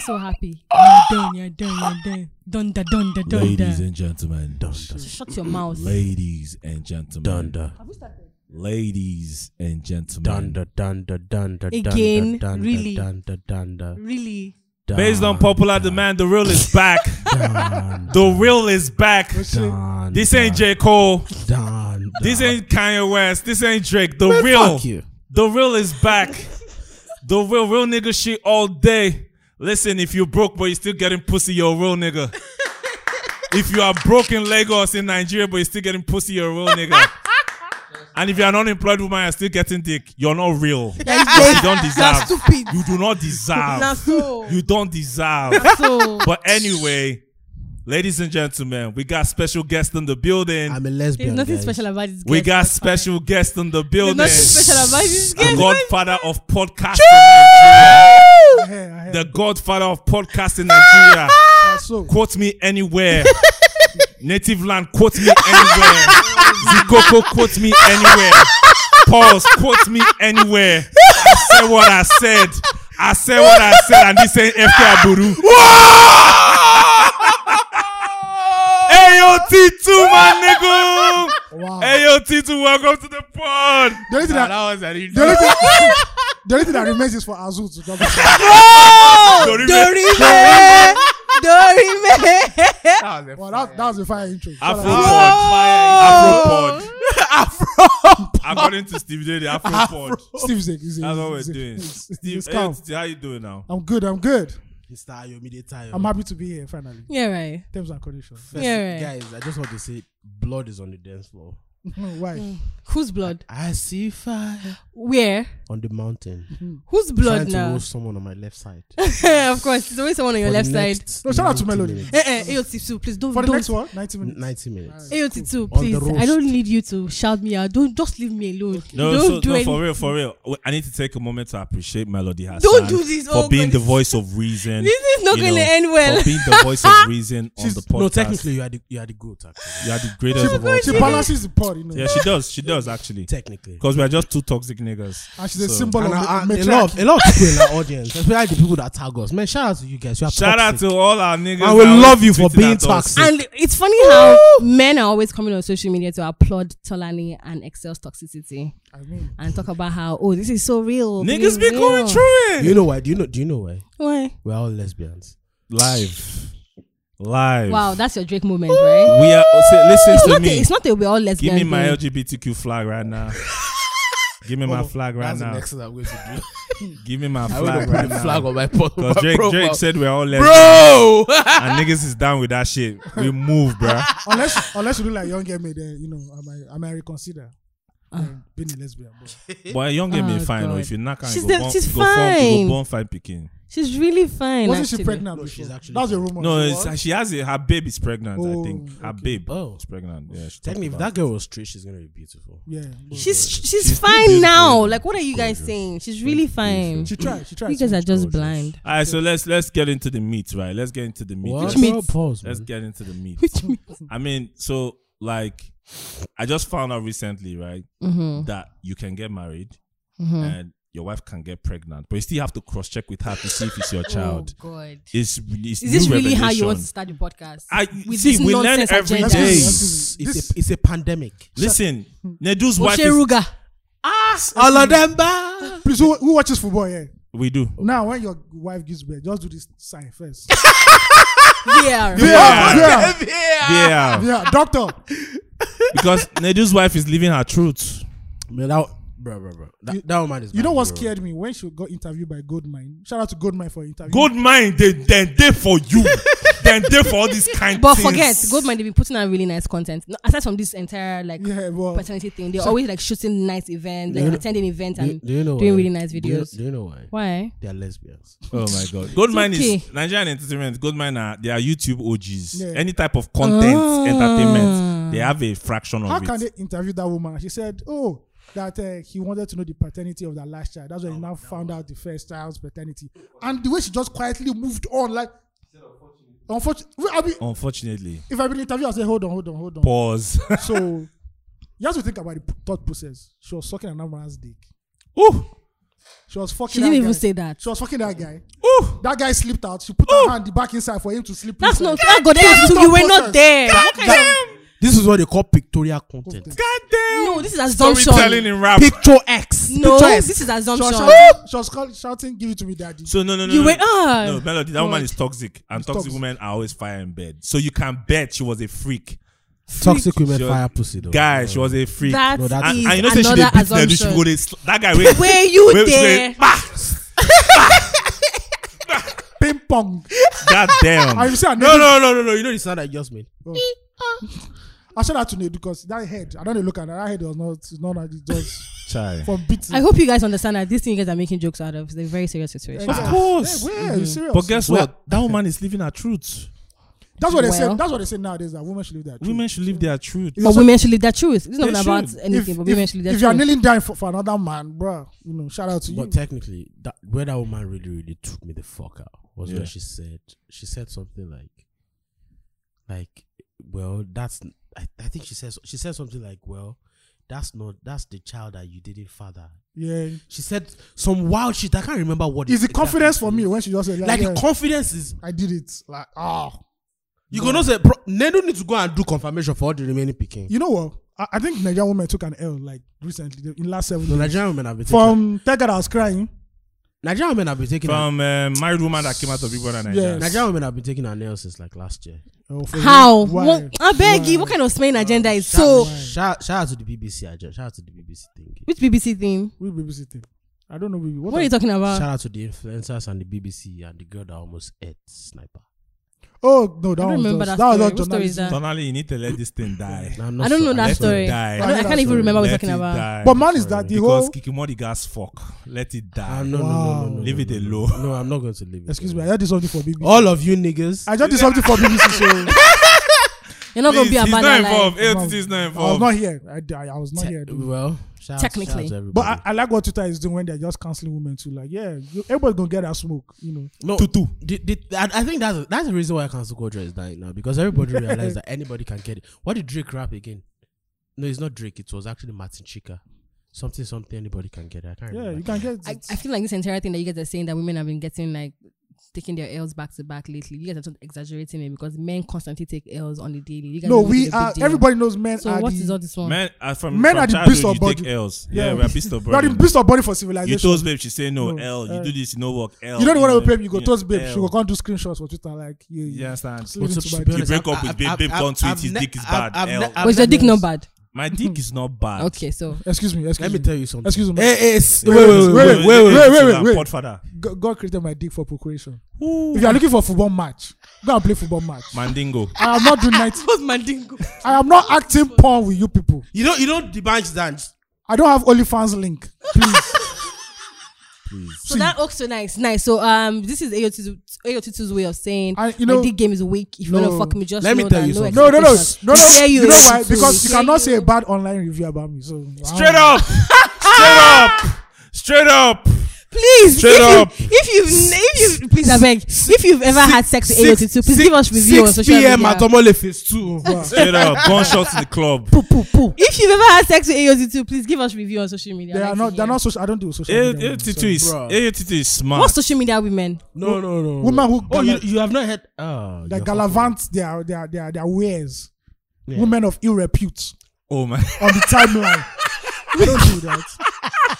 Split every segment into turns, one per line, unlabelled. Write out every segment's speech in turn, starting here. so happy. You're done, you're done, you're done. Dunda, dunda,
Ladies
dunda.
and gentlemen.
So shut your mouth.
Ladies and gentlemen.
Dunder.
Ladies and gentlemen.
Dunder, dunder, dunder,
Again,
dunder,
really?
dunder, dunder,
Really?
dunder,
Based on popular demand, the real is back.
Dun,
the real is back.
dun,
This ain't J. Cole.
dun, dun.
This ain't Kanye West. This ain't Drake. The
Man,
real.
Fuck you.
The real is back. the real, real nigga shit all day. Listen, if you broke but you're still getting pussy, you're a real nigga. if you are broke in Lagos in Nigeria but you're still getting pussy, you're a real nigga. and if you're an unemployed woman and still getting dick, you're not real. you don't deserve.
Stupid.
You do not deserve.
Now so.
you don't deserve.
So.
but anyway, ladies and gentlemen, we got special guests in the building.
I'm a
There's
lesbian.
nothing
guys.
special about this.
we
guest,
got
that's fine.
special guests in the
There's
building.
nothing special about this.
The
guest.
godfather of podcasting. The godfather of podcasting Nigeria.
So,
Quote me anywhere. Native land, quote me anywhere. Zikoko, quote me anywhere. Pause, quote me anywhere. I said what I said. I said what I said, and this ain't FK Aburu. AOT2, my nigga!
Wow.
AOT2, welcome to the pod!
The only thing
Nah,
that-
that was an
The
intro.
only thing, the only thing that remains is for Azul to double check.
Dorime.
Dorime. Dorime.
Well, that, that was a fire intro.
Afro
Shout out.
pod. Afro pod. According to Steve Day, the Afro pod.
Steve Zig. Is
That's what we're doing. Steve,
it's calm.
AOT2, how you doing now?
I'm good. I'm good.
Mr. Ayomi, they tired.
I'm happy to be here finally.
Yeah, right.
Terms and conditions.
First,
Yeah, right.
Guys, I just want to say blood is on the dance floor.
Why?
Whose blood?
I see fire
Where?
on the mountain.
Whose blood
Trying to
now?
roast someone on my left side.
of course, there's always someone on your
For the
left side.
next
No, shout out to
90
Melody.
minutes.
Eh, eh, AOT2, please don't.
For the
don't.
next one, 90 minutes.
90 minutes.
AOT2,
On the
please. I don't need you to shout me out. Don't just leave me alone.
No,
don't
so,
do
no
any-
for real, for real. Wait, I need to take a moment to appreciate Melody Hassan
Don't do this.
for
oh
being the
God.
voice of reason.
This is not
you
going to
know,
end well.
For being the voice of reason on
She's-
the podcast.
No, technically, you are the, you are the goat, actually.
you are the greatest of all.
She
time.
balances the pod, you know.
Yeah, she does. She does actually.
Technically.
Because we are just two toxic niggas.
And Ah, she's a
So-
symbol
And,
of
I- and
ma-
a, lot of,
matriarchy.
a lot of people in our audience, especially the people that tag us. Man, shout out to you guys. You are
Shout out
toxic.
to all our niggas.
And we
that
love
were
you for
tweeting
being
at us.
toxic.
And it's funny how men are always coming on social media to applaud Tolani and Excel's toxicity
I mean,
and talk about how, oh, this is so real.
Niggas be
real.
going through
You
it.
know why? Do you know? Do you know why?
Why?
We're all lesbians.
Live. Live.
Wow, that's your Drake moment, right?
We are. oh, say- listen
It's
to
not, that-
me.
it's not that we're all lesbian.
Give me my
though.
LGBTQ flag right now. Give me my flag right
Oh, That's the
now.
next thing I'm going to
Give me my
do. I will
flag
put
right
the flag
now.
on my port.
Because Drake, Drake said we're all lesbian.
bro.
And niggas is down with that shit. We move, bruh.
unless, unless you look like young Amy, then, you know, I might, I might reconsider
Ah.
um, being a lesbian. Bro.
But a young girl may
Oh,
fine. Or
God.
if you knock her,
She's
she's,
the-
go, born,
she's
go fine.
fine.
Go born fine picking.
She's really fine.
Wasn't
actually.
she pregnant?
No, she's
before?
actually
That was a rumor.
No,
She
it's,
was.
she has it. Her babe is pregnant.
Oh,
I think her
okay.
babe
Oh.
is pregnant. Yeah, she
Technically, if
talked about
that girl was straight, she's gonna be beautiful.
Yeah. bro.
She's she's,
She's still
fine
beautiful.
now. Like, what are you guys saying? She's really fine.
She tried. She tried.
You guys are just
gorgeous.
blind.
it. All right, so let's let's get into the meat, right? Let's get into the meat.
What?
Let's,
meat? means-
Pause,
let's
man.
get into the meat.
Which means
I mean, so like, I just found out recently, right,
hmm
that you can get married
hmm
and your wife can get pregnant, but you still have to cross check with her to see if it's your child.
Oh God.
It's, it's
Is this
new
really how you want
revelation.
to start the podcast?
I
With
see.
this
We learn
nonsense
every
agenda.
day.
It's, it's, a, it's a pandemic.
Listen, Nedu's wife. Is,
Osheruga.
All of them back.
Please, who, who watches football here?
we do.
Now, when your wife gives birth, just do this sign first.
Yeah.
yeah,
Yeah,
yeah, doctor.
because Nedu's wife is living her truth.
Man, that bro, bro, bro. That, that woman is.
You know
bad,
what
bro.
scared me when she got interviewed by Goldmine. Shout out to Goldmine for interview.
Good mind, they then they for you, then they for all these kind.
But
things.
forget, Goldman, they've been putting out really nice content. No, aside from this entire like
Yeah, well,
paternity thing, they're always like shooting nice events, like
Yeah.
attending events
Do, you-
and
do you know
doing
why?
really nice
Do you-
videos.
Do you know why?
Why?
They are lesbians.
Oh my god, Goldmine
okay.
is Nigerian entertainment. Goldmine are they are YouTube OGs.
Yeah.
Any type of content,
Ah.
entertainment, they have a fraction of
how
it.
can they interview that woman? She said, "Oh, that uh, he wanted to know the paternity of that last child. That's why he now found out the first child's paternity." And the way she just quietly moved on, like, unfortunately, I mean,
Unfortunately,
if I've been interviewed, I say, "Hold on, hold on, hold on."
pause.
So you have to think about the p- thought process. She was sucking another man's dick.
Ooh.
She was fucking.
She
that
didn't
guy.
even say that.
She was fucking that guy.
Ooh,
That guy slipped out. She put her hand the back inside for him to slip.
That's
inside.
not that God damn too. You were not
process.
there.
That- this is what they call pictorial content.
goddamn.
No, this is
Storytelling
assumption.
in rap.
Picture X.
No,
Picture X.
this is
She was,
assumption.
shouting, she was call, shouting, "Give it to me, daddy."
So no, no, no.
You
no.
were ah.
No, Melody, that woman is toxic, and toxic,
toxic.
women are always fire in bed. So you can bet she was a freak.
Toxic women
Sure.
fire pussy though.
Guy, she was a freak.
That
No,
is
that
and, and you know, say she
another
did beat Nedu, she
assumption.
go dey sl- that guy. Wait,
Were you
wait, Ah,
there?
Ping pong.
God damn.
And you see, her
No,
name-
no, no, no, no. You know the sound I just made.
I showed that to Nate because that head. I don't know, look at that, that head was not it's not like it just
Chai.
from beating.
I hope you guys understand that this thing you guys are making jokes out of is a very serious situation.
Of
course. Mm-hmm.
Hey, wait, are you serious?
But guess
Well-
what? That woman is living her truth.
that's what they
Well.
say. That's what they say nowadays. That women should live their truth.
Women should live their truth.
But women should lead their truth. It's not
They
about
should.
anything, but women
if,
should lead their
if you're
truth.
kneeling down for, for another man, bruh, you know, shout out to
But
you.
technically, that where that woman really, really took me the fuck out was
Yeah.
when she said she said something like, like, well, that's I, I think she says she said something like, well, that's not that's the child that you didn't father.
yeah,
She said some wild shit. I can't remember what.
is
it
the confidence for
exactly
me
is.
when she just said like,
Like
yeah,
the confidence is
I did it. Like ah,
you gonna say bro, Nedo need to go and do confirmation for all the remaining picking.
you know what? I, I think Nigerian women took an L like recently in last seven
The
years.
Nigerian women have been taking,
From that guy that was crying,
Nigerian women have been taking her-
From uh, married woman that came out of Big Brother Nigeria.
Yes.
Nigerian women have been taking her nails since like last year.
oh, for
How?
why?
What, I beg you.
Why?
What kind of smearing agenda is
Shout-
so?
shout, shout out to the BBC agent. Shout out to the BBC thing.
Which BBC thing?
We BBC thing. I don't know. We what?
What are you talking about?
Shout out to the influencers and the BBC and the girl that almost ate sniper.
oh no,
I
that
don't
was
remember that
just, that was
story.
not
What story is that?
journalism.
Tonally, you need to let this thing die.
Nah, I'm
I don't know
sorry.
that
Let
story.
it die.
I, don't- I can't even
Sorry.
remember what
Let
we're talking
it
about.
die.
But man, is that the
because
whole?
Kikimori gas fuck. Let it
Ah,
die.
no, no, no, no,
Wow.
no,
Leave it
no, no,
alone.
No, I'm not going to leave it.
Excuse me, I
alone.
heard this something for BBC.
Oh.
All of you niggas.
I just did something for BBC. So
You're not gonna
Please,
be a
he's
bad
not
ally.
involved. AOTT is not
I was
involved.
not here. I, I, I was not
Te-
here. dude.
well, shout
Technically.
Out, shout out to
But I,
everybody.
I like what Twitter is doing when they're just canceling women too. Like, yeah, you, everybody's gonna get that smoke, you know.
no,
Tutu.
the- the- I, I think that's that's the reason why cancel culture is dying now because everybody realized that anybody can get it. What did Drake rap again? No, it's not Drake. It was actually Martin Chica. Something, something. Anybody can get it. I can't
Yeah,
remember.
you can get.
I,
it.
I feel like this entire thing that you guys are saying that women have been getting like taking their L's back to back lately. You guys are just exaggerating it because men constantly take L's on the daily. You guys
no,
don't make it
we
a big
are.
deal.
Everybody knows men
So
are.
what
the,
is all this one?
Men are from,
Men
from
are the
childhood,
beast of
you take
burden.
L's. Yeah,
Yeah.
we are beast of
You are the
burden.
beast of body for
You
civilization.
toast babe, she say no,
No,
L. You
uh,
do this, you no work L.
You don't know what I will pay. You go
know,
toast babe. She
L.
will come do screenshots for Twitter. Like, you.
You understand?
Slip into
to- to
my
be
He break
honest,
dick.
I've-
up with
I've-
babe,
I've-
babe
I've-
gone tweet,
I've
his
ne-
dick is
I've-
bad,
I've
L.
ne- I've
Was your
never-
dick not bad?
My dick is not bad.
Okay, so
Excuse me. Excuse
Let me
me.
tell you something.
Excuse
Eh.
me.
Hey, hey, s-
Wait,
wait, wait, wait,
wait,
wait, wait.
wait, wait, wait.
Podfather.
Go- God created my dick for procreation. If you are looking for football match, go and play football match.
Mandingo.
I am not doing night.
What's my dingo?
I am not acting porn with you people.
You don't, you don't debanch that.
I don't have OnlyFans link. Please.
So that also nice, nice. So um, this is AOT's AOT's way of saying
I- you
my
know-
dick game is weak. If you
No.
wanna fuck me, just
Let me
know
tell
that
you something.
No, no, no, no,
expectations.
no.
We hear
You,
you,
know why?
AOTs.
Because you
We hear
cannot
you.
say a bad online review about me. So
Straight up. Straight up. Straight up.
Please,
Straight
if,
up.
You, if you've, if you, please, I beg, if you've ever had sex with AOT, too, please give us review on social
p.m.
media.
at Omolefe 2.
Oh,
Straight up. Gunshots in the club.
if you've ever had sex with AOT, too, please give us review on social media.
They
I'd like
are
to
not. They're
hear.
not social. I don't do social.
Eh,
media anymore,
AOTT
sorry.
is,
Bruh.
AOTT is
What
Ah.
smart.
social media women?
No, no, no.
Women who
Oh, you,
gala-
you have not heard. Oh,
they
you're
galavant their their their their wares.
fucking- yeah.
Women of ill repute
Oh man.
on the timeline. don't do that.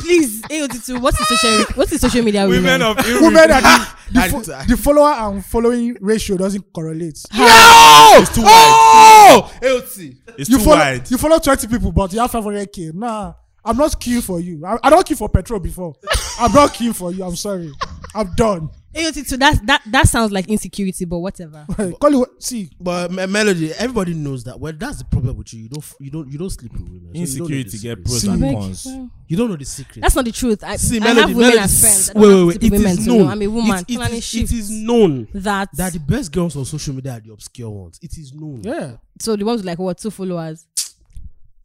Please, AOT, too, what's the social? What's the social media women?
Women of ill
Women are the, the,
I-
fo- the follower and following ratio doesn't correlate.
No!
It's too
oh! LT.
It's
You
too
follow
wide.
you follow twenty people, but you have five hundred k. Nah, I'm not queuing for you. I, I don't queue for petrol before. I'm not queuing for you. I'm sorry. I'm done.
AOT, too, that that that sounds like insecurity, but whatever.
Call it see.
But me- Melody, everybody knows that. Well, that's the problem with you. You don't, f- you don't, you don't sleep with women. so you don't know the
Insecurity get
secret.
pros
See,
and
like,
cons.
You don't know the secret.
That's not the truth. I,
See,
I
Melody,
have women
Melody,
as friends. I don't
Wait,
have to
wait, wait.
sleep
It
with women
is
to know
known.
I'm a woman.
It, it,
Fulani
is, it
shift.
is known
that,
that the best girls on social media are the obscure ones. It is known.
Yeah.
so the ones with like what two followers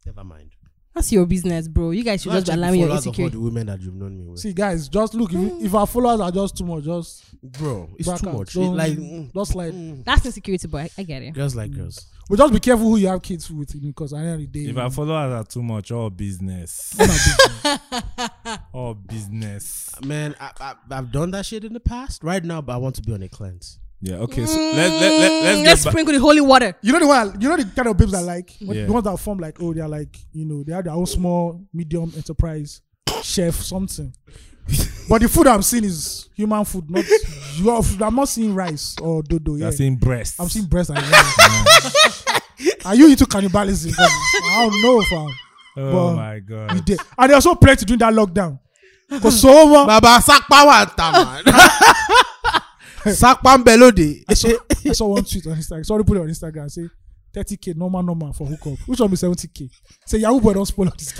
Never mind.
that's your business bro you guys should just be allowing your
Followers of all
insecurity
the women that you've known me with.
See, guys, just look. If, if our followers are just too much, just
Bro, it's
back
too
out.
much. It,
Don't-
like, mm,
just like,
that's insecurity but I, I get it
girls like girls.
but just be careful who you have kids with, because at the end of the day,
If our followers are too much, all business. Oh, business.
Man, I, I, I've done that shit in the past. Right now, but I want to be on a cleanse.
Yeah. Okay. So
Let, let, let,
Mm,
let's get Uh-huh.
let's
back-
sprinkle the holy water.
You know the one, you know the kind of babes I like. When-
Yeah.
The ones that form like, oh, they're like, you know, they have their own small, medium enterprise, chef, something. but the food I'm seeing is human food, not your food. I'm not seeing rice or dodo. Yeah.
You're seeing breasts.
I'm seeing breast and rice. Are you into cannibalism? I don't know, fam.
Oh
but-
my god.
We did. And they also plenty during that lockdown. Cause so over,
Baba Sakpa Wanta, man. Sakpa Belode.
I saw, I saw one tweet on Instagram. Sorry, put it on Instagram. Say 30k normal normal for hookup. Which one be 70k? Say Yahoo boy don't spoil all this.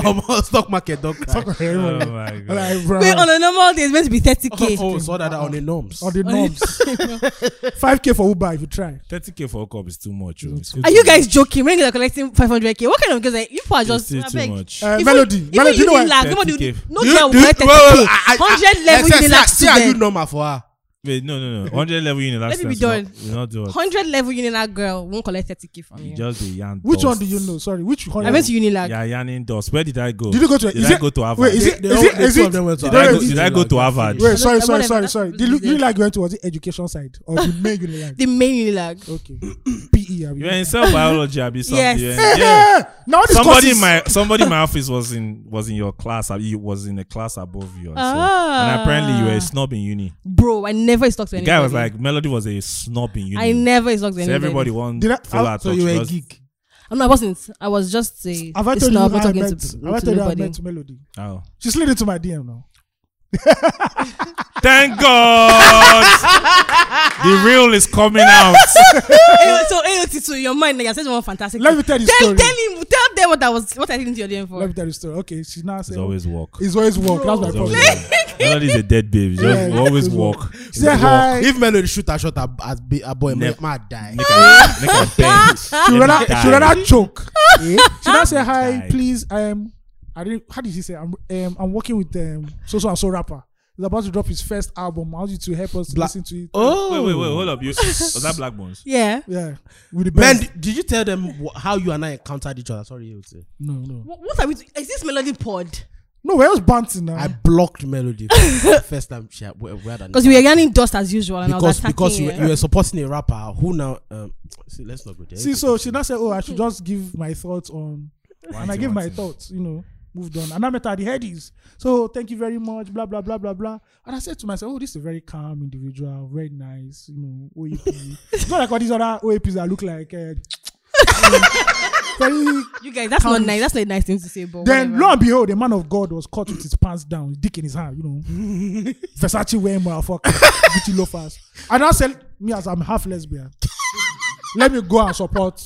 Omo, Stock market, dog.
Fuck everyone.
Oh my god.
Like, bro,
Wait, on a normal day, it's meant to be 30k.
Oh, saw that on the norms.
on the norms. Five k for Uber if you try.
30k for a cup is too much. oh. It's still
Are
too
you guys joking? When you are collecting 500k, what kind of girls are you? People are
It's
just
still
I
too
beg.
much.
Uh,
Even-
Melody,
even
Melody,
you
you
didn't
know what?
laugh. Nobody would.
30K.
No
You-
girl
you-
would like
well, well,
30k.
I- I- I-
100 level
Let's
you
say-
didn't laugh
See, are you
today.
normal for her?
Wait, no, no, no. 100 level unit.
Let me be done.
We're not doing.
100 level unilag girl won't collect 30k from you.
Just the yarn.
Which
dust.
one do you know? Sorry, which one?
I went to unilag.
Yeah, yarning dust. Where did I go?
Did you go to?
Did
Is
I
it?
go to Harvard?
Wait, is it?
They
Is
all-
it?
they
Is
two of
it?
them went to
Did I
Harvard.
go, did I go to Harvard?
Wait, sorry, sorry,
Whatever,
sorry,
that's
sorry.
what
Did
it is.
Unilag went towards the education side or the main Unilag?
The main unilag.
Okay, PE. I mean.
You're in cell biology, I'll be something.
Yes.
You're in-
Hey,
Yeah.
hey, hey. Now all these
Somebody
courses-
in my somebody in my office was in was in your class. uh, You was in a class above you. and so- and apparently you were a
Ah.
snob in uni.
Bro, I never talked to
The
anybody.
guy was like, Melody was a snob in uni.
I never talked to
So
anybody.
everybody won.
Did I-
full
I-
out
So
of
you were a
trust.
geek.
Oh, No, I wasn't. I was just a,
Have I
a
told you
snob not
how I
talking
met?
to,
Have I
to
told you how I
nobody.
met Melody?
Oh.
She slid into my DM now.
Thank God. the real is coming out.
Anyway, so AOT to your mind, like I said, one fantastic.
Let me tell you the
tell,
story.
tell him, tell them what I was, what I didn't you're doing for.
Let me tell you the story. Okay, she's now
It's
saying
always walk.
it's always work. That's my
It's always
problem.
walk. Melody's a dead baby. Just
Yeah,
always
it's
walk.
Say hi.
If Melody shoot a shot at- at b- a boy,
Never.
might die.
Make a, make a bend.
She
Let
rather
me die.
she rather choke. eh? She now say hi,
Die.
please. Um, I didn't. How did she say? I'm um, I'm working with um so so and so rapper. He's about to drop his first album. I want you to help us to
Black-
listen to it.
Oh,
Wait, wait, wait. Hold up. You, was that Black Bones?
Yeah.
Yeah, with the
Man,
best.
d- did you tell them wh- how you and I encountered each other? Sorry, AOT.
no, no,
What, what are we? Is this melody pod?
no. We're just bouncing now.
I blocked Melody for the first time she had, we, we had an
Because you were yarning dust as usual, and I was
because
attacking
because you,
you.
were- you were supporting a rapper who now um see let's not go there.
See, so she now said, "Oh, I should just give my thoughts on," and I
thing,
gave
one
my
thing.
thoughts. You know, moved on. And I met her at the headies. So thank you very much. Blah blah blah blah blah. And I said to myself, "Oh, this is a very calm individual, very nice. You know, OAP. it's not like what these other OAPs that look like." Uh, very.
You guys, that's not nice. That's not a nice thing to say, but
Then
whatever.
lo and behold, the man of God was caught with his pants down, dick in his hand. You know, Versace wearing motherfucker, Gucci loafers. And I said, "Me as I'm half lesbian." Let me go and support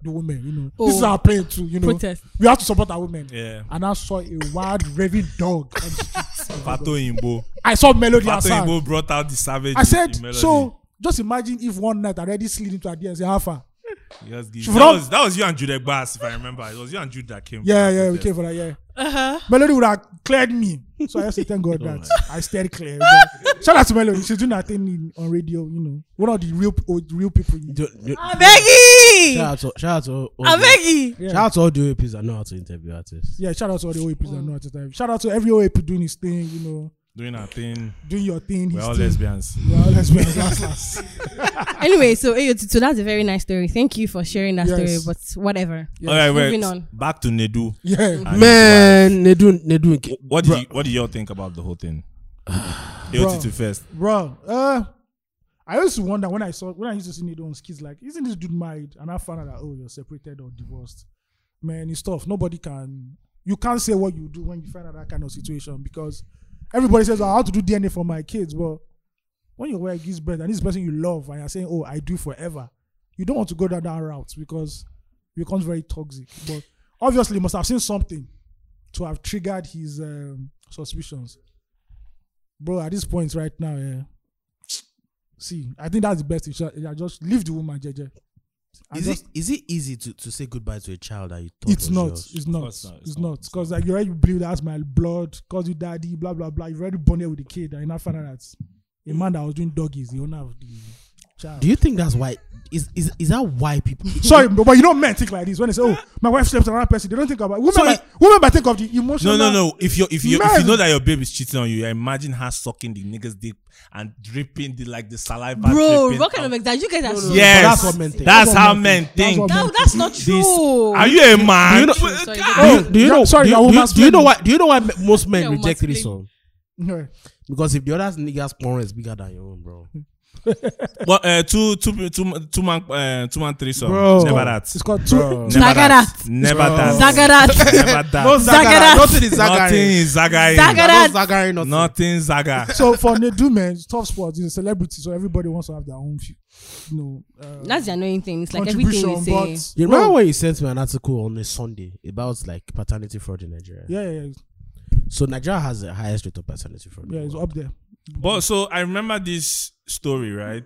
the women, you know. This is
Oh.
our plan too, you know.
protest.
We have to support our women.
Yeah.
And I saw a wild raving dog. on the streets.
Fato Imbo.
I saw Melody
Fato
outside.
Imbo brought out the savage.
I said, so just imagine if one night I already slid into her DM and said, how far?
That
Shuvron-
was, that was you and Jude Bass, if I remember. It was you and Jude that came.
Yeah,
for that
yeah, we
protest.
came for that, yeah. Uh-huh. Melody would have cleared me. So I just say, thank God that I stayed clear. But shout out to Melody. She's doing her thing in, on radio, you know. One of the real old, real people.
Do- do-
Abegi,
shout out to shout out to all- all the-
Abegi.
Yeah.
shout out to all the OAPs that know how to interview artists.
yeah, shout out to all the OAPs that know at the time. Shout out to every OAP doing his thing, you know,
Doing our thing.
doing your thing.
We're
his
all
thing.
lesbians.
We're all lesbians. Last, last.
anyway, so AOT, so that's a very nice story. Thank you for sharing that
Yes.
story, but whatever.
Yes.
All right, wait.
Moving on.
Back to Nedu.
Yeah.
And
Man, they do they do
What did you, what did y'all think about the whole thing?
Bro.
AOT2 first.
bro. Uh, I used to wonder when I saw when I used to see Nido on kids like, isn't this dude married? And I found out that oh, you're separated or divorced. Man, it's tough. Nobody can. You can't say what you do when you find out that kind of situation because everybody says, oh, "I have to do DNA for my kids," but when your wife gives birth and this person you love and you're saying, "Oh, I do forever," you don't want to go down that route because it becomes very toxic. But obviously, he must have seen something to have triggered his um, suspicions bro at this point right now yeah see i think that's the best insurance yeah just leave the woman jeje And
Is
just,
it is it easy to, to say goodbye to a child that you thought
it's
was
not,
yours?
it's not
course
it's
not,
not
it's
it's
not,
not
it's
because like you already believe that's my blood cause you daddy blah blah blah you already bonded with the kid and you now find out that a man that was doing doggies the owner of the Child.
Do you think that's why? Is is is that why people?
Sorry, but, but you know men think like this when they say, "Oh, my wife slept with another person." They don't think about women.
So,
like, women, but think of the
No,
emotional.
no, no. If you if you if you
Man.
know that your babe is cheating on you, I imagine her sucking the nigga's dick and dripping the like the saliva.
Bro,
dripping
what kind
out.
of exagger? You guys are so-
Yes,
But that's what men think.
That's
That's
how
what men
men
think. That's
think.
what
No, that's not true.
Are you a man?
you know-
Well,
Sorry,
God.
go
do you, do
Oh,
you
yeah,
know?
sorry,
do
I
you,
will
do you-
mansplain
do you know
this.
why? Do you know why m- most men
Yeah, I will
reject this
mansplain.
song?
no.
Because if the other nigga's porn is bigger than your own, bro.
Well, uh, two, two, two, two man, uh, two man, three song.
Bro,
Never that.
It's called two.
Never that.
Zagarat.
Never
Bro.
that.
Zagarat.
Never
Zagara.
that.
Nothing is Zagara.
Nothing is zaga. in.
Zaga-
There's no Zagara. Nothing.
Nothing zaga.
So for Nedu men, it's tough sport. He's a celebrity, so everybody wants to have their own view. You know, uh,
That's the annoying thing. It's like everything
contribution,
you
but
say.
You remember
Bro,
when you sent me an article on a Sunday about like paternity fraud in Nigeria?
Yeah, yeah, yeah,
So Nigeria has the highest rate of paternity fraud. in
yeah.
the
It's
world.
up there.
But so I remember this story, right?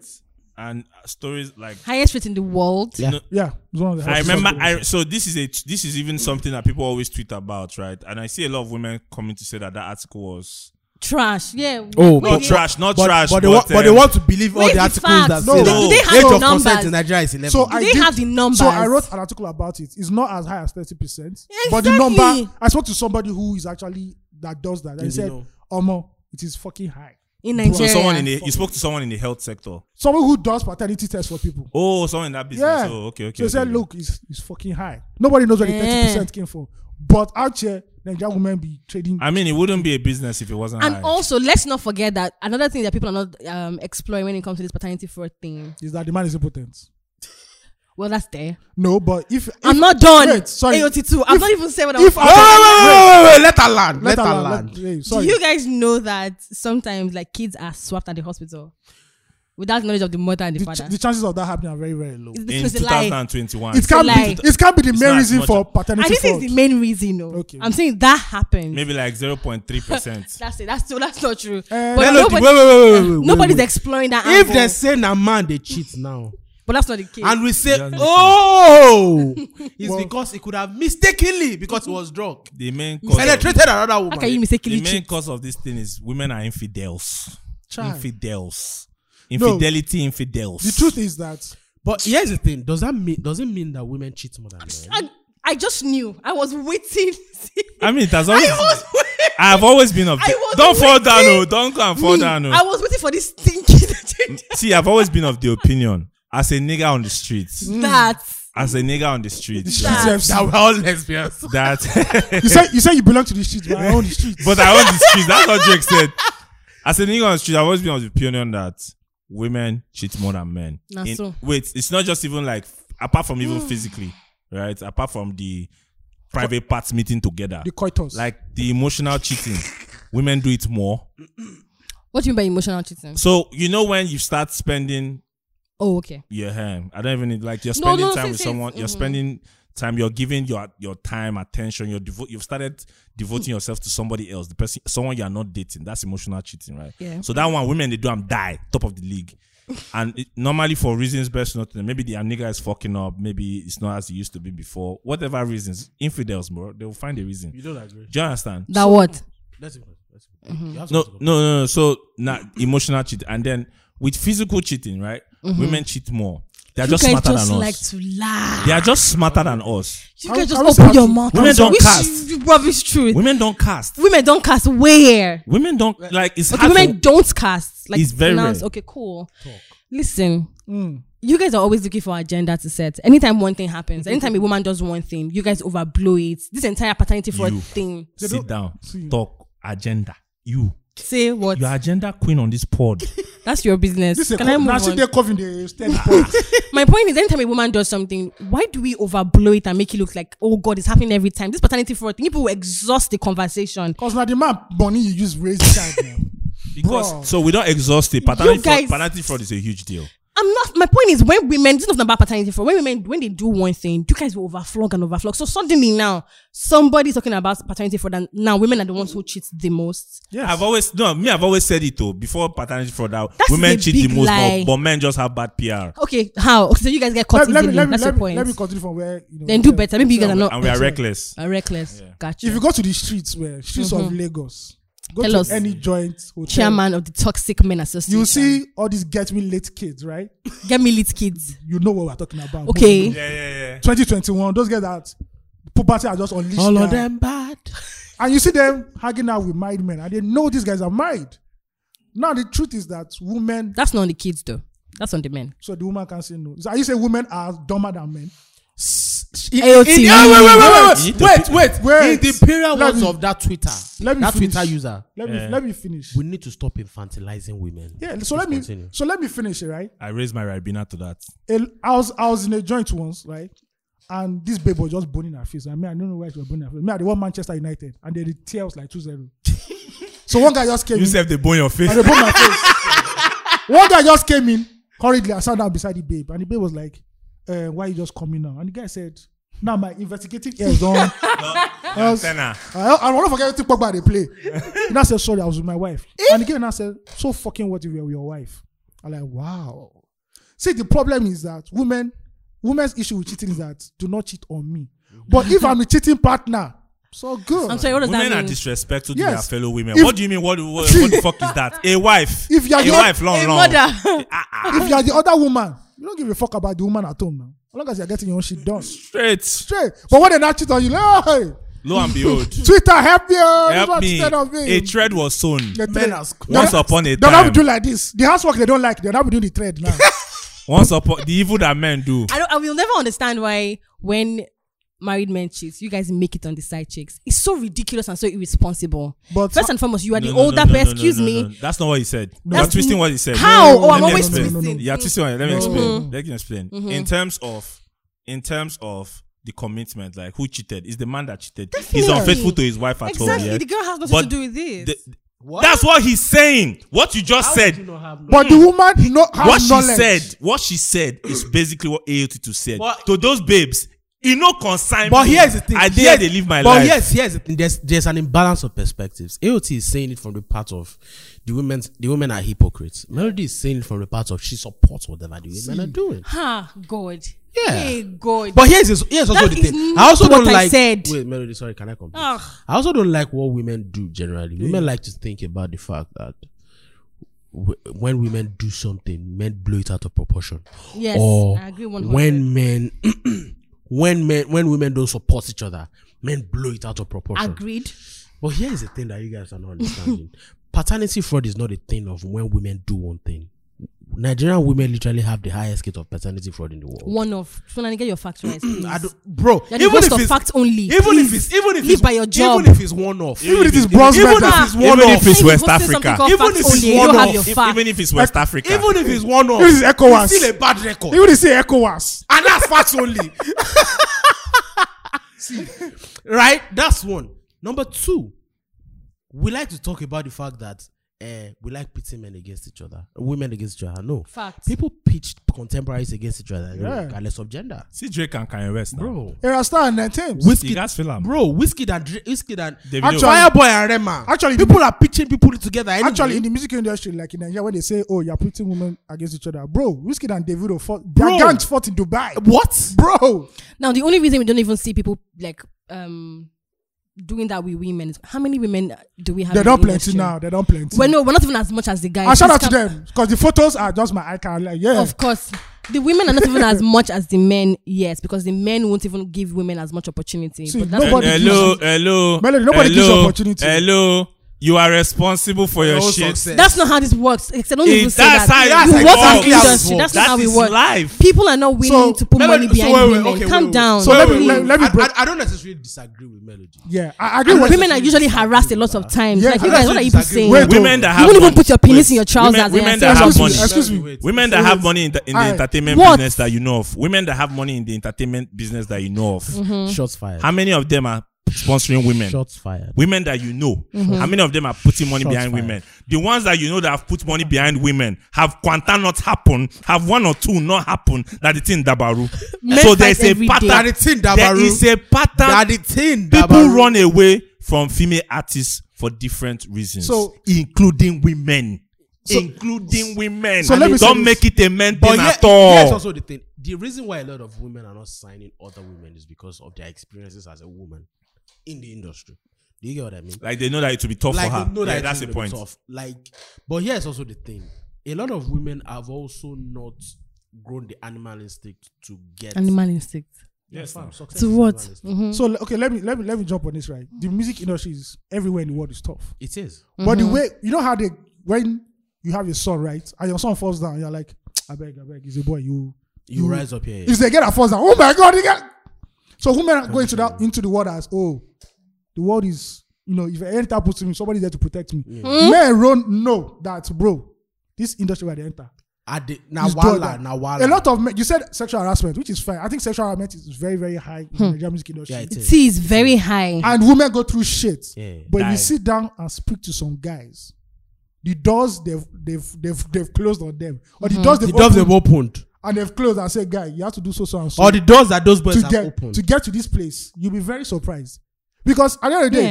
And stories like
Highest rate in the world.
Yeah.
Yeah, it's one of the
I
highest
remember.
hospitals.
I so this is a this is even something that people always tweet about, right? And I see a lot of women coming to say that that article was
Trash. Yeah.
Oh,
Wait,
not
wait.
trash, not
but,
trash,
but, they want, but uh, they
um,
want to believe all
Where's
the
the
articles
facts?
that
No.
say
Do
that
they
have
age of
numbers?
consent in Nigeria is 11.
So
Do
I
they
did-
have the numbers?
So I wrote an article about it. It's not as high as thirty percent, but the
Exactly.
number. I spoke to somebody who is actually that does that. And he
Did you
said,
know?
"Omo, it is fucking high."
in
So
Nigeria.
someone in the you spoke to someone in the health sector.
Someone who does paternity tests for people.
Oh, someone in that business.
Yeah.
Oh, okay, okay.
So he
okay,
said,
okay.
"Look, it's, it's fucking high. Nobody knows where the thirty
Eh.
percent came from, but out here, Nigerian women be trading."
I mean, it wouldn't be a business if it wasn't.
and
high.
also, let's not forget that another thing that people are not um, exploring when it comes to this paternity fraud thing.
is that the man is impotent?
Well, that's there.
No, but if, if
I'm not done.
Wait, sorry.
AOT2. I'm
If-
not even saying what I was
if
saying.
after-
wait, wait, wait, let her land.
let her land. Let- hey,
Do
sorry.
you guys know that sometimes like kids are swapped at the hospital without knowledge of the mother and the,
the,
father?
ch- the chances of that happening are very very low.
It's-
in
it's a lie.
2021,
It can't
like-
be. It can't be the
It's
main
not as
reason
much
for
as-
paternity
I think
fraud.
it's the main reason, no.
Okay.
I'm saying that happened.
maybe like 0.3 percent.
That's it. That's still that's not true.
Eh,
but
Melody,
nobody,
wait, wait, wait, wait, wait, wait,
nobody's
wait.
exploring that.
If
angle.
they say a man they cheat now,
but that's not the case.
and we say,
Just-
oh, it's
Well-
because he could have mistakenly because he was drunk
The main cause. Of,
penetrated another woman.
How can you
the
mistakenly
main
cheat?
cause of this thing is women are infidels.
Child.
Infidels.
No.
Infidelity, infidels.
The truth is that
But here's the thing: does that mean does it mean that women cheat more than men?
I, I just knew. I was waiting.
I mean, that's
I
always.
was waiting.
I've always been of.
I
The,
was
don't fall
waiting.
down, no. Don't go and fall
Me,
down, no.
I was waiting for this stinking
See, I've always been of the opinion as a nigga on the streets,
that.
as a nigga on the streets,
Nah.
streets
That
FC.
we're all lesbians.
that.
you say you say you belong to the streets, but I own the streets.
but I own the streets. That's what Drake said. As a nigga on the street, I've always been of the opinion that women cheat more than men.
Na
In-
so.
Wait, it's not just even like apart from even physically, right? Apart from the private parts meeting together,
the coitus.
like the emotional cheating, women do it more.
What do you mean by emotional cheating?
So you know when you start spending
Oh, okay.
your hand, I don't even need like you're
No,
spending
no,
time with
since-
someone. You're
mhm.
spending time. You're giving your your time, attention. You're devo- You've started devoting yourself to somebody else, the person, someone you are not dating. That's emotional cheating, right?
Yeah.
So that one, women they do am die top of the league, and it, normally for reasons best not to know. Maybe the nigga is fucking up. Maybe it's not as it used to be before. Whatever reasons, infidels, bro, they will find a reason.
You don't agree?
Do you understand?
That what?
That's it. That's it.
Mm-hmm.
no, no, no, no. So nah, emotional cheating, and then with physical cheating, right? Women cheat more. They're just
Mm-hmm. you guys
smarter
just
than
like
us.
to lie.
They are just smarter than us.
You
I
guys
was-
just
I was
open your
cast-
mouth.
Women
and
don't
which
cast.
is Rubbish truth.
Women don't cast.
Women don't cast where?
Women don't like. It's
Okay,
hard.
women
to,
don't cast. Like
It's very
pronounce-
rare.
Okay, cool. Listen, you guys are always looking for agenda to set. Anytime one thing happens, anytime a woman does one thing, you guys overblow it. This entire paternity fraud
You.
thing.
sit down.
See.
Talk agenda. You.
Say what?
Your agenda queen on this pod.
That's your business.
this is
Can I move
now see
on?
they covering the steady point.
My point is, anytime a woman does something, why do we overblow it and make it look like, oh God, it's happening every time? This paternity fraud thing, people will exhaust the conversation.
Cause now the man money you use raise the child now.
Because
Bro.
so we don't exhaust it. Paternity,
guys-
fraud, paternity fraud is a huge deal.
I'm not. My point is, when women, this is not about paternity fraud. When women, when they do one thing, you guys will overflog and overflog. So suddenly now, somebody's talking about paternity fraud, and now women are the ones who cheat the most.
Yes.
I've always no me. I've always said it though. Before paternity fraud, out
That's
women
a
cheat the
big
most,
lie.
but, but men just have bad PR,
Okay, how? So you guys get caught easily.
let, let me let me
That's
let
your
me,
point.
let me continue from where you know.
then do
yeah.
better. Maybe you guys are not
and we are reckless.
are reckless. Gotcha.
If you go to the streets, where streets
Mhm.
of Lagos, Go
Tell
to
us.
any joint hotel.
Chairman of the Toxic Men Association.
You see all these get me late kids, right?
get me lit kids.
You know what we're talking about.
Okay.
Yeah, yeah, yeah.
2021, those guys that puberty are just unleashed.
All
now.
of them bad.
And you see them hanging out with married men, and they know these guys are married. Now the truth is that women,
That's not on the kids though. That's on the men.
so the woman can say no. So are you saying women are dumber than men?
AOT.
In- yeah, wait, wait, wait, wait, wait, wait,
Wait.
In the period
Let
ones
me-
of that Twitter,
let me
that
finish.
Twitter user,
Let
Yeah.
me let me finish.
we need to stop infantilizing women.
Yeah,
Please
so let me
continue.
so let me finish it, right?
I raised my ribena to that.
a, I was I was in a joint once, right? And this babe was just burning her face. I mean, I don't know why she was burning her face. Me, I they won Manchester United, and they did tears like 2-0. so one guy
Um,
just came
You
in
said they bone your face.
and they burned my face. one guy just came in hurriedly and sat down beside the babe, and the babe was like, uh, "Why you just coming now?" And the guy said, "Now my investigative ears done." Else-
Tenor.
I, I won't forget everything Pogba they play. and I said, sorry, I was with my wife. and again, I said, so fucking what if you were with your wife? I'm like, wow. See, the problem is that women, women's issue with cheating is that do not cheat on me. But if I'm a cheating partner, so good.
I'm sorry, what does
Women are
that mean?
disrespectful to
Yes.
their fellow women.
If-
what do you mean? What, what, what the fuck is that? A wife.
If you are
a
your-
wife, long,
Hey,
long.
mother.
If you're the other woman, you don't give a fuck about the woman at home now. As long as you're getting your own shit done.
Straight.
Straight. But when they not cheat on you, like, hey,
Lo and behold.
Twitter, help me. oh, this
Help
one
me.
cheated on
A thread was sewn.
The
Men
thread.
are square.
Once upon a
They'll not be
time.
doing like this. The housework they don't like, they'll not be doing the thread now.
Once upon the evil that men do.
I don't. I will never understand why when married men cheat, you guys make it on the side chicks. It's so ridiculous and so irresponsible.
But
First and foremost, you are
No,
the
no, no,
older
no, no,
person.
no,
Excuse
no,
me.
no. That's not what he said. You're
That's-
twisting what he said.
How?
No,
oh, I'm
let me
always
explain.
twisting. Mm-hmm.
Yeah, twisting. Let me
No.
explain. Let me explain. In terms of, in terms of the commitment, like who cheated? Is the man that cheated? He's
Definitely.
unfaithful to his wife at
Exactly.
home.
The girl has nothing
But
to do with
Yeah?
this.
The- that's what he's saying. What you just
How
said.
would you not have no-
But the woman no have
what she
knowledge.
said. What she said is basically what AOT2 said
But-
to those babes. You know, concern.
But
me.
here's the thing.
I dare
Here's-
they live my
but
life.
yes, here's the thing. There's there's an imbalance of perspectives. AOT is saying it from the part of the women. The women are hypocrites. Melody is saying it from the part of she supports whatever the women are doing.
ha God.
Yeah.
Hey God.
But here's his- here's also
That
the
is
thing. I
not
also
what
don't
I
like.
said. Ah.
Wait, Melody. Sorry, can I complete?
Ugh.
I also don't like what women do generally. Women like to think about the fact that. w- When women do something, men blow it out of proportion.
yes,
Oh,
or
I agree. One
when men when men when women don't support each other men blow it out of proportion
agreed.
but here is the thing that you guys are not understanding paternity fraud is not a thing of when women do one thing nigerian women literally have the highest rate of paternity fraud in the world
One of. So now get your facts right. please.
I don't- bro
You're the
even
ghost
if
of
it's
fact only.
even if
please.
it's even if
Live
it's
by your job.
even if it's one off
Even if it's
even
bronze
if
medal,
it's one
even
off
if it's
Even if
West
it's
Africa,
something called
Even if
facts
it's
only, you don't
one
have
off,
your
If-
facts.
even if it's West Africa,
even if it's one off
Even if it's ECOWAS.
it's still a bad record
Even if say ECOWAS,
and that's facts only. See, right? That's one. Number two, we like to talk about the fact that uh, we like pitting men against each other, women against each other. No,
Facts.
people pitched contemporaries against each other,
Yeah.
regardless of gender,
See Drake and Kanye West, now.
bro.
Erasta and then Thames.
You
Whiskey,
guys feel am.
bro. Whiskey and Dra- whiskey and
Davido.
Actually-
Fireboy and Rema.
Actually-
people are pitching people together. Anyway.
Actually, in the music industry, like in Nigeria, when they say, "Oh, you're putting women against each other," bro, Whiskey and Davido fought.
Bro.
Their gangs fought in Dubai,
what?
bro.
Now, the only reason we don't even see people like um doing that with women is how many women do we have?
They
in the
don't plenty
industry?
now. They don't plenty.
Well, no, we're not even as much as the guys.
and shout out
This
to
can-
them because the photos are just my icon. Like, yeah,
Of course, the women are not even as much as the men. Yes, because the men won't even give women as much opportunity.
See,
but that's
nobody
what-
gives
hello, hello,
Melody, nobody gives you
hello,
opportunity.
Hello, you are responsible for your,
Your own
shit.
success.
That's not how this works. Except don't
It-
even say
that's
that.
how it-
you
that's
work
how
in the
it
industry.
works.
That's not
That
how it
is
works.
life.
People are not willing
So,
to put
Let me-
money behind
wait, wait,
women.
okay,
Calm
wait, wait.
down.
So let me-
please.
let- let me
I-
break-
I, I don't necessarily disagree with Melody.
yeah. I agree
And
with
women are usually harassed a lot of times.
Yeah,
like, you
I
guys, what are you people
disagree
saying?
with
You
that.
Women that have
won't even
money-
put your penis in your
Wait,
trousers.
Women, women
and
that have
Excuse me,
money.
excuse me.
Wait,
Women that have money in the, in the
Aye.
entertainment
What?
business that you know of. Women that have money in the entertainment business that you know of.
Mm-hmm.
Shots fired.
How many of them are sponsoring women?
Shots fired.
Women that you know.
Mm-hmm.
How many of them are putting money
Shots
behind
fired.
women? The ones that you know that have put money behind women have quanta not happen, have one or two not happen. That the thing dabaru.
Men
so
fight
there's a
every day.
That
pattern.
the thing,
There
Dabaru.
is a pattern.
That the thing,
People
Dabaru.
run away from female artists for different reasons,
So-
including women. including women.
so let me say
don't
this.
make it a men
But
thing
yeah,
at all.
here's also the thing. The reason why a lot of women are not signing other women is because of their experiences as a woman in the industry. Do you get what I mean?
Like they know that it will be tough
like
for her.
they know that
yeah, that's
it's
the
gonna be
point.
tough. Like, but here's also the thing: a lot of women have also not grown the animal instinct to get
Animal instinct.
Yes,
Fam,
now.
success
To
is
what?
animal instinct.
Mhm.
So okay, let me let me let me jump on this right. The music industry is everywhere in the world is tough.
It is.
But
Mm-hmm.
the way you know how they when you have your son right and your son falls down, you're like, I beg, I beg, he's a boy. You
You,
Mm-hmm.
rise up here.
If they get that falls down, oh my god, he got. So women are going to that into the world as oh, the world is you know if anything happens to me, somebody's there to protect me.
Hmm?
Men run know that bro, this industry where they enter.
At the
is
Nawala,
done.
Nawala.
A lot of men, you said sexual harassment, which is fine. I think sexual harassment is very very high in the Nigerian music industry.
Yeah, it is.
Tea is very high.
and women go through shit.
Yeah.
but if you
Die.
sit down and speak to some guys, the doors they've they've they've, they've closed on them, or the doors they've
The doors
opened
they've opened,
and they've closed and said, "Guy, you have to do so so and so
or the doors that those boys
to
have
get
opened.
to get to this place." You'll be very surprised because at the end of the day,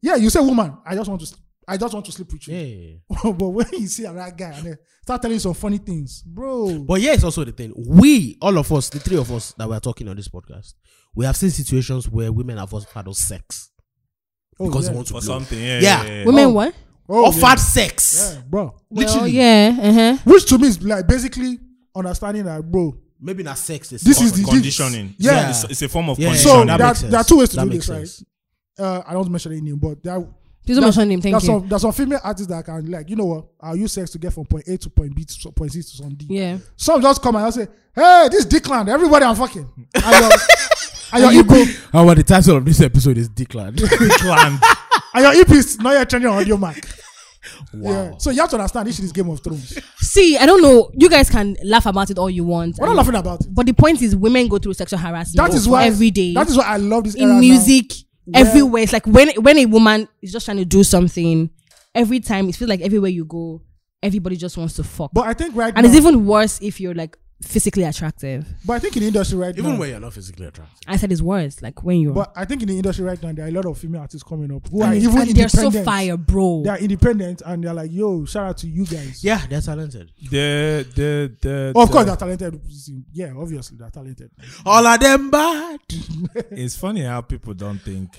Yeah.
yeah, you say, "Woman, I just want to." s- I just want to sleep with you.
yeah.
but when you see another guy and then start telling you some funny things, bro.
But yeah, it's also the thing. We, all of us, the three of us that we're talking on this podcast, we have seen situations where women have offered us sex
Oh,
because
yeah.
they want to
for
blow.
something. Yeah,
Yeah.
yeah. yeah, yeah.
Women
Oh.
what?
Oh,
Offered
yeah.
sex.
Yeah, bro.
Well,
Literally.
yeah. Uh-huh.
Which to me is like basically understanding that, bro,
Maybe not sex. This
This is the-
conditioning.
Yeah.
it's, it's a form of
Yeah,
So
conditioning.
that,
that makes
there are
sense.
two ways to
That
do
makes
this,
sense.
right? Uh, I don't mention any name, but there, are-
Please don't
That's-
mention him. Thank
there's
you.
some there's some female artists that can like you know what I'll use sex to get from point A to point B to so- point C to some D.
Yeah.
Some just come and just say, "Hey, this Dickland, everybody I'm fucking." And your, and your EP,
And what the title of this episode is Declan.
Clan.
and your EP is not yet trending on audio mark.
wow.
Yeah. So you have to understand this shit is Game of Thrones.
See, I don't know. You guys can laugh about it all you want.
We're not laughing about it.
But the point is, women go through sexual harassment.
That is why
every day
That is why I love this era
in
now.
music, everywhere. It's like when when a woman is just trying to do something, every time it feels like everywhere you go, everybody just wants to fuck.
But I think right
and
now,
it's even worse if you're like physically attractive.
but I think in the industry right
Even
now,
when you're not physically attracted.
I said it's worse. Like when you're
but I think in the industry right now, there are a lot of female artists coming up who are
and, it's-
even
and they're
independent.
so fire, bro.
They are independent and they're like, "Yo, shout out to you guys."
Yeah, they're talented.
the the the.
Of course,
the-
they're talented. Yeah, obviously, they're talented.
All of them bad.
It's funny how people don't think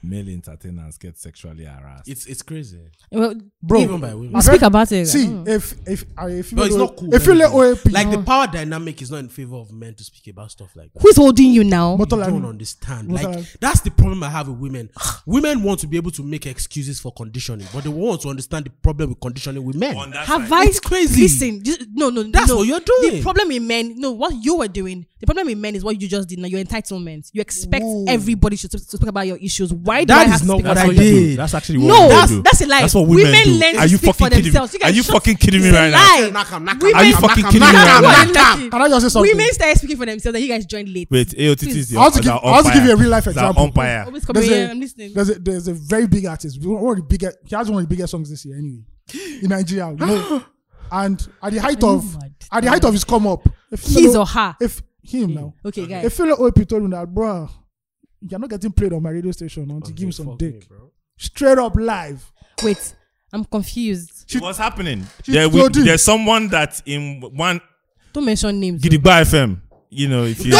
male entertainers get sexually harassed.
It's it's crazy.
Well,
Bro,
Even by women.
we speak about it. Mm.
See,
I don't know.
if if uh, if you
Mm. But it's not cool.
if you let OAP
Like the power dynamic is not in favor of men to speak about stuff like that.
who's holding you now?
But-
you don't
Motolan.
understand. Like
Motolan.
that's the problem I have with women. women want to be able to make excuses for conditioning, but they want to understand the problem with conditioning with men.
On that
Have
side.
I?
It's crazy.
Listen, this- no, no,
That's
no.
what you're
The
doing.
problem in men, no, what you were doing. The problem in men is what you just did. Now your entitlement. You expect
Ooh.
everybody should to speak about your issues. Why do
That
I have
is
to
not
speak
what
about
I
it?
you
did.
do. That's actually
No,
what
that's-
women do.
that's a lie.
That's what women,
Women
do.
learn to
Are you
speak for
fucking kidding
themselves. You
me? Are
guys
you
shut-
fucking kidding me
It's a
right
lie.
now?
Hey,
knock 'em, knock 'em,
women-
knock 'em,
Are you
knock
fucking
'em,
kidding
knock
me
'em,
right
knock
now?
'em, knock 'em.
Can I just say something?
Women started speaking for themselves, and you guys joined late.
Wait, AOT is the
I want to give- I want to give you a real life
It's an
example.
umpire.
Always come
There's
here.
a-
I'm listening.
There's a, there's a very big artist. One of the biggest. He has one of the biggest songs this year, anyway, in Nigeria. You know? and at the height
Are you
of
mad?
at the height of his come up, if
His or her.
if him now,
Okay, guys.
if fellow OAP told him that, bro, you're not getting played on my radio station until you give me some
Fuck me,
dick,
bro.
straight up live.
Wait, I'm confused.
It was happening.
she
There we,
told you.
there's someone that in one
Don't mention names.
Gidigba FM. You know, if you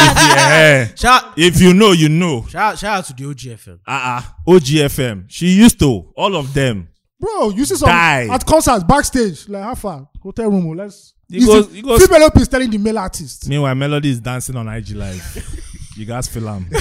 if you, eh,
Shout,
if you know, you know.
shout, shout out to the OGFM.
Uh uh OGFM. She used to all of them.
Bro, you see some
Die.
at concerts backstage, like how far? Hotel room, oh, let's.
He goes- he goes-
female OP is telling the male artist,
Meanwhile, Melody is dancing on IG Live. you guys feel am. You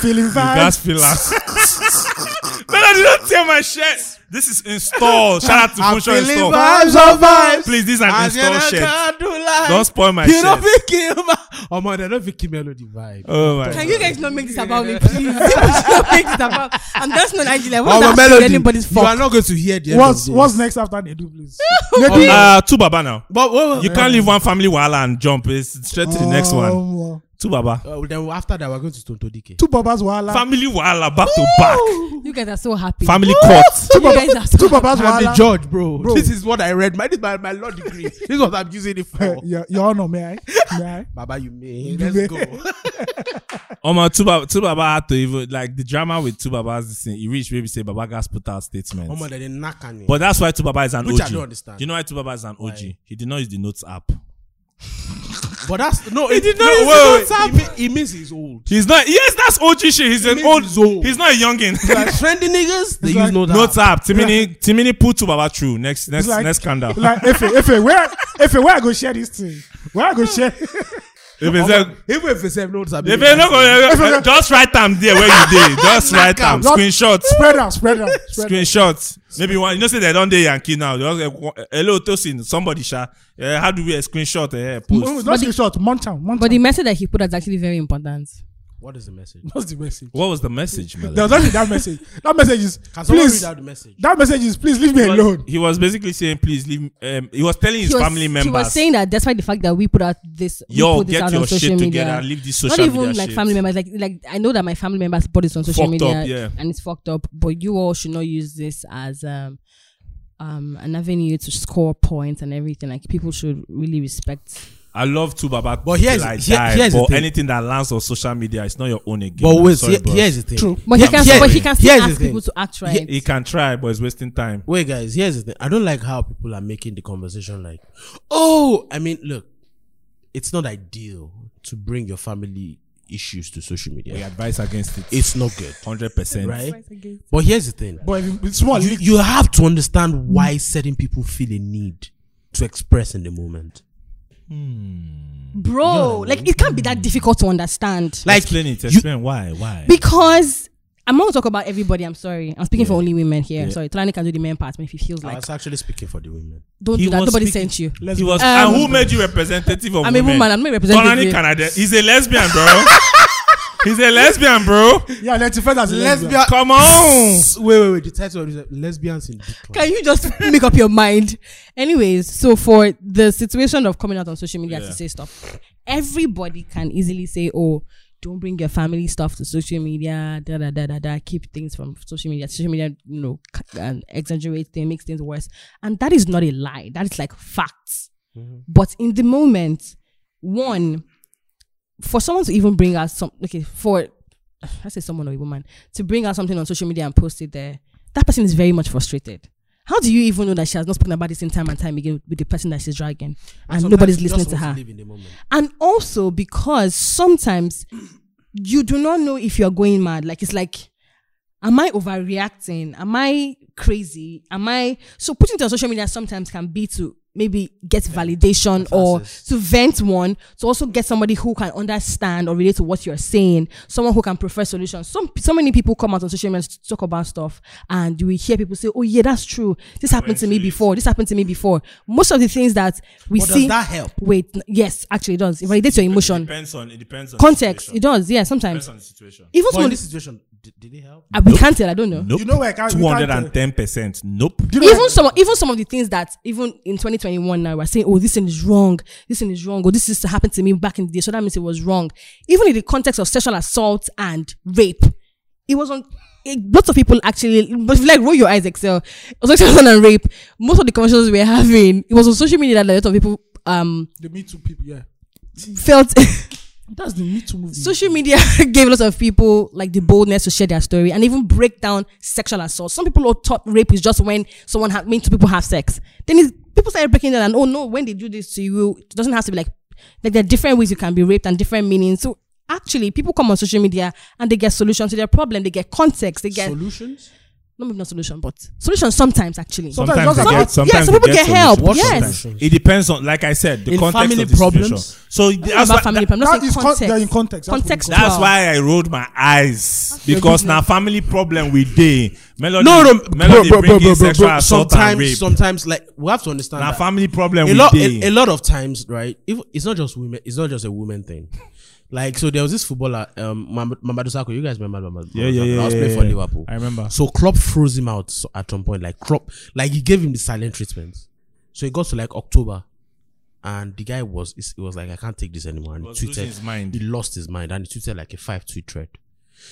feeling
guys
vibes.
feel am. Melody, don't tear my shirt. This is installed. Shout out to Function Install.
of vibes.
Please, this is an install shirt. Don't
Don't
spoil my
you don't
shirt.
pick him. Oh man, they don't pick him melody vibe.
Oh my
Can you guys not make this about me, please? Don't make this about. I'm just not Nigeria. What
Oh,
does that have to
my melody.
be anybody's
You are
fault?
not going to hear the end
What's
of this.
what's next after they do, please?
God. Uh, two baba now.
But what,
You can't leave one family wahala and jump. It's straight to the next
Oh.
one.
Um, uh,
Two baba.
Uh, then after that, we're going to Stone to DK.
two babas wahala.
Family wahala back to back.
You guys are so happy.
Family court.
two,
You
baba,
guys are so
two babas
I'm the
wahala.
judge, bro.
Bro.
This is what I read. My, this is my, my law degree. this is what I'm using it for.
Your, your honor, may I? May I?
Baba, you may.
You may.
Let's go.
Oh my, two baba, two baba had to even like the drama with two babas. This thing, he reached baby say baba gas put out statements.
Oh man, they didn't knock on me.
But that's why Tubaba is an
Which I
OG.
don't understand.
Do you know why Tubaba is an OG?
Why?
He did not use the notes app.
But that's no.
He
it-
did
no,
not use
wait,
his
wait,
own
he mea- He means he's old.
He's not. Yes, that's OG shit. He's an
means
old.
he's old.
He's not a youngin.
Like trendy niggas, they
It's
use
like-
no
no
tap.
tap. Timini. Timini put to Baba True. Next. Next.
like-
next scandal.
like Efe, Efe, where Efe, where I go share this thing? Where I go share?
if it's a,
Even if it's no tap,
if it's not gonna, eh, just write them there where you did. Just write them.
Just-
Screenshot.
spread out, spread out, spread out.
Screenshot. Maybe one. You know, say they don't dey Yankee now. They just, uh, Hello, Tosin. Somebody, sha. Uh, how do we a screenshot? Uh, post.
Not in short, Montown, Montown.
But the message that he put is actually very important.
What is the message?
What's the message?
What was the message, Mele?
There's only that message. That message is
Can someone
please.
read out the message?
That message is please leave me
He was-
alone.
He was basically saying, please leave. Um, he was telling his
he was,
family members,
He was saying that despite the fact that we put out this, we
yo,
put this
get
out
your
on
shit
social media.
together and leave this social
not even
media
like
shit.
family members, like like I know that my family members put this on social
Fucked
media
up, yeah.
and it's fucked up. But you all should not use this as um um an avenue to score points and everything. Like people should really respect.
I love Tuba, but,
But here's-
till I
here-
die,
here's the
but
thing.
anything that lands on social media is not your own again.
But
I'm
wait,
sorry,
here-
bros.
here's the thing.
True.
But he
Yeah,
can,
here-
but he can
here's
still
the
ask people
thing.
to act right.
He can try, but it's wasting time.
Wait, guys, here's the thing. I don't like how people are making the conversation like, oh, I mean, look, it's not ideal to bring your family issues to social media.
Oh,
We advise against it.
It's not good,
hundred percent.
right? But here's the thing.
But if it's small.
You, you have to understand why certain people feel a need to express in the moment.
Bro, like it can't be that difficult to understand.
Like,
explain it.
you-
Explain why. Why?
because I'm not gonna talk about everybody. I'm sorry. I'm speaking for only women here.
Yeah.
Sorry, Tlani can do the men part, but if he feels
I
like
was actually speaking for the women.
don't
He
do that,
was
nobody
speaking-
sent you.
he was.
Um,
and who made you representative of
I'm a
women?
woman. I'm not a representative.
Tonani Canada. He's a lesbian, bro. He's a lesbian, bro.
yeah, let's defend as a lesbian.
Come on.
Wait, wait, wait. The title of this e-, lesbians in decline.
Can you just make up your mind? Anyways, so for the situation of coming out on social media
Yeah.
to say stuff, everybody can easily say, "Oh, don't bring your family stuff to social media." Da da da da da. Keep things from social media. Social media, you know, c- um, exaggerates things, makes things worse, and that is not a lie. That is like facts. But in the moment, one, for someone to even bring out some, okay, for I say someone or a woman to bring out something on social media and post it there, that person is very much frustrated. How do you even know that she has not spoken about this in time and time again with the person that she's dragging and,
Sometimes
nobody's
you just
listening to
want
her?
live in the moment.
and also because sometimes you do not know if you're going mad like it's like am i overreacting am i crazy am i so putting it on social media sometimes can be to maybe get validation or
Catharsis.
to vent one to also get somebody who can understand or relate to what you're saying someone who can prefer solutions some so many people come out on social media to talk about stuff and we hear people say oh yeah that's true this happened to me before this happened to me before most of the things that we
But
see
does that help?
Wait, n- yes, actually it does. It validates your
It
emotion.
depends on. It depends on the
Context,
situation.
it does, yeah, sometimes.
Depends on the situation.
Even
But in
someone,
this situation, did, did it help?
uh, we can't tell, I don't know.
Nope.
You know where I can't- we
Two
can't
hundred
tell.
and ten percent. Nope.
Do you know
Even
what-
some, even some of the things that even in 2021 now we're saying, oh, this thing is wrong, this thing is wrong, or this used to happen to me back in the day, so that means it was wrong. Even in the context of sexual assault and rape, it was on. It, lots of people actually, but if you like roll your eyes, Excel, on sexual assault and rape. Most of the conversations we were having, it was on social media that a lot of people um
the Me Too people, yeah.
felt.
That's the Me Too movement.
social media gave lots of people like the boldness to share their story and even break down sexual assault. Some people are taught rape is just when someone ha- when two people have sex. Then it's, people started breaking down and oh no, when they do this to you, it doesn't have to be like like there are different ways you can be raped and different meanings. So actually, people come on social media and they get solutions to their problem. They get context. They get
Solutions?
no maybe not solution, but solutions sometimes actually.
Sometimes,
Sometimes just
they
about-
get, sometimes
yeah, some
they
people get help,
solutions.
yes.
Sometimes. It depends on, like I said, the
In
context
family
of the
problems?
situation. So
That's
that's
about
why,
family
that-
problem.
That
Not saying
is con-
context.
they're in context. That's
Context.
what we call-
that's
Wow.
why I rolled my eyes because now family problem with day melody.
No, no,
melody
bro, bro, bro,
bringing
bro, bro,
sexual
bro.
assault and
Sometimes,
rape.
sometimes, like we have to understand
Now
that
family problem
a
with
lot,
day.
a, a lot of times, right? If, it's not just women. It's not just a woman thing. Like so, there was this footballer, um, Mam- Mamadou Sakho. You guys remember Mamadou?
yeah, yeah,
Sakho?
yeah.
I was
yeah,
playing
yeah.
for Liverpool.
I remember.
So Klopp froze him out so- at some point. Like Klopp, like he gave him the silent treatment. So it got to like October, and the guy was it was like I can't take this anymore. And he
was losing
tweeted
his mind.
He lost his mind and he tweeted like a five tweet thread.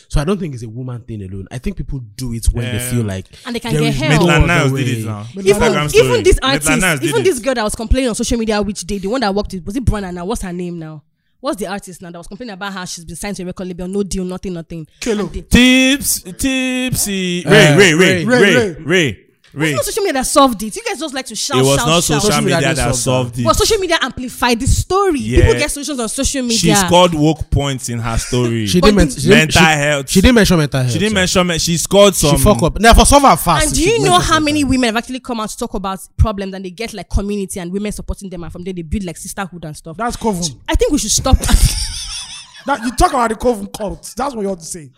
So I don't think it's a woman thing alone. I think people do it when they
Yeah.
feel like
And they can
there
get
is
help.
no
Midland
other
Niles did
way.
it now.
even,
Instagram story.
even this
Midland Niles
artist,
did
even
it.
this girl that was complaining on social media which day, the one that I worked with, was it Brenna now? What's her name now? What's the artist now that was complaining about how she's been signed to a record label, no deal, nothing, nothing.
Kelo.
And they-
Tips, tipsy.
Uh,
Ray, Ray, Ray,
Ray,
Ray,
Ray.
Ray.
It's
Ray,
not social media that solved it. You guys just like to shout,
it was
shout,
not
shout.
social media, that solved it.
But social media amplified the story.
Yeah.
People get solutions on social media.
She scored woke points in her story.
She
But
didn't, men-
the-
she, didn't-
Mental
she,
health.
She didn't mention mental health.
She didn't
yeah.
mention me. She scored some.
She fuck up. Now for solve her fast.
And
she
do you
mentioned
know how many
mental
women have actually come out to talk about problems and they get like community and women supporting them and from there they build like sisterhood and stuff.
That's coven.
I think we should stop.
That, you talk about the coven cult. That's what you ought to say.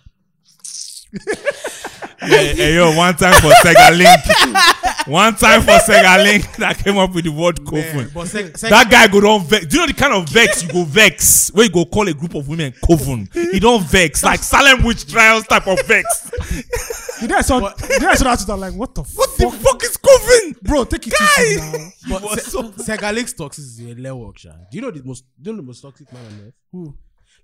Hey, hey, eh, yo, one time for Sega Link. one time for Sega Link that came up with the word coven.
health. But sec- sec-
That guy go don't vex. Do you know the kind of vex you go vex where you go call a group of women coven? He don't vex like Salem witch trials type of vex.
You did saw you did saw that tweet, I'm like, what the
What the
fuck?
fuck is coven?
Bro, take it easy now.
But Se- Segalix toxic is a level work, sha. Do you know the most? Do you know the most toxic man on earth? Who?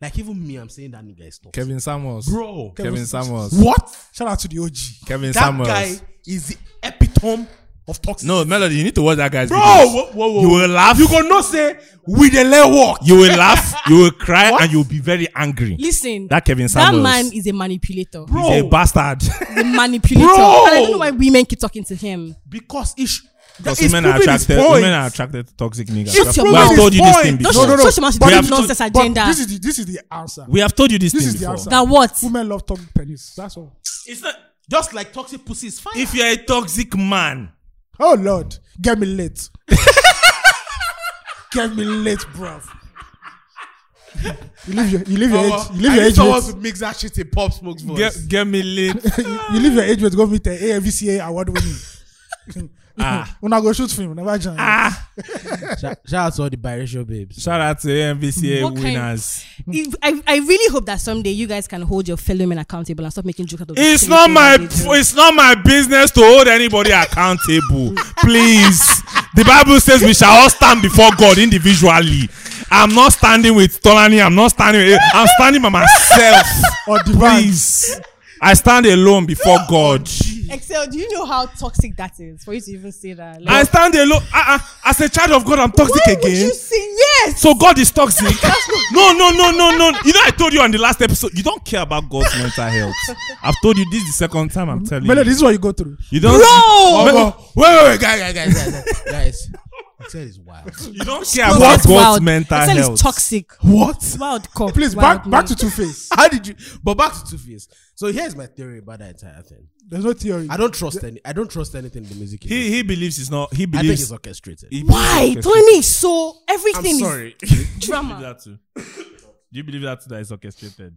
Like even me, I'm saying that nigga is toxic.
Kevin Samuels.
Bro,
Kevin, Samuels.
what?
Shout out to the OG.
Kevin
That
Samuels.
guy is the epitome of toxic.
No, Melody, you need to watch that guy's
bro.
videos.
Whoa, whoa, whoa.
You will laugh. You,
gonna not say we the level work.
will laugh. You will cry, and you'll be very angry.
Listen,
That Kevin
that
Samuels.
man is a manipulator.
He's a bastard.
The manipulator.
Bro.
And I don't know why women keep talking to him.
because ish.
Because women are attracted. Women are attracted to toxic niggas.
It's your
we have
point.
told you this thing
Don't
before.
no, social media
We have
should be nonsense
But
agenda.
This is the this is the answer.
We have told you this,
This
thing
is the
before.
answer.
that what?
Women love talking pennies. That's all.
It's not,
Just like toxic pussy is fine.
if you're a toxic man,
Oh Lord, get me late. get me late, bruv. You leave your you leave your age you leave your age
someone
weight.
to mix that shit in pop smoke's voice.
get, get me lit.
you leave your age eh, weight. Go meet the AFVCA award winning.
Ah.
Una go shoot film. Never join.
ah,
Shout, shout out to all the biracial babes.
shout out to MVCA
What kind-
winners.
If- I, I really hope that someday you guys can hold your fellow men accountable and stop making jokes out of the
It's
silly
not
things
my
that they do.
it's not my business to hold anybody accountable. Please. The Bible says we shall all stand before God individually. I'm not standing with Tolani. I'm not standing. With, I'm standing by myself.
Or divine.
Please. I stand alone before
Oh,
God.
Excel, do you know how toxic that is for you to even say that?
I stand alone. Uh, uh, as a child of God, I'm toxic
why would
again.
you say yes?
So God is toxic. no, no, no, no, no. You know, I told you on the last episode, you don't care about God's mental health. I've told you this is the second time I'm telling
Melo,
you.
this is what you go through.
You don't.
Bro!
Well,
wait, wait, wait, guys, guys, guys, guys, guys. Excel is wild.
You don't care
No,
about
that's
God's
wild.
mental
Excel
health.
is toxic.
What?
Wild cop.
Please
wild
back back
man.
to Two Face.
How did you? But back to Two Face. So here's my theory about that entire thing.
There's no theory.
I don't trust any. I don't trust anything in the music. industry.
He he believes it's not. He
I think it's
believes.
orchestrated.
he believes
Why,
it's orchestrated.
Tony? is So everything
I'm
is
sorry. Do you believe
drama.
that too? Do you believe that too? That is orchestrated.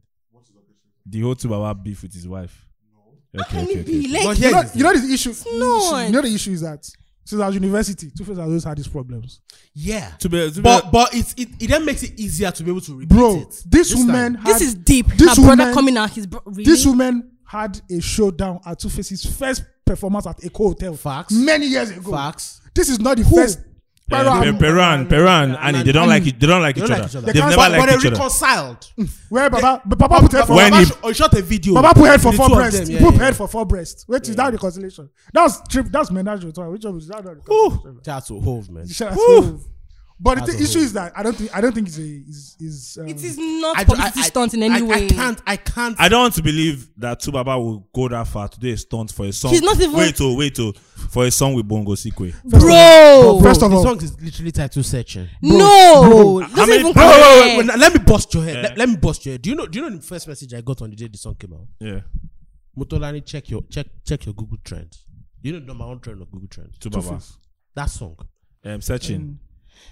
The whole Tubaba beef with his wife. No. Okay,
Can
okay,
it
okay.
be like?
you know, you know the issue.
not.
You know the issue is that since I was university, Two Face has always had these problems.
yeah.
To be, to be
But but it, it it then makes it easier to be able to repeat
Bro,
it.
this
time.
woman had
This is deep.
This
Her brother
woman-
coming out. His bro- really?
This woman had a showdown at Two Face's first performance at Eco Hotel
Facts.
many years ago.
facts.
This is not the
Who?
first.
uh,
Peran-
Pe- Peran, Peran, Annie, they don't like it. They don't like
They
each
don't like
other.
each other.
They've
They
never
can't-
but but
liked
they
each other.
reconciled.
where Baba, but Papa put head for
When
Baba
he-
sh- oh, he shot a video.
Baba put head for
The
four
two of
breasts.
them, yeah,
put
yeah.
head for four breasts. Wait, is that reconciliation? That was trip. That's menage with one. Which one was that? Not reconciliation.
That's a hove, man.
Shout out
Woo.
to- But the
That's
thi-
a
issue
whole-
is that I don't think I don't think it's a is is. Um,
It is not
I-
publicity
I- I-
stunt in any
I,
way.
I can't. I can't.
I don't want to believe that Tubaba will go that far to do a stunt for a song.
He's not even-
wait, oh, wait, oh, for a song with Bongo Sikwe.
bro.
Bro, First of
the
all-
song is literally titled "Searching."
no.
How
Doesn't
many-
even
Bro,
Wait, wait, wait,
compare.
wait, now let me bust your head.
Yeah.
Let, let me bust your head. Do you know? Do you know the first message I got on the day the song came out?
Yeah,
Motolani, check your check check your Google Trends. You know number one trend on Google Trends.
Tubaba.
That song.
I'm
Mm.
searching.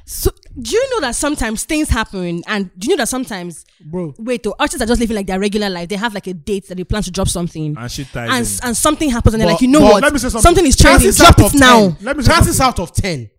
So, do you know that sometimes things happen, and do you know that sometimes,
Bro.
wait, though, artists are just living like their regular life. They have like a date that they plan to drop something,
And she ties
and,
in.
and something happens, and they're
But-
like, you know
but
what?
let me say something.
Something is trending.
Chances
Drop
out of
it now.
10.
Let me say
chances out of ten,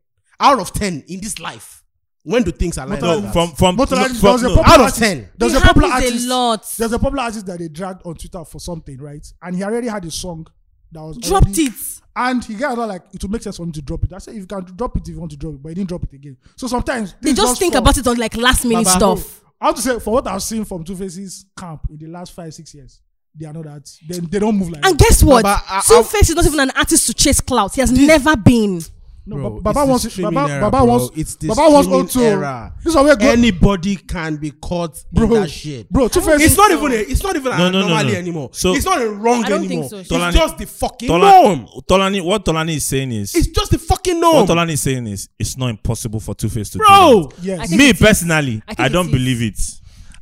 out of ten in this life, when do things align?
Motolani-
like that?
From from,
Motor
no,
Lion-
from
there was a
no.
popular
Out of
artist-
10.
There was
It
a popular
happens a
artist.
lot.
There's a popular artist that they dragged on Twitter for something, right? And he already had a song that was
Dropped
already-
it.
And he got like it would make sense for him to drop it. I said if you can drop it if you want to drop it, but he didn't drop it again. So sometimes
They
things
just think
fall.
about it on like last minute
Baba,
stuff.
I have to say, for what I've seen from Two Faces camp in the last five, six years, they are not that they, they don't move like
And
that.
guess what?
Baba, I-
Two
I-
Face is not even an artist to chase clout. He has never been.
No,
Bro,
Ba-
it's
Baba
the
wants
streaming
Baba,
era,
Baba
bro.
wants
It's the
Baba wants
streaming
O2.
era.
This is where go,
Anybody can be caught
bro.
in that shit.
Bro, two first.
it's not even a, it's not even
No,
an
no, no,
anomaly
no.
anymore.
So-
it's not a wrong
I don't
anymore.
think so.
It's
Tolani-
just the fucking norm.
Tolan, Tolani, what Tolani is saying is,
It's just the fucking
what
norm,
Tolani is saying is, it's not impossible for Two Face to do that.
bro.
I
Yes.
think
me
it is.
personally,
I
I,
think it
don't
is.
believe it,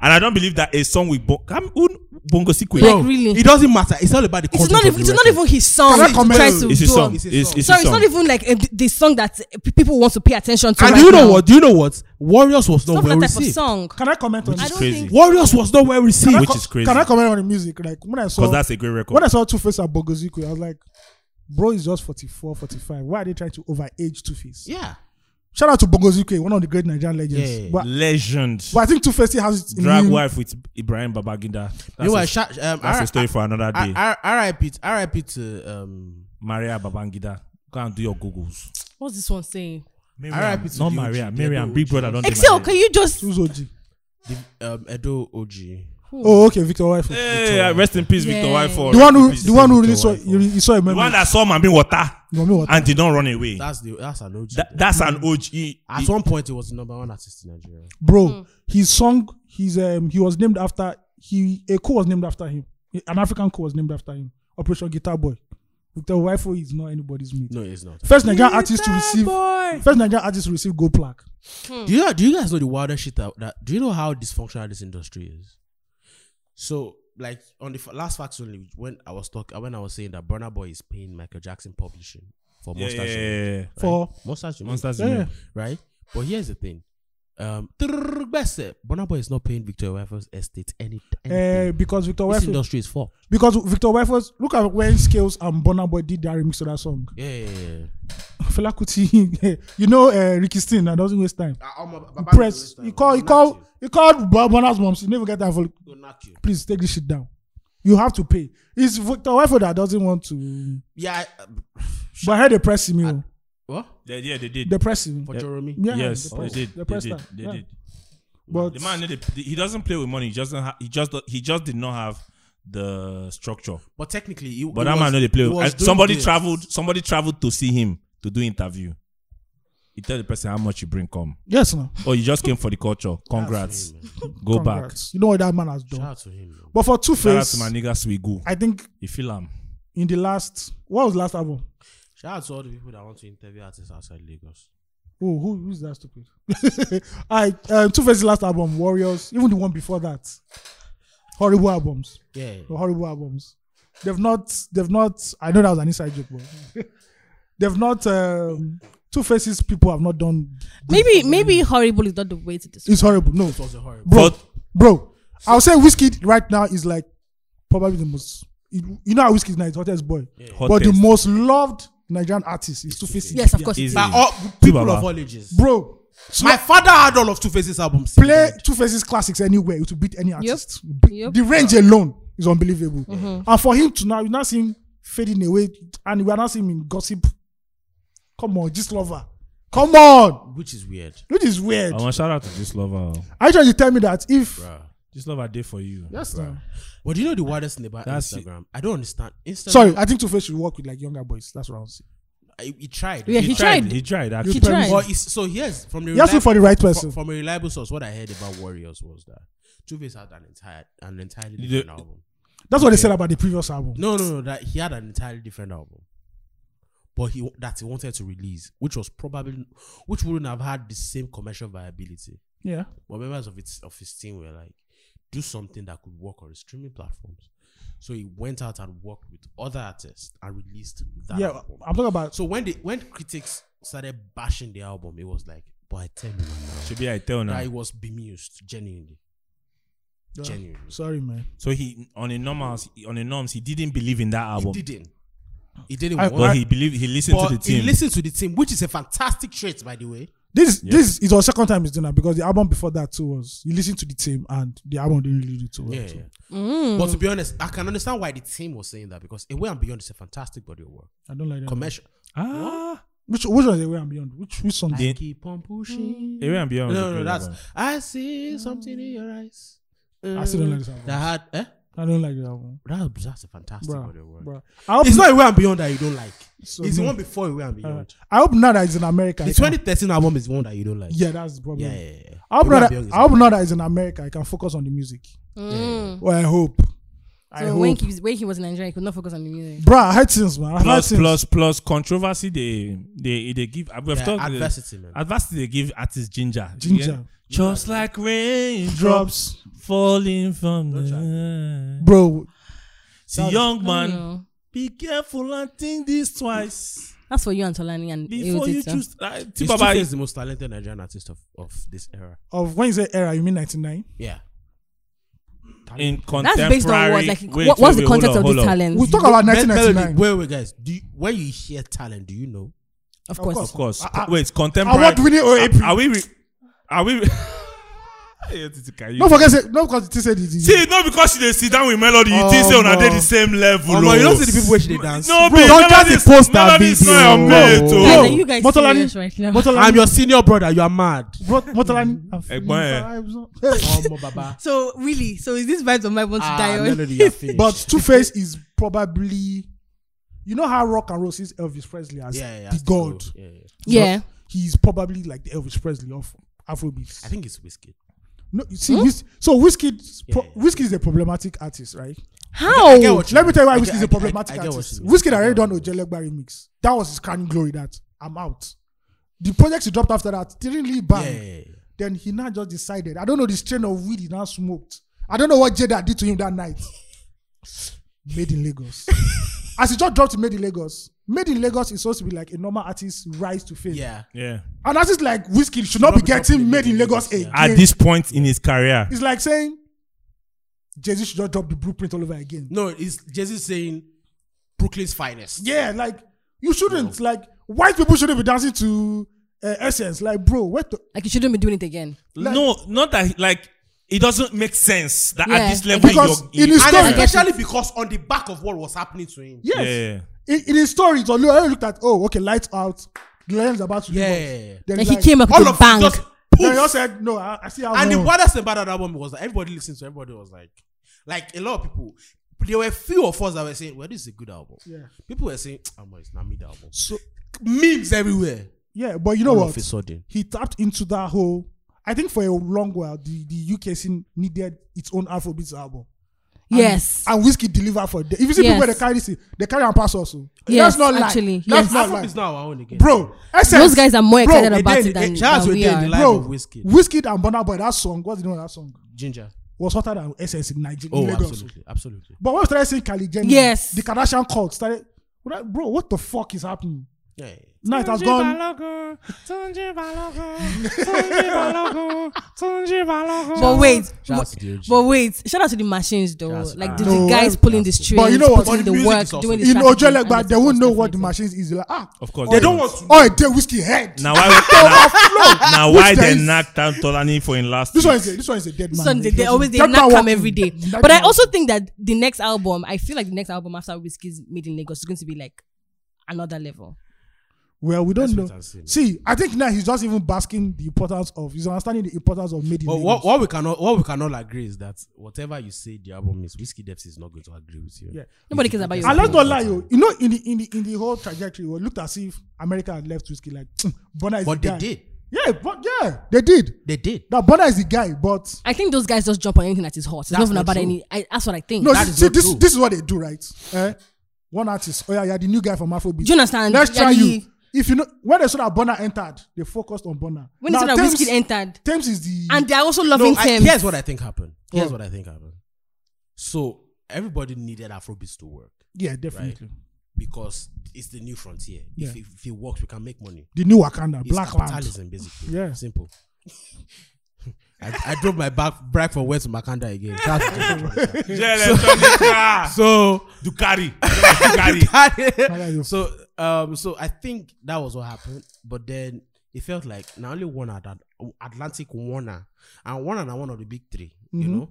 and I don't believe that a song with bon- Cam- who- Bongo Sikwe.
Bro,
Like, really?
it doesn't matter. It's all about the
It's
content
not
of
even.
the
It's not
record.
even his song.
Can I
he
comment?
tries to
it's his
do.
song.
It's
It's,
his
it's,
song.
his
Sorry, it's
song.
not even like uh, the song that uh, people want to pay attention to.
And
right
do you know
now.
what? Do you know what? Warriors was
It's
not
not
well
that type of
received.
song.
Can I comment on
I
this?
don't
crazy.
think.
Warriors was not well received.
Which is crazy
Can I comment on the music? Like when I saw
because that's a great record.
when I saw Two Face at Bogoziku, I was like, bro, is just 44, 45. Why are they trying to overage Two Face?
Yeah.
Shout out to Bogoziku, one of the great Nigerian legends.
Yeah.
But,
Legend.
but I think Two Face still has it. in
Drag
him.
wife with Ibrahim Babangida. That's,
Meanwhile,
a,
shout- um,
that's
R-
a story for another day.
R- R- RIP to- RIP to um,
Maria Babangida. Go and do your googles.
What's this one saying?
Miriam, not
to the OG,
Maria.
the
Miriam,
Edo
Big
OG.
Brother. Don't do
Excel,
Maria.
can you just?
Who's OG?
the- um, Edo OG.
Oh, okay, Victor Wife.
Hey, rest in peace, Victor
Yeah.
Wifo.
The one who
Rest
the
in
one who
peace,
really
Victor
saw
Wifo.
you, you saw him.
the one that saw Mami Water and did not run away.
That's the that's an OG.
That- that's an OG. He-
At one point, it was the number one artist in Nigeria.
bro his song his um he was named after he a co was named after him an african co was named after him operation guitar boy victor wifo is not anybody's mate
No, it's not.
first nigerian artist to receive first nigerian artist to receive gold plaque
Do you know, do you guys know the wildest shit that, that do you know how dysfunctional this industry is? So like on the f- last facts only when I was talking when I was saying that Burna Boy is paying Michael Jackson publishing for
Yeah,
Monsters
yeah,
Unit,
yeah, yeah.
right?
for
Monsters Unit,
Monsters
Yeah.
Union.
right? But here's the thing. Um, eh, Burna Boy is not paying Victor Wafer's estate any
uh,
anything.
because victor
this
wifo
industry is fucked.
because victor wifo's look at when scales and Burna boy did their remix to that song
Yeah, yeah, yeah.
fela kuti you know uh, ricky steen that doesn't waste time
I, I'm a,
press he call he call he called Burna's mom she never get time for please take this shit down. You have to pay. It's Victor Wifo that doesn't want to.
Yeah, I, uh,
But I heard they press him. You know.
what
Yeah, yeah, they did.
They press him.
for
Yeah.
Jeremy?
Yeah,
yes, they
they press,
did.
They
They
pressed
did.
him.
They
yeah.
did.
But
The man, did it- he doesn't play with money. He doesn't. Ha- he just. He just did not have the structure.
But technically, he,
But
he
that man,
was-
know they play.
he
with-
was
and
doing
Somebody
this.
traveled. Somebody traveled to see him to do interview. He tell the person how much you bring. Come.
yes, no.
Oh, you just came for the culture. Congrats. Go
Congrats. You know what that man has
Shout
done.
out to him. man.
But for Two
back. Shout out to
Face,
my nigga Swigu.
I think
You feel him.
in the last what was the last album?
Shout out to all the people that want to interview artists outside Lagos.
Oh, who, who's that stupid? I uh, Two Face's last album, Warriors. Even the one before that, horrible albums.
Yeah.
They're horrible albums. They've not. They've not. I know that was an inside joke, but they've not. Um, Two Faces people have not done.
Maybe maybe horrible is not the way to describe.
It's horrible. No,
It was a horrible.
bro,
But-
bro. I'll say whiskey right now is like probably the most. You you know how whiskey is now, it's hottest boy. But the
Hottest.
most loved Nigerian artist is Two Faces.
Yes, of course.
Easy.
By
Ah,
all
oh,
people
Baba.
of all ages.
bro. So
My father had all of Two Faces albums.
play Two Faces classics anywhere. It will beat any artist. Be-
Yep. Mm-hmm.
The range alone is unbelievable. And for him to now, you now see him fading away, and we are not seeing him in gossip. Come on, just lover. Come on,
which is weird.
which is weird.
I want shout out to this lover.
Are you trying to tell me that if
This lover did for you.
yes,
bruh.
now.
But do you know the weirdest thing about
That's-
Instagram? I don't understand. Instagram.
sorry, I think Two Face should work with like younger boys. That's what I'm saying.
I- he tried.
Yeah, he tried.
He tried.
He
Actually.
tried. Mm.
But it's, so here's from the
He has
reliable-
to look for the right
fro-
person.
From, a reliable source, what I heard about Warriors was that Two Face had an entire an entirely
You
different
don't-
album.
That's what they said about the previous album.
No, no, no. That he had an entirely different album, but he that he wanted to release, which was probably which wouldn't have had the same commercial viability.
Yeah,
But members of its of his team were like, do something that could work on streaming platforms. So he went out and worked with other artists and released that.
yeah.
album.
I'm talking about.
So when the when critics started bashing the album, it was like, but I tell you right
Should be I tell
now, I
now.
was bemused genuinely.
Yeah.
Genuinely,
Sorry, man.
So he on a normals on a norms he didn't believe in that album.
he didn't. He didn't.
I-
want-
But he believed he listened
but
to the team.
He listened to the team, which is a fantastic trait, by the way.
This this is our second time he's doing that because the album before that too was you listen to the team and the album didn't really do too well. too.
But to be honest, I can understand why the team was saying that because Away and Beyond is a fantastic body of work.
I don't like that.
Commercial.
ah,
Which which one is Away and Beyond? Which which song?
I keep on pushing.
Away and Beyond. was a
No, no,
great
that's.
album.
I see something in your eyes. Mm.
I still don't like this album.
That had. Eh?
I don't like that one.
That, that's a fantastic
Bruh,
audio work.
bruh. I hope,
It's not Away and Beyond that you don't like.
So
it's the
no.
one before Away and Beyond.
uh, I hope not that it's in America.
the
I can-
2013 album is the one that you don't like.
Yeah, that's the problem.
yeah, yeah. yeah.
I hope,
Away
not
and
that,
Beyond is
I hope not that it's in America. I can focus on the music.
Mm.
Well, I hope. I
So
hope.
when he, when he was in Nigeria, he could not focus on the music.
Bruh, I had things, man. I had
Plus,
things.
plus, plus controversy. They, they, they give. We've
yeah,
talked
adversity, man.
adversity. They give artists ginger. You
Ginger.
get- Just like raindrops
Drops.
falling from the
Don't try.
sky.
Bro,
See,
I
young
don't
man,
know.
be careful and think this twice
That's for you and Tolani and
before you
Eotita.
choose. Uh,
It's
T-Baba,
is the most talented Nigerian artist of, of this era.
of when you say era, you mean 99?
Yeah.
in contemporary.
That's based on what? Like,
Wait,
what, what's
wait,
the
wait, hold
context
on,
of the
hold on.
talent?
We'll talk about
Me- Melody,
1999.
wait, wait, guys. Do you, when you hear talent, do you know?
Of course.
course.
Of course.
Ah, ah.
Wait, contemporary.
Award winning or
Are- Are
April.
we? Re- are we? Yeah, Titi, can you-
Don't forget, say, no, because it said it is.
See, not because she dey sit down with Melody, you think say
Oh,
una dey
no.
the same level.
Oh, no, you
oh.
don't see the people where she dey dance.
No,
Bro,
babe,
don't just
Melody
dey post
is-
that
Melody is not
video.
your mate,
Bro.
Guys,
oh.
are you guys
Motolani-
serious right now?
I'm your senior brother. You are mad.
Bro, Motolani. I'm feeling
Ẹ̀gbọ́n ẹ̀.
vibes on- Hey.
Omo Oh, baba.
So really, so is this vibes on my want to die
oh.
Ah,
on?
Melody, you are finished.
But Two Face is probably, you know how rock and roll sees Elvis Presley as
yeah, yeah, yeah,
the god.
Yeah, yeah.
yeah,
He's probably like the Elvis Presley of Afrobeats.
I think it's whiskey.
No, you see, Whis- so Whiskey, pro-
yeah.
Whiskey is a problematic artist, right?
how?
get what you
Let me
mean.
tell you why
I
Whiskey
get-
is a
I get- I
problematic
get what
artist.
you mean.
Whiskey had
I
already
get
done
what you
Ojelegba remix. That was his crowning glory. That I'm out. The projects he dropped after that didn't leave
Yeah,
bang.
yeah, yeah, yeah.
Then he now just decided. I don't know this strain of weed he now smoked. I don't know what Jada did to him that night. Made in Lagos. As he just dropped Made in Lagos. Made in Lagos is supposed to be like a normal artist rise to fame.
yeah.
Yeah.
An artist like Whiskey should not be getting Made in Lagos
yeah.
again.
At this point in his career,
It's like saying Jay Z should just drop the blueprint all over again.
No, it's Jesse saying Brooklyn's finest.
Yeah, like you shouldn't. Like white people shouldn't be dancing to uh, Essence. Like, bro, what? The,
Like you shouldn't be doing it again.
Like-
no, not that like it doesn't make sense that
Yeah,
at this level
because
you're.
in his
And
story,
I get
especially because on the back of what was happening to him.
yes,
yeah.
in, in his story, so I looked at, oh, okay, lights out, the lion's about to.
Yeah.
then
Like he came up
All
with a
of
bang.
it just
Then he
poof.
just said, no, I, I see how.
And the
wrong.
baddest thing about that album was that everybody listened to everybody was like, like a lot of people. There were a few of us that were saying, well, this is a good album.
Yeah.
People were saying, oh, no, it's not mid album.
So,
Memes everywhere.
yeah, but you know
All
what?
of a sudden.
He tapped into that whole. I think for a long while, the, the UK scene needed its own Afrobeats album. And-
yes.
And whiskey deliver for them. If you see
Yes.
people they carry this, thing, they carry and pass also.
Yes,
That's not lie.
actually,
That's
yes.
not
Afro
lie.
is now our own again.
Bro, Essence,
Those guys are more
bro,
excited
they
about
did-
it than,
they- Charles
than
were
we
there in
are.
the live
bro,
of Wizkid.
Whiskey and Burna Boy, that song, what's the name of that song?
Ginger.
Was hotter than Essence in Nigeria.
Oh,
in Lagos.
absolutely. Absolutely.
But when we started seeing Kylie Jenner,
Yes.
the Kardashian cult started, What- bro, what the fuck is happening?
Yeah. yeah.
Now it has gone.
But wait,
Shout out to the OG.
but wait. Shout out to the machines though.
Shout out to
like
the
the, the
No,
guys
well,
pulling the strings,
But you know what?
putting the
But
the music
work,
is also-
doing the
In
strategy
Ojelek,
and
but
the
they won't know what the
definitely.
machines is. They're Like, ah,
Of course.
oh,
they
they-
don't
want to-
Oh, they whiskey head.
Now why? now, now why
Which
they
there is-
knocked out Tolani for in last?
This
week?
one is a, this one is a dead man.
This one, they, they always they
That
knock
man
him
walk-
every day.
that
But I
man
also
walk-
think that the next album, I feel like the next album after Whiskey's Made in Lagos is going to be like another level.
Well, we don't
Let's wait
know.
and see.
See, I think now he's just even basking the importance of he's understanding the importance of made in
But
Lagos.
what, what we cannot what we cannot agree is that whatever you say the album is, Whiskey Depths is not going to agree with you.
Yeah.
Nobody cares about your
I let's
opinion.
not lie, you. You know, in the in the in the whole trajectory, it looked as if America had left whiskey. Like, Bonner is
But
the
they
guy.
did.
Yeah, but yeah, they did.
They did.
Now Bonner is the guy, but
I think those guys just jump on anything that is hot. It's
That's
not even
not
about
true.
any. I, that's what I think.
no.
Do
That
See,
is
see,
not
this
true.
this is what they do, right? Eh? One artist. Oh yeah, you're the new guy from Afrobeat.
you understand?
Let's try
Yadi,
you. If you know when they saw that Bonner entered, they focused on Bonner.
When they saw that
Thames-
Whiskey entered,
Thames is the
and they are also
No,
loving
I,
him.
here's what I think happened. Here's
What?
what I think happened. So everybody needed Afrobeats to work
yeah, definitely
because it's the new frontier. If,
Yeah.
it, if it works, we can make money.
the new Wakanda,
It's
Black Panther.
capitalism, basically.
Yeah.
Simple. I, I drove my back back from West Makanda again. Shout out to Jason Jonathan.
Jele Tony Car,
so
Ducati, Ducati.
so um so I think that was what happened. But then it felt like not only Warner that Atlantic Warner and Warner and one of the big 3 you
Mhm.
know.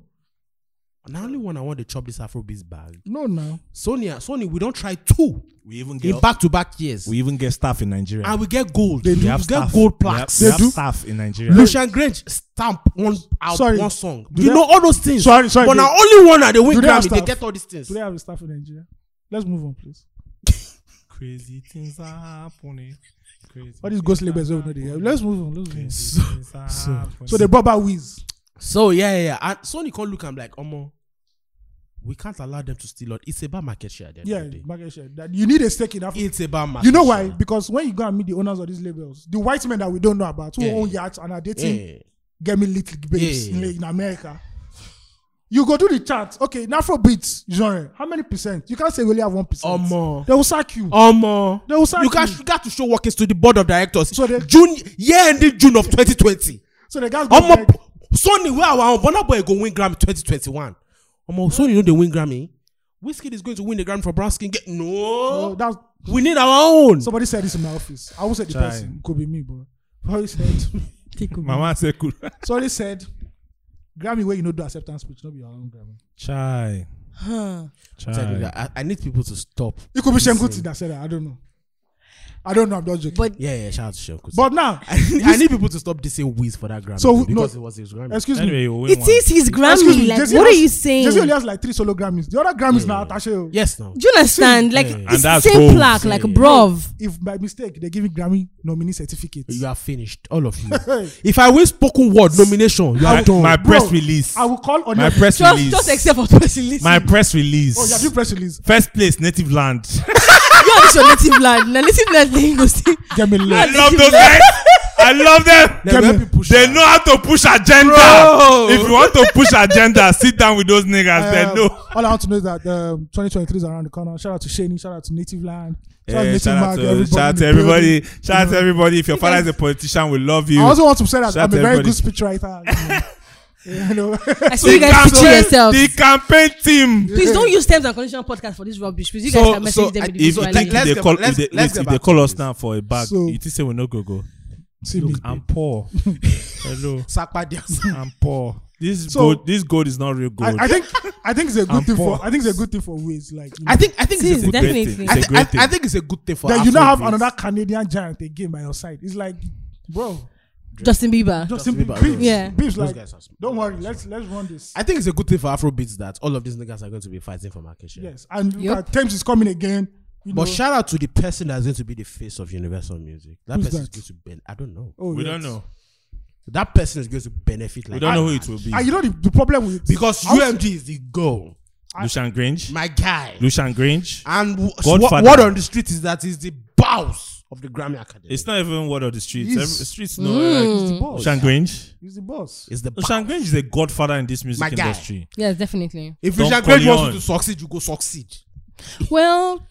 Now only one I want to chop this Afrobeats bag.
No, no.
Sonia, Sony, we don't try two
We even
in
get
back to back years.
we even get staff in Nigeria.
and we get gold.
They
we
do.
have
get
staff.
gold
We have-
plaques.
We have,
do.
staff in Nigeria.
Lucian Grange stamp one out
Sorry.
one song.
Do
you
they-
know all those things.
Sorry, sorry,
But
they-
now only one at the win
Do they have
Grammy, they
staff?
get all these things.
Do they have a staff in Nigeria? Let's move on, please.
Crazy things are happening. Crazy
All these ghost labels over there. Let's move on. Let's move on.
So, so,
So they brought back Wiz.
So yeah, yeah, yeah. And Sony can't look and be like, Omo, we can't allow them to steal it. It's about market share. Then
Yeah,
yeah, day.
market share. That you need a stake in Africa.
it's about market.
You know why?
share.
Because when you go and meet the owners of these labels, the white men that we don't know about who
Yeah,
own
yeah.
yachts and are
Yeah,
dating
yeah, yeah.
get me little babes
Yeah, yeah, yeah.
in, in America. You go do the chart. Okay, now for beats genre, how many percent? You can't say we only have one percent.
Omo.
They will sack you.
Omo,
They will sack
you
you.
got you got to show workings to the board of directors.
So they-
June year ending June of 2020.
so the guys go
Omo,
beg-
Sony where our Burna Boy go win Grammy 2021. Omo, Sony know they win Grammy. Whiskey is going to win the Grammy for brown skin. Get
Oh,
no,
that's,
we need our own.
somebody said this in my office. I won't say the
Chai.
person. It could be me, but somebody said,
Mama said, cool.
somebody said, Grammy where you know do acceptance speech, not be your own Grammy.
Chai.
Huh.
Exactly.
Chai.
I, I need people to stop.
It could be Shenkuti that said that. I don't know. I don't know. I'm not joking. But,
But
Yeah, yeah. Shout out to Shemkus.
now,
I need, I need people to stop dissing Wiz for that Grammy
So,
so,
no-
because it was his Grammy.
excuse me.
Anyway, you win
it
one.
is his
Excuse
Grammy.
me.
Like,
Jay-Z
what are
has-
you saying?
Jesse only
Do
has like three solo Grammys. The other Grammys
Yeah.
now, oh. Attaché.
yes, now.
you understand? Like,
Yeah, yeah.
it's
And
the
that's
same
gold.
plaque. Like,
Yeah, yeah.
bruv.
If by mistake they give me Grammy nominee certificate,
You are finished, all of you.
Hey.
if I win spoken word nomination, you
My,
are done.
my
Bro,
press release.
I will call on
My
your-
press
Just,
release.
just except for person listen.
my press release.
Oh, you have you press release.
First place, native land.
Yeah, it's your native land. Now, native land, then you go see.
Get me
I
late.
Native
love those
land.
guys. I love them.
Let me
Kemi,
help you push
They
her.
know how to push agenda.
Bro.
If you want to push agenda, sit down with those niggas.
Um,
they know.
All I want to know is that um, 2023 is around the corner. Shout out to Shani. Shout out to Native Land. Shout
Eh,
Native
shout out
Mark,
to, shout out to
in the building.
everybody. Shout out to everybody. If your father is a politician, we love you.
I also want to say that
Shout
I'm
out
a
to
very
everybody.
good speechwriter. You know, you know.
I see you guys picture yourselves.
the campaign team.
Please don't use terms and conditions podcast for this rubbish. Please, you
So-
guys can message
so
them.
I-
with the
If,
visual
you
Let-
think
link.
if
let's
they
get
call,
back- let's-
if they,
let's
if
get
they
back
call
to
us
this.
now for a bag,
So-
you think say we no go go?
See me.
Look, I'm poor. Hello,
Sakpa Diaz.
I'm poor. This
So-
gold, this gold is not real
I,
gold.
I think I think it's a good
I'm
thing
poor.
for I think it's a good thing for Wiz. Like you know,
I think I think
See,
it's a good thing.
definitely.
thing.
I
I,
It's a
thi-
great
I, I
thing.
think it's a good thing for
that you now have
Afrobeats.
another Canadian giant again by your side. It's like, bro,
Justin Bieber.
Justin
Bieber,
Bieber.
Yeah.
Biebs
Those
like,
guys are-
don't worry. Let's let's run this.
I think it's a good thing for Afrobeats that all of these niggas are going to be fighting for market share.
Yes, and look
Yep.
at Thames is coming again. You
But
know.
shout out to the person that's going to be the face of Universal Music. That
Who's
person is
that?
going to ben- I don't know.
Oh,
we
yes.
don't know.
That person is going to benefit. Like
We don't know who it will be.
And Ah, you know the, the problem with
because
I was-
UMG is the goal,
Lucian Grange.
my guy.
Lucian Grange.
And w-
Godfather.
what on the street is that is the boss of the Grammy Academy.
It's not even word of the streets.
He's-
Every, streets know.
he's
Mm.
the boss.
Lucian Grange.
He's the boss.
It's the boss.
Lucian Grange is a godfather in this music
My guy.
industry.
Yes, definitely.
If
Don
Richard Gage wants you
Corleone.
to succeed, you go succeed.
Well,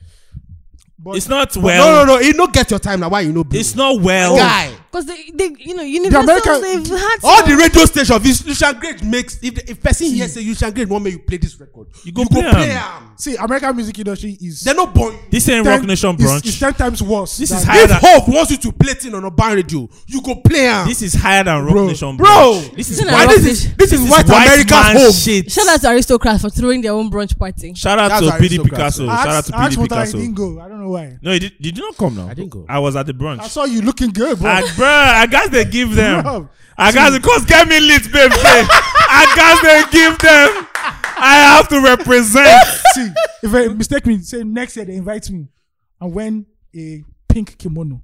But
It's not
But
well.
no, no, no. He no get your time now. Why you no blue?
It's not well.
guy.
because they, they, you know, Universal,
American-
they've had
All
some-
the radio station, if Lucian Gage makes, if, if person here say Lucian Gage won't make you play this record,
You go play am.
am.
see, American music industry is
They no born you.
This ain't Rock Nation brunch.
It's, it's ten times worse.
This
than-
is higher
If
than
Hope wants you to play thing on a band radio, you go play am.
this is higher than Rock
Bro.
Nation
Bro,
brunch. This is
Isn't that
why
Rock
this is
Nation?
this is
this
white,
is
America's
man
home.
shit.
Shout out to Aristocrats for throwing their own brunch party.
Shout out
That's
to PD
aristocracy.
Picasso.
I
Shout out
asked,
to
I asked
PD
Montana, he
Picasso.
didn't go. I don't know why.
No, you did, did you not come now?
I didn't go.
I was at the
I
brunch.
saw you looking good, bro.
I, bruh, I guess they give them.
Bro,
I guess because get me lit, baby. I guess they give them. I have to represent.
see, if I mistake me, say next year they invite me, and when a pink kimono,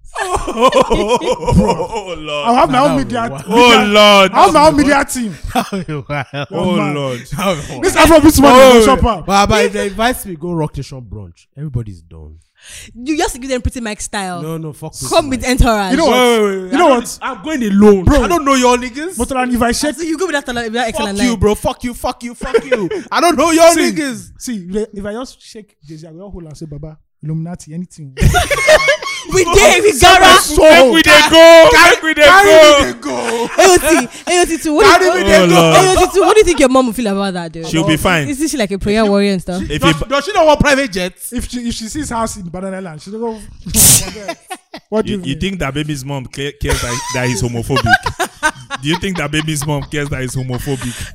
oh Lord.
I'll have my own
that
media.
would be
Oh Lord.
I'll have my own media team.
oh,
Oh
man.
Lord.
This Afrobeats
Oh,
man is shop up.
But, but Oh. if they invite me, go Rock Nation brunch. Everybody's done.
You just give them pretty Mike style.
No, no, fuck this.
Oh. Come
mic.
with entourage.
You know what?
Wait, wait, wait.
You
I
know
don't-
what?
I'm going alone.
Bro.
I don't know your niggas.
Motoran, if I
I
check
see you go with that, tala- with that
fuck
excellent
you,
line.
bro. Fuck you, fuck you, fuck you. I don't know your niggas.
See, if I- if I just shake Jay-Z, I will hold and say, Baba, Illuminati, anything.
We did, we Gara,
Make we dey go. Make we dey
Carry
go.
me, they go.
AOT, AOT too. What do
Carry
you,
me, they
Oh,
go.
Lord.
AOT too. What do you think your mom will feel about that, dude?
She'll be fine.
Isn't she like a prayer warrior and stuff?
If
Does,
he,
does she not want private jets?
if she if she sees house in Banana Land, she'll go. what do you,
you, you think that baby's mom ca- cares that, that he's homophobic? Do you think that baby's mom cares that he's homophobic?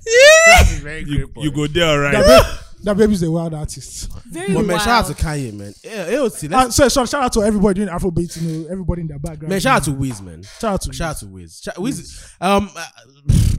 That's a very
You,
great point.
you go there, all right?
That, babe, that baby's a wild artist.
Very
But man,
wild.
shout out to Kanye, man. Yeah, AOT,
Uh,
let's,
so, so shout out to everybody doing Afrobeat, you know, everybody in the background.
man, shout out to Wiz, man.
Shout out to
Shout out to Wiz. Shout, Uh, Wiz, um, uh,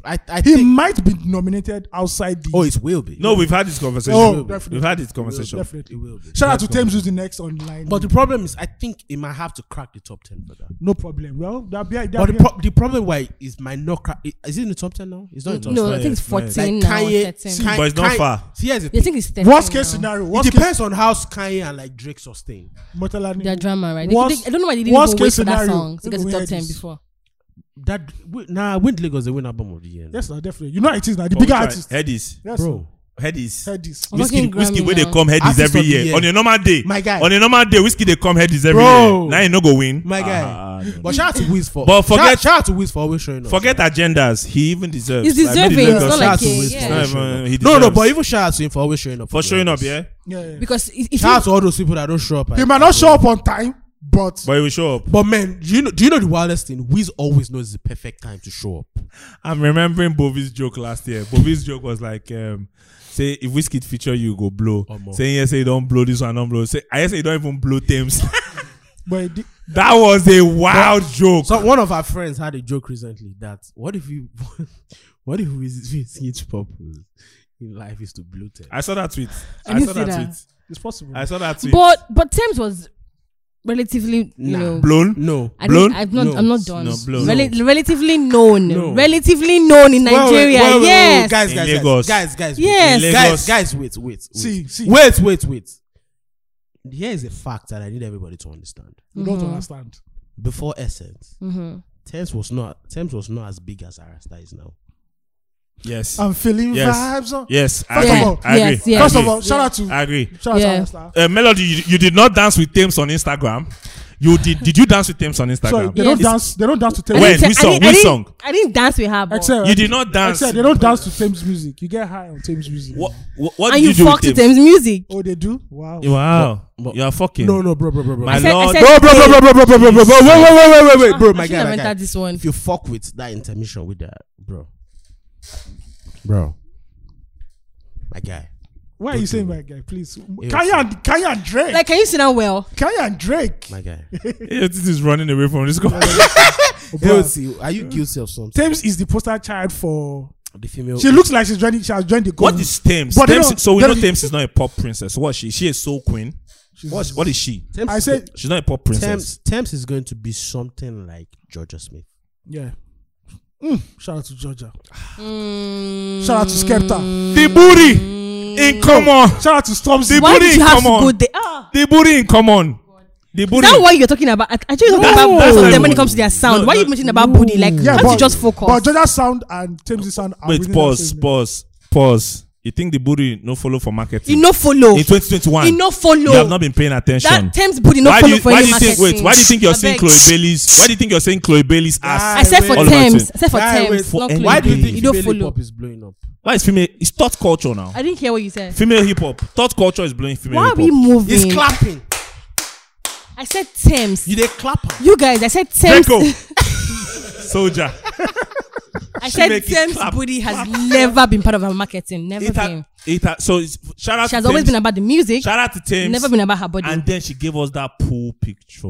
I, I
He
think.
might be nominated outside the.
Oh, it will be.
No, we've had this conversation.
Oh, definitely.
We've had this conversation.
definitely.
it will be.
Shout out to Thames who's the next online.
But the problem is, I think it might have to crack the top ten for that.
no problem. Well, that be, that
But
be,
the, pro- the problem why is might not crack. i- Is it in the top ten now? It's not in the top
no, I think it's
Not yet, not
14 now.
Kanye,
13.
Kanye-
But it's not
Kanye-
far.
See, here's the
They
thing.
think it's 13
worst case
now.
scenario.
It
Worst
depends on how Kanye and like Drake sustain.
case, Motalani,
Their drama, right? They,
Worst-
they, I don't know why they didn't
worst
go wait
case
for that
scenario,
song to
we
get
will
to top
hear
10
this.
before.
That wi- nah, Wind Lagos they win album of the year. now.
Yes, no, definitely. You know how it is now. The
But we
bigger
try-
artist.
Headies.
Yes,
bro.
Headies.
Headies.
I'm
whiskey,
talking
whiskey
Grammy
where they
now.
come headies
Artist
every
of the
year.
year.
On a normal day.
My guy.
On a normal day, whiskey they come headies every
Bro.
year. Now you no go win.
My guy.
Ah,
but shout out to Wiz for.
But forget-
shout, shout out to Wiz for always showing up.
Forget agendas. He even deserves.
He's
maybe
deserving.
Lagos-
It's not
Shout
like
out to
he-
Wiz
yeah.
for always
It's not
showing
even-
up.
he
No, no,
deserves.
but even shout out to him for always showing up.
for showing up,
Lagos.
yeah.
Yeah, yeah.
Because if if
Shout out
you,
to all those people that don't show up.
He
at-
might not show up on time, but
But he will show up.
But man, do you know? Do you know the wildest thing? Wiz always knows the perfect time to show up.
I'm remembering Bovi's joke last year. Bovi's joke was like, um, say if whiskey feature you go blow.
Omo.
Saying yes, say you don't blow this one, don't blow. Say I say you don't even blow Thames.
but it,
that was a wild joke.
So one of our friends had a joke recently that what if you, what if Wiz- Wizkid's purpose in life is to blow it?
I saw that tweet.
I
I,
didn't
saw
see
that,
that.
tweet.
it's possible.
I saw that tweet.
but but Thames was relatively you
Nah.
know
Mm.
blown.
No,
I didn't-
blown?
I'm not
No.
I'm not done.
No, blown.
Rel- Relatively known,
No.
relatively known in
Wait, wait,
Nigeria.
wait, wait, wait,
yes,
guys,
In
guys,
Lagos.
guys, guys, guys, wait.
Yes.
In Lagos.
guys, guys, wait, wait, wait.
See, see.
wait, wait, wait. Here's a fact that I need everybody to understand.
You
Mm.
don't understand.
Before Essence,
hmm
Thames was not Thames was not as big as Arasta is now.
Yes.
I'm feeling
Yes.
vibes. On.
yes. I
Um, First of
agree.
all-
I agree.
Yes, yes.
I
First of
agree.
all, shout out to
I agree.
shout out
Yeah.
to Arsenal.
Uh, Melody, you, you did not dance with Thames on Instagram. You did. Did you dance with Thames on
Sorry,
Instagram?
they
Yeah.
don't dance. They don't dance to Thames.
When?
I didn't-
Which song?
I didn't-
Which
I didn't-
song?
I didn't dance with her. But
Except
you did not dance.
except they don't dance to Thames music. You get high on Thames music.
What? What, what
and
did
you,
you do
fucked
with
with
Thames?
Thames music.
Oh, they do. Wow.
Wow.
But- but-
you are fucking.
No, no, bro, bro, bro, bro.
My
I said- I
lord.
said-
bro, bro, bro, bro, bro, bro, bro, bro, bro, wait, wait, wait, wait, wait, wait, bro,
I
my
should have
guy, my guy.
entered this one.
If you fuck with that intermission with that, bro, bro, my guy,
Why are you saying my guy? Please,
Yes.
Kanye and Kanye and Drake.
Like, can you sit down well?
Kanye and Drake.
my guy.
Yeah, This is running away from this. call.
Bruh.
AOT, are you guilty of something?
Oh, Thames is the poster child for.
The female.
She looks like she's joining. She has joined the.
what
cult.
is Thames?
But they
Thames-
don't-
so we
they
know
don't-
Thames is not a pop princess. What is she? She a soul queen. What? What is she?
Thames
I
is-
said-
She's not a pop princess.
Thames, Thames is going to be something like Georgia Smith.
Yeah. Mm, shout out to Georgia.
Mm,
Shout out to Skepta.
The booty in common.
Shout out to Stormzy.
The
Why
booty
did
in
you have to
common.
go there? Ah.
The booty in common. The booty.
Is that what you're talking about? I I thought you were talking about
That's- that's
both of them
not
when
what-
it comes to their sound.
no,
Why are you
no.
mentioning about booty? Like, can't you just focus?
But Georgia's sound and Thames' sound are
Wait,
within
pause,
the same-
pause, pause. You think the booty no follow for marketing?
you no follow.
in 2021,
You no follow.
you have not been paying attention.
that Thames booty no
why do
follow
you,
for
why do
any
you think?
marketing.
Wait, why do you think you're saying
Abeg.
Chloe Bailey's? Why do you think you're saying Chloe Bailey's
I
ass?
said for
All of us
Thames. I said for
Guy, wait,
Thames.
for
Not
any-
Chloe.
Why do you
Baby.
think
you don't
female
follow?
hip-hop is blowing up?
Why is female? It's thought culture now.
I didn't hear what you said.
Female hip hop, thought culture is blowing female
Why are
hip
we
hop.
moving?
It's clapping.
I said Thames.
You
You,
they clap her.
guys, I said Thames.
soldier.
I said
make it
Thames
clap.
booty has never been part of our marketing. Never
It
been.
had, it had, so it's, shout out.
She
to
has always
Thames.
been about the music.
Shout out to Thames.
Never been about her body.
And
And,
then she gave us that pool picture.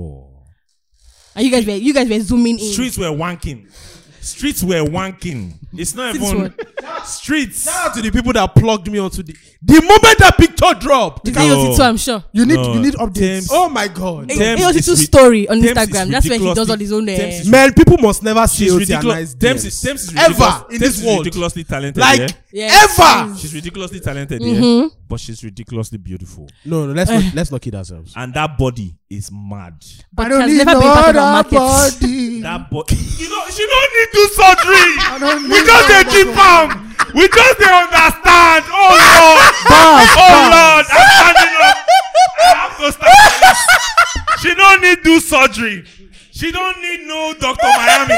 you guys were you guys were zooming in.
Streets were wanking. Streets were wanking. It's not even streets.
Shout out to the people that plugged me onto the the moment that picture dropped.
The AOT too,
No.
I'm sure.
You need
No,
you need updates.
Thames-
Oh my god.
Thames
AOT
is
too
ri-
story on
Thames
Instagram.
is
That's where he does
ridiculously-
all his own.
Thames
Uh,
is
Man, people must never see
She's
AOT and nice
ridiculous. Thames is,
DMs.
Thames is ridiculous.
ever in
Thames
this
is
world.
ridiculously talented.
Like
yeah?
Yeah.
ever.
she's ridiculously talented, yeah?
Mm-hmm.
but she's ridiculously beautiful,
No, no, let's
Eh.
not, let's not kid ourselves.
and that body is mad.
but
I
she
don't
has
need
never been part of our
another
market.
body.
That body, you know, she don't need do surgery.
don't
we
need
just
no
dey
other
keep am. We just dey understand. Oh Lord,
Bars,
oh
bars.
Lord, I'm standing up. I have to stand. up. She don't need do surgery. She don't need no Doctor Miami.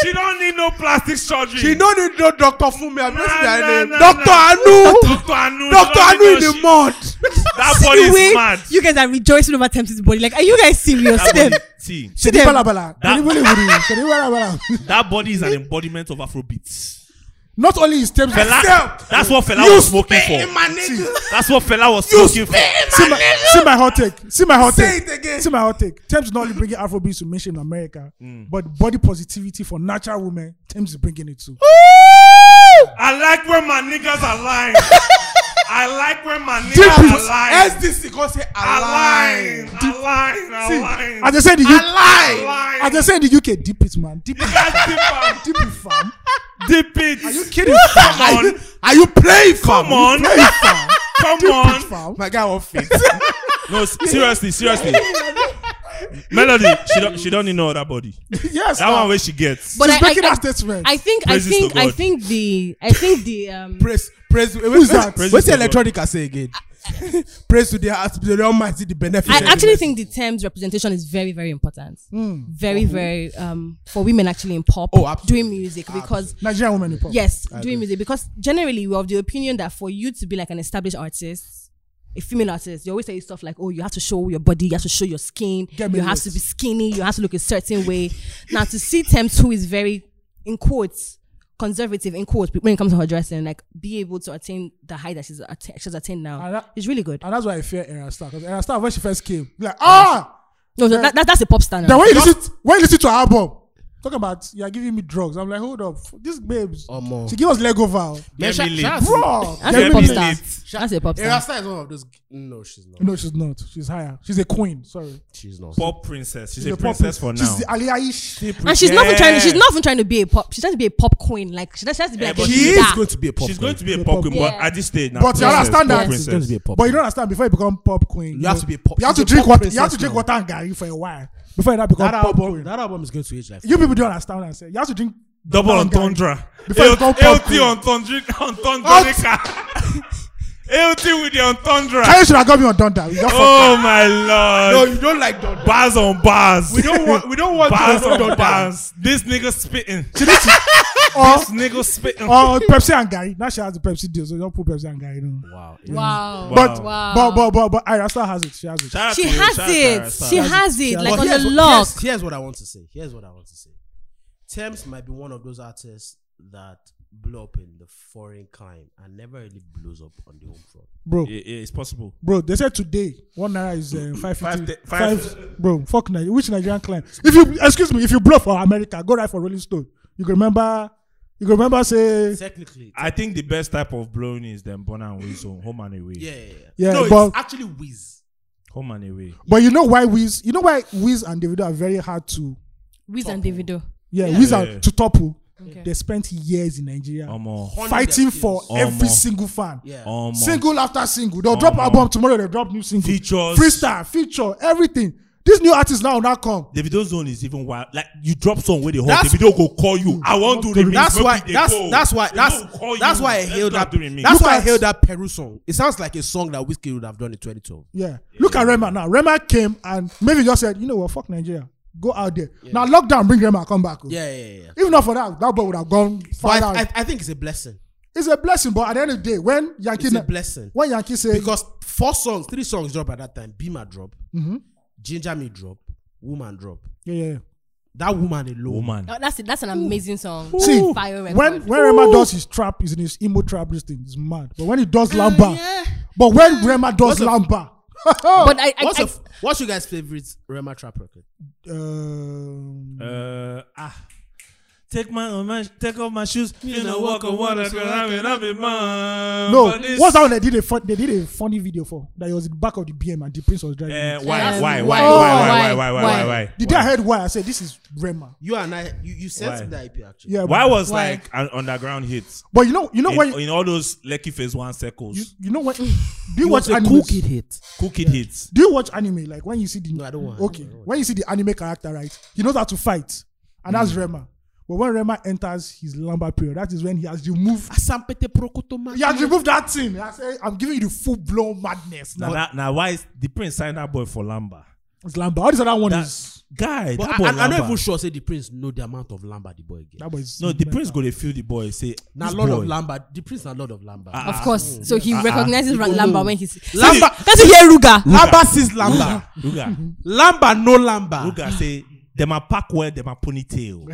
She don't need no plastic surgery.
She no need no Dr. Fumi. I'm not
Nah,
saying
nah,
her name.
nah,
Dr.
nah.
Anu.
Doctor Anu.
Dr.
she
Anu
don't
in
need no
the
shit.
mud.
That
See
body
the way
is mad.
You guys are rejoicing over Thames' body. Like, are you guys serious? See
That
them.
body, see,
Shadi
them.
Bala Bala.
That-
Shadi Bala Bala. Shadi Bala Bala.
that body is an embodiment of Afrobeats.
Not only his tapes, but
Fela, that's what Fela
You
was smoking
Hey,
for.
my nigga.
That's what Fela was smoking for.
see my, see my hot take. See my hot
Say
take.
it again.
See my hot take. Thames is not only bringing Afrobeats to mainstream America,
Mm.
but body positivity for natural women, Thames is bringing it too.
Oh,
I like where my niggas are lying. I like where my niggas
Deep
are
it.
lying.
SDC go say
I
align.
lying. I lying.
See,
I lying.
as they say in the UK,
I
as
lying.
they say in the UK, deep it, man. Deep it,
I
deep it, fam.
dip it. Are you
Kidding.
Come on.
Are you playing for
Come on. Come
Deep it,
on.
fam.
My guy won't fit.
No, s- seriously, seriously. Melody, she don't, she don't need no other body.
Yes,
That
fam.
one where she gets.
But
She's
I,
making
I,
that
I,
statement.
I think I
Praises to
think I
God.
think the I think the um
Praise, praise.
Who's
What's
that?
Praise
the
the Lord.
electronic I say again? praise to the, to the Almighty, the benefit.
I
and
actually
the
think the terms representation is very, very important.
Hmm.
Very, very um for women actually in pop
Oh, absolutely.
doing music because
Nigerian women in pop.
yes, doing music because generally we're of the opinion that for you to be like an established artist, a female artist, you always say stuff like, "Oh, you have to show your body, you have to show your skin,
Get me
you have
lit.
to be skinny, you have to look a certain way." now to see Thames, who is very in quotes conservative in quotes when it comes to her dressing, like be able to attain the height that she's atta- she's attained now,
And that-
it's really good.
And that's why I fear Era Star. Because Era Star, when she first came, be like, ah!
No, no, that, that, that's a pop star. now.
Then when you, listen, when you listen to her album, talking about, you're giving me drugs. I'm like, hold up. These babes.
Oh, more.
She give us Lego Val.
Get me lit.
Bro.
That's a
Get
pop
me
star.
lit.
That's a pop star.
Erasta is one of those. No, she's not.
No, she's not. She's higher. She's a queen. Sorry.
She's not.
Pop princess. She's
She's
a princess for
pop-
now.
She's the Aliyah-ish.
And she's not even trying.
Yeah.
She's not even trying to be a pop. She's trying to be a pop queen. Like she, she has to be
Yeah,
like
but
a
She
She's
leader.
is going to be a pop.
She's going to be a
Yeah.
pop queen, but
Yeah.
at this stage now.
But you
princess, pop
understand that.
She's going to
princess.
be a pop.
But you don't understand. Before you become pop queen,
You have to be a pop-
You have to
she's a
drink
pop
water. You have to
princess
drink
now.
water and garri for a while before you now become
that
pop
album.
queen.
That album is going to age like.
You people don't understand what I'm saying. You have to drink
Double
water and garri.
entendre.
Before you become pop
LT
queen.
entendre. Entendrica. LT with the entendre.
Ah.
Kanye should have got me on Donda. We just fucked
Oh my
no,
lord.
you don't like Don.
Bars on bars.
We don't want. We don't want
Bars
you
on
on Don.
bars. This nigga spitting. This
Oh.
up.
nigga spitting.
or, or Oh, Pepsi and Gary. Now she has the Pepsi deal, so don't put Pepsi and Gary. No.
Wow.
Wow.
But,
Wow.
but but but but Ira still has it. She has it.
Shout out
she
to you.
has
Shout out to her.
it.
Shout
She
out.
has it.
But
Like on
But
the
here's what-
lock.
Here's, here's what I want to say. Here's what I want to say. Thames might be one of those artists that blew up in the foreign kind and never really blows up on the home front.
Bro,
Yeah, yeah, it's possible.
bro, they said today one naira is uh, five fifty.
Five-
Five,
five-
bro, fuck Nigeria. Which Nigerian client? If you excuse me, if you blow for America, go right for Rolling Stone. You can remember. You can remember say
Technically,
I think the best type of blowing is them born and Weasel, home and away.
yeah, yeah, yeah.
Yeah,
no,
but-
it's actually Wiz.
Home and away.
But you know why Wiz? You know why Wiz and Davido are very hard to.
Wiz and Davido.
Yeah, Wiz
Yeah.
are to topple.
Okay.
They spent years in Nigeria
Omo.
Honey
fighting
their
for
skills.
Oh,
every
Omo.
single fan.
Um, Yeah. Um,
Omo.
single after single. They'll drop
Omo.
album tomorrow. They'll drop new single.
Features.
freestyle, feature, everything. This new artist now will not come.
Davido's zone is even wild. Like you drop song where they hold
That's-
Davido go call you. I want to remix.
That's
make
why.
it dey
That's
go.
that's why.
Davido
That's
go call
that's
you.
why I
Let's
hailed
not
that.
do remix.
That's
Look
why I
at-
hailed that Peru song. It sounds like a song that Whiskey would have done in 2012.
Yeah. Look at Rema now. Rema came and maybe just said, you know what, fuck Nigeria. Go out there. Now lockdown, bring Rema, come back. oh.
Yeah, yeah, yeah. yeah.
If not for that, that boy would have gone far
But
out.
I, I, I think it's a blessing
it's a blessing, but at the end of the day, when Yankee,
It's a
na-
blessing.
when Yankee say,
because four songs, three songs drop at that time. Bima drop,
Mm-hmm.
Ginger Me drop, Woman drop.
yeah, yeah. yeah.
That woman alone.
Woman.
Oh, that's it. That's an amazing song.
See,
Fire record.
when when Rema does his trap, is in his emo trap, this thing is mad. But when he does
Ah,
Lamba, Oh, but when Rema
What's
does
the-
Lamba,
but I, I,
What's,
I,
your- what's your guys' favorite Rema trap record?
um,
Uh, ah. Take my, on my take off my shoes. You know, walk on water, girl. I'm in, I'm in mine.
No,
But this-
what's that one they did a fun, they did a funny video for that it was in the back of the BM and the prince was driving.
Eh,
it.
why,
Um,
why, why,
oh,
why, why, why,
why,
why, why,
why?
why?
the day I heard why I said this is Rema.
You and I, you, you sent
Why?
that IP actually.
Yeah,
Why
but-
was
Why?
like an underground hit
But you know, you know
in, oh,
when you,
in all those Lucky Phase One circles?
you, you know when do you watch anime?
hit.
cool kid hits.
Do you watch anime? Like when you see the
No, I don't want-
okay
I don't want.
when you see the anime character, right? He knows how to fight, and
Mm.
that's Rema. But when Rema enters his Lamba period, that is when he has removed.
Asampete Prokotoma.
He has removed that thing. I say, I'm giving you the full blown madness
Now,
now.
now, now, why is the prince signed that boy for Lamba?
It's Lamba. All this other one
That
is
guy,
But
that boy
I, I, I'm not
Lamba.
even sure. Say the prince know the amount of lamba the boy get.
that was
No, the prince go to feel the boy. Say,
Now
this
lord
boy. Ah.
of lamba. The prince now lord of lamba.
of course. So
Ah,
he recognizes Ra- Lamba when he's
Lamba-
That's hear Ruga.
lamba sees lamba.
Ruga,
Lamba no lamba.
Ruga say Them a pack well, them a ponytail.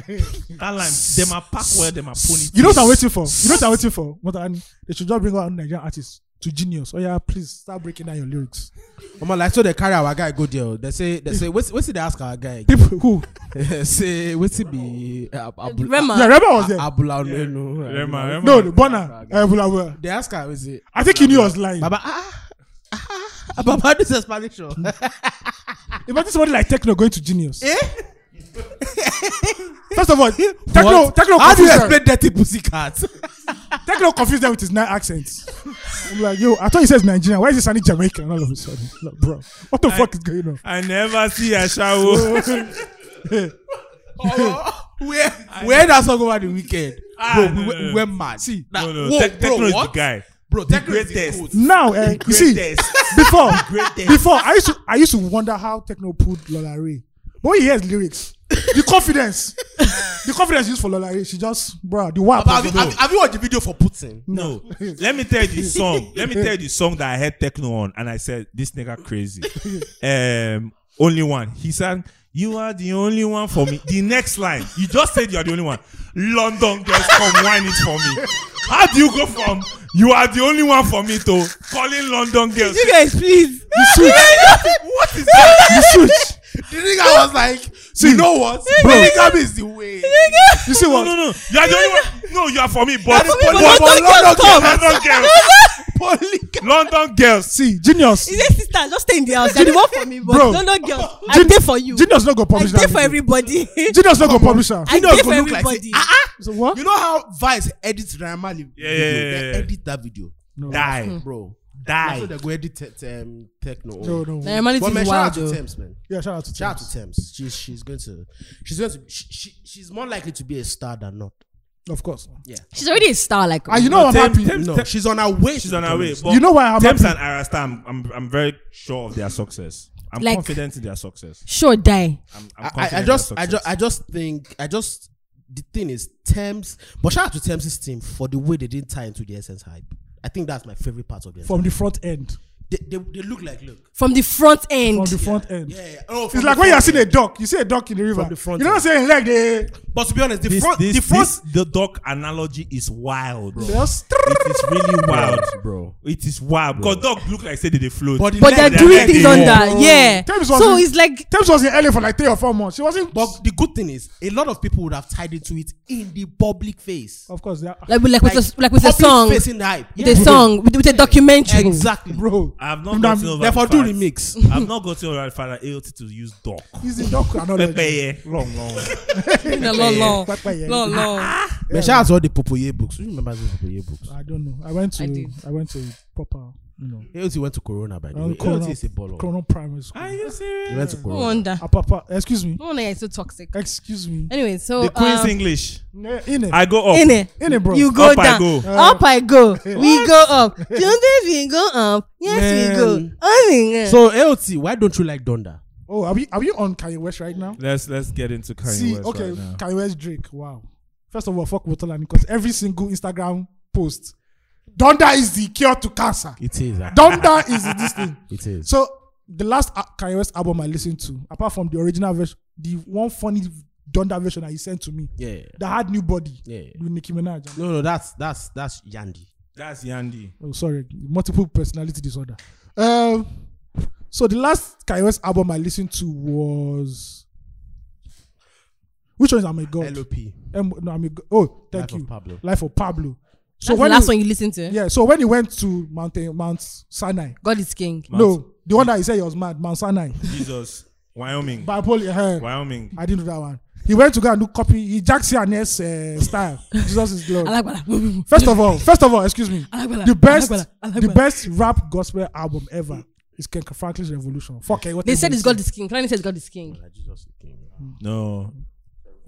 that line, them a pack well, them a ponytail.
You know what I'm waiting for? You know what I'm waiting for? What I, they should just bring out Nigerian artists to genius. Oh yeah, please start breaking down your lyrics.
Omo, like so they carry our guy go there. oh. They say they say what's what's they ask our guy?
People who
say what's it be? uh, Abu-
Rema.
yeah, Rema was there.
Abula Menu.
Rema, Rema.
No, the Bonner. Uh, Bula, Bula.
They ask her, is it?
I think he knew I was lying.
Baba, ah, ah, ah, Baba, this is Spanish. show.
Imagine somebody like Techno going to genius.
Eh?
First of all, Techno, Techno,
How do you
confused them.
explain dirty pussycat?
Oh,
Techno confused them with his nine accents. I'm like, yo, I thought he says Nigerian. Why is he sounding Jamaican? And all of a sudden, like, bro, what the fuck is going on?
I never see a shower.
Oh, where where that song over the weekend?
Ah,
bro,
no,
we,
no, no.
we're mad. See,
no, no. Tech- Techno is the guy.
Bro, Techno is
greatest.
the goat.
Now, eh, you see,
Greatest.
before,
Greatest.
before I used to, I used to wonder how Techno pulled Lola Ray. But when he hears lyrics, the confidence, the confidence used for Lola Ray, she just, bro, the WAP.
Baba, have, you, have, you- have you watched the video for Putin?
No. Let me tell you the song. Let me tell you the song that I heard techno on, and I said, "This nigga crazy." Um, only one. He sang, "You are the only one for me." The next line, you just said you are the only one. London girls, come wine it for me. How do you go from "You are the only one for me" to calling London girls?
You guys, please.
the switch,
What is that?
the switch.
the nigga was like,
See,
you know what?
Bro.
The nigga is the way.
You see
No,
what?
no, no. You are the only one. No, you are for me, but
is
but-
London
but
girls come.
London girls, London girls.
See, genius.
Is it sister? Just stay in the house. You're the one for me, but
Bro.
no, no, girl. I
Gin-
did for you.
Genius not go
I did
publish
for
that. video.
everybody.
Genius not go publish that.
I
Genius
did for
go look like
everybody.
say, "Ah,
So what?
You know how Vice edits Ramali
Yeah, yeah, yeah,
video? They
yeah.
edit that video.
No.
Die,
Bro.
die.
That's why they go edit te- te- um, techno.
No, no.
Nah, man, it
But
is
man, shout
wild,
out to
though.
Thames, man.
Yeah, shout out to
Shout out
Thames.
to Thames. She's she's going to she's going to she, she, she's more likely to be a star than not.
Of course.
She's already a star. Like,
And you know I'm
Tem-
happy.
Tem-
No,
Tem-
she's on her way.
She's
to
on her way.
becoming
But
You know why I'm
Thames
happy?
and Arasta, I'm, I'm, I'm very sure of their success. I'm
Like-
confident in their success.
sure, die.
I'm, I'm
a star.
confident
I, I
in
just
their
I
success.
just I just think I just the thing is Thames. But shout out to Thames' team for the way they didn't tie into the essence hype. I think that's my favorite part of them.
From the front end.
they, they, they look like look.
From the front end.
From the front end.
Yeah, yeah. Oh, from
It's
the
like when you're
front
seeing a
end.
duck. You see a duck in the river.
the front
you know what I'm saying? Like the
But to be honest, the
this,
front
this,
the front
this- the dog analogy is wild. Bro.
just
It is really wild.
bro.
It is wild. Because dog look like say they dey float.
But the
but they're
leg-
they're
doing
like
things
a
on
wall.
that. Yeah.
Thames
So
wasn't-
it's like
Thames was in LA for like three or four months. She wasn't.
But the good thing is, a lot of people would have tied into it in the public face.
of course, they are-
like with like, with a, like with a
public
song,
facing the hype.
with a song, with, with a documentary.
Exactly.
bro.
I have
Now,
not gotten over
Therefore,
the
do
fact-
remix.
I've not gotten over the fact that AOT to use dog.
He's the duck analogy.
Pepeye. Long, long.
No, no, no.
Pepeye.
No, no.
Man, shout out to all the Popoye books. Who remembers those Popoye books?
I don't know. I went to.
I
I,
did.
went to proper. You know,
AOT went to Corona, by the
Um,
way.
Corona-
AOT is a baller.
Corona Primary School.
Are you
He
serious?
went to
No
Corona.
wonder.
Ah, papa, excuse me.
No wonder you're so toxic.
Excuse me.
Anyway, so
The Queen's
um,
English.
Ne- In it.
I go up.
in it.
In it, bro.
You go
Up I
down.
go.
Up I go. We go up. Don't they we go up? Yes, we go.
Man.
I mean, eh.
So, AOT, why don't you like Donda?
Oh, are we are we on Kanye West right now?
Let's let's get into Kanye
See,
West
okay,
right now.
Kanye West Drake. Wow. First of all, fuck Wotolani because every single Instagram post, Donda is the cure to cancer.
It is. ah.
Donda is this thing.
It is.
So the last uh, Kanye West album I listened to, apart from the original version, the one funny Donda version that he sent to me,
Yeah.
that had new body
Yeah. yeah.
with Nicki Minaj. and-
No, no, that's that's that's Yandy.
That's Yandy.
Oh, sorry, multiple personality disorder. Um, so the last Kanye West album I listened to was. Which one is I'm a God?
LOP.
M- no, I'm a God. Oh, thank
Life of
you.
Pablo.
Life of Pablo. So
that's the
when
last
he,
one you listen to.
yeah, so when he went to Mountain Mount Sinai,
God is king.
no, the one that he said he was mad, Mount Sinai,
Jesus. Wyoming.
bipolar. eh,
Wyoming.
I didn't do that one. He went to go and do copy. He Jack Ness uh, style. Jesus is Lord.
I like what I-
first of all, first of all, excuse me.
Alagbala,
The best,
Alagbala, Alagbala.
the best rap gospel album ever is Ken Franklin's Revolution. Fuck it. what
They
is
said
it?
it's God is king. Kanye said God is king.
No.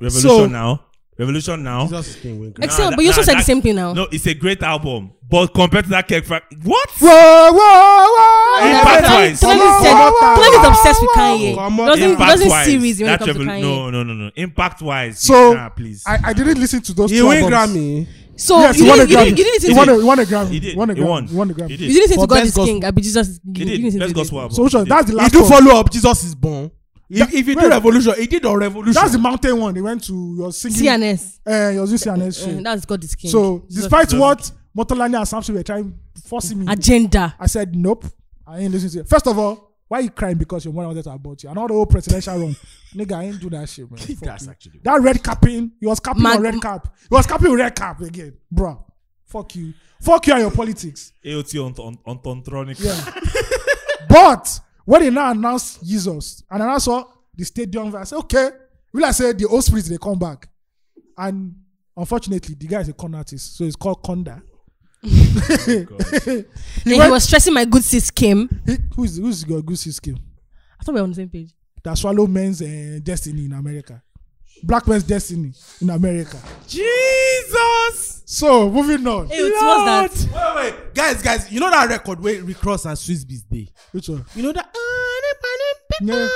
Revolution
So-
now. Revolution now.
Jesus is King Winkler.
Excel,
that-
but you also
nah,
said the
that-
same thing now.
No, it's a great album. But compared to that Kek Frank, what?
Whoa, whoa, whoa!
Yeah,
Impact
but-
wise.
Kanye
Impact-wise.
said, Kanye is obsessed with Kanye.
Come on,
Doesn't,
Impact-wise,
doesn't see reason when it
that
comes to
revolu-
Kanye.
No, no, no, no. Impact wise.
So
nah, please.
I, I didn't listen to those.
He
two
win
albums.
Grammy.
So
Yes,
you,
he won a
didn't, you, didn't,
Grammy.
you didn't
He
listen
won
to
a he won a Grammy.
he did.
He won a
He won.
Grammy. He won a
He
Grammy.
did.
you didn't listen
For
to God
best
is king. I be Jesus. You,
He
you
did.
didn't listen
Best
to
gospel album.
So which
He
one?
did.
That's the
He
last
do
one.
follow up. Jesus is born. If, if you do
wait.
revolution, he did a revolution.
That's the mountain one. They went to your singing.
CNS.
Uh, your CNS
Uh,
show.
that's God is King.
So
Jesus.
despite what Motolani and Samson were trying forcing me,
agenda.
I said nope. I ain't listening to you. First of all, why you crying because your mother wanted to abort you? And all the whole presidential run, nigga, I ain't do that shit, man. Fuck
That's
you.
actually.
that red capping. He was capping
Mag-
on red cap. He was capping on red cap again, bro. Fuck you. Fuck you and your politics.
AOT on, on, on Tontronic.
Yeah. but when they now announced Jesus and announced all the stadium, I said, okay. Will I say the old spirits they come back? And unfortunately, the guy is a con artist, so it's called Conda.
Then he
went-
was stressing my good sis Kim.
He, who's who's your good skill?
I thought we were on the same page.
That swallow men's uh, destiny in America. Black men's destiny in America.
Jesus!
So moving on.
Hey, it was that.
Wait, wait, guys, guys, you know that record where Rick Ross and Swiss Beats Day?
Which one?
You know that.
Yeah.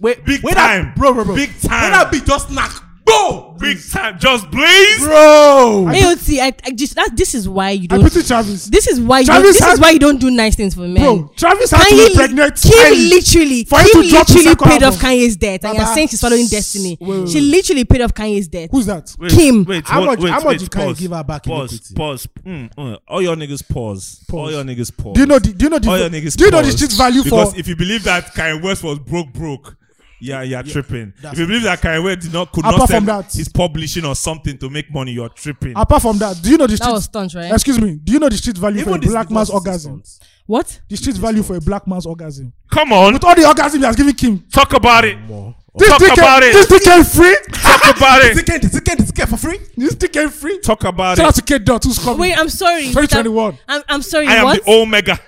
Wait,
Big
when
time.
That, bro, bro, bro.
Big
When
time.
that beat just snack, bro,
Big time. Just blaze!
bro.
AOT, I, I just, that, this is why you
I
don't.
pity Travis.
This is why you don't,
Travis
this
had-
is why you don't do nice things for men.
Bro, Travis had
Kanye,
to be pregnant.
Kim
early.
literally,
for him
Kim
to drop his
literally
second
paid off
album.
Kanye's debt, and you're
Baba,
saying she's following destiny. She literally paid off Kanye's debt.
Who's that?
Wait,
Kim.
Wait,
How
hold-
much-
wait,
how much
wait,
you can
pause,
give her back in
Pause.
equity?
Pause. Mm, mm. All your niggas pause. All
Pause.
your niggas pause.
Do you know the do you know the
All your niggas
do you know the
pause.
street value
because
for
if you believe that Kanye West was broke, broke. Yeah, you're tripping. If
that's
you believe that Kanye West did not could
Apart
not sell
from that-
his publishing or something to make money, you're tripping.
apart from that, do you know the
That
street
was stunt, right?
excuse me, do you know the street value
Even
for a
this
black
Rick
man's
Ross is
orgasm?
stunt.
What?
The street value for a black man's orgasm.
Come on,
With all the orgasm he has given Kim,
talk about it.
this
Talk
thing
about
came,
it.
this thing came free.
Talk about
It's
it.
again, it's again, it's again for free.
This thing came free.
Talk about
Shout out
it.
to K Dot who's coming.
Wait, I'm sorry.
2021.
I'm, I'm sorry.
I am
what?
the Omega.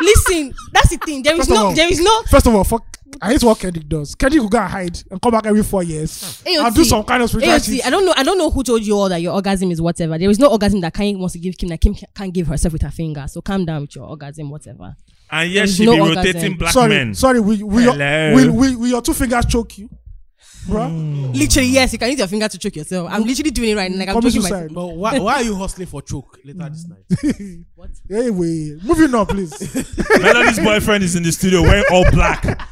Listen,
that's the thing. There is
First of
no.
all-
There is no.
First of all, fuck. I hate what Kendrick does. Kendrick will go and hide and come back every four years
AOT,
and do some kind of spiritual
AOT,
shit.
I don't know. I don't know who told you all that your orgasm is whatever. There is no orgasm that Kanye wants to give Kim that Kim ca- can't give herself with her finger. So calm down with your orgasm, whatever.
and
There's
yes, she
no
be
orgasm.
rotating black
sorry,
men.
sorry. Will, will, your,
Hello.
will, will, will your two fingers choke you, bro?
Literally, yes, you can use your finger to choke yourself. I'm literally doing it right now. Like Mm. I'm
Commit
choking
suicide.
myself.
But why, why are you hustling for choke later this night?
Anyway, moving on, please.
Melody's boyfriend is in the studio wearing all black,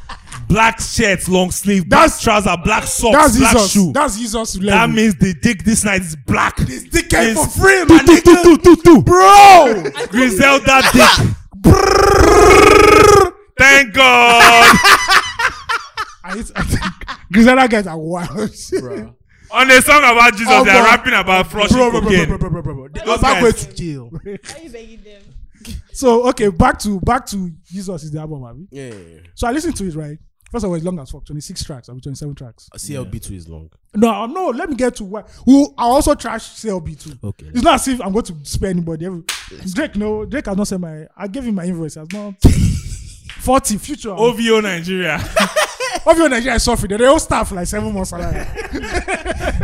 black shirts, long sleeve, black
That's-
trouser, black socks,
That's
black
Jesus.
shoe.
That's Jesus.
that
level.
means the dick this night is black. This dick
Get for free,
Two,
man.
two, two, two, two, two.
Bro,
Griselda dick. Thank God.
I hate- I think Griselda guys are wild.
bro,
On a song about Jesus,
Oh,
they are
God.
rapping about flushing
Bro, bro, bro,
cocaine.
bro, bro,
bro, bro. They
Those
go back way
guys.
to jail.
so okay, back to back to Jesus is the album, abi.
Yeah, yeah,
So I listened to it right. First of all, it's long as fuck, twenty six tracks, I mean twenty seven tracks.
CLB two is long.
No, no, let me get to why. Who I also trash CLB too.
Okay.
it's not as if I'm going to spare anybody. Every- Drake, no, Drake has not said my. I gave him my invoice. Has not. Forty future. Over
OVO Nigeria.
your Nigeria is suffering. They all staff like seven months salary.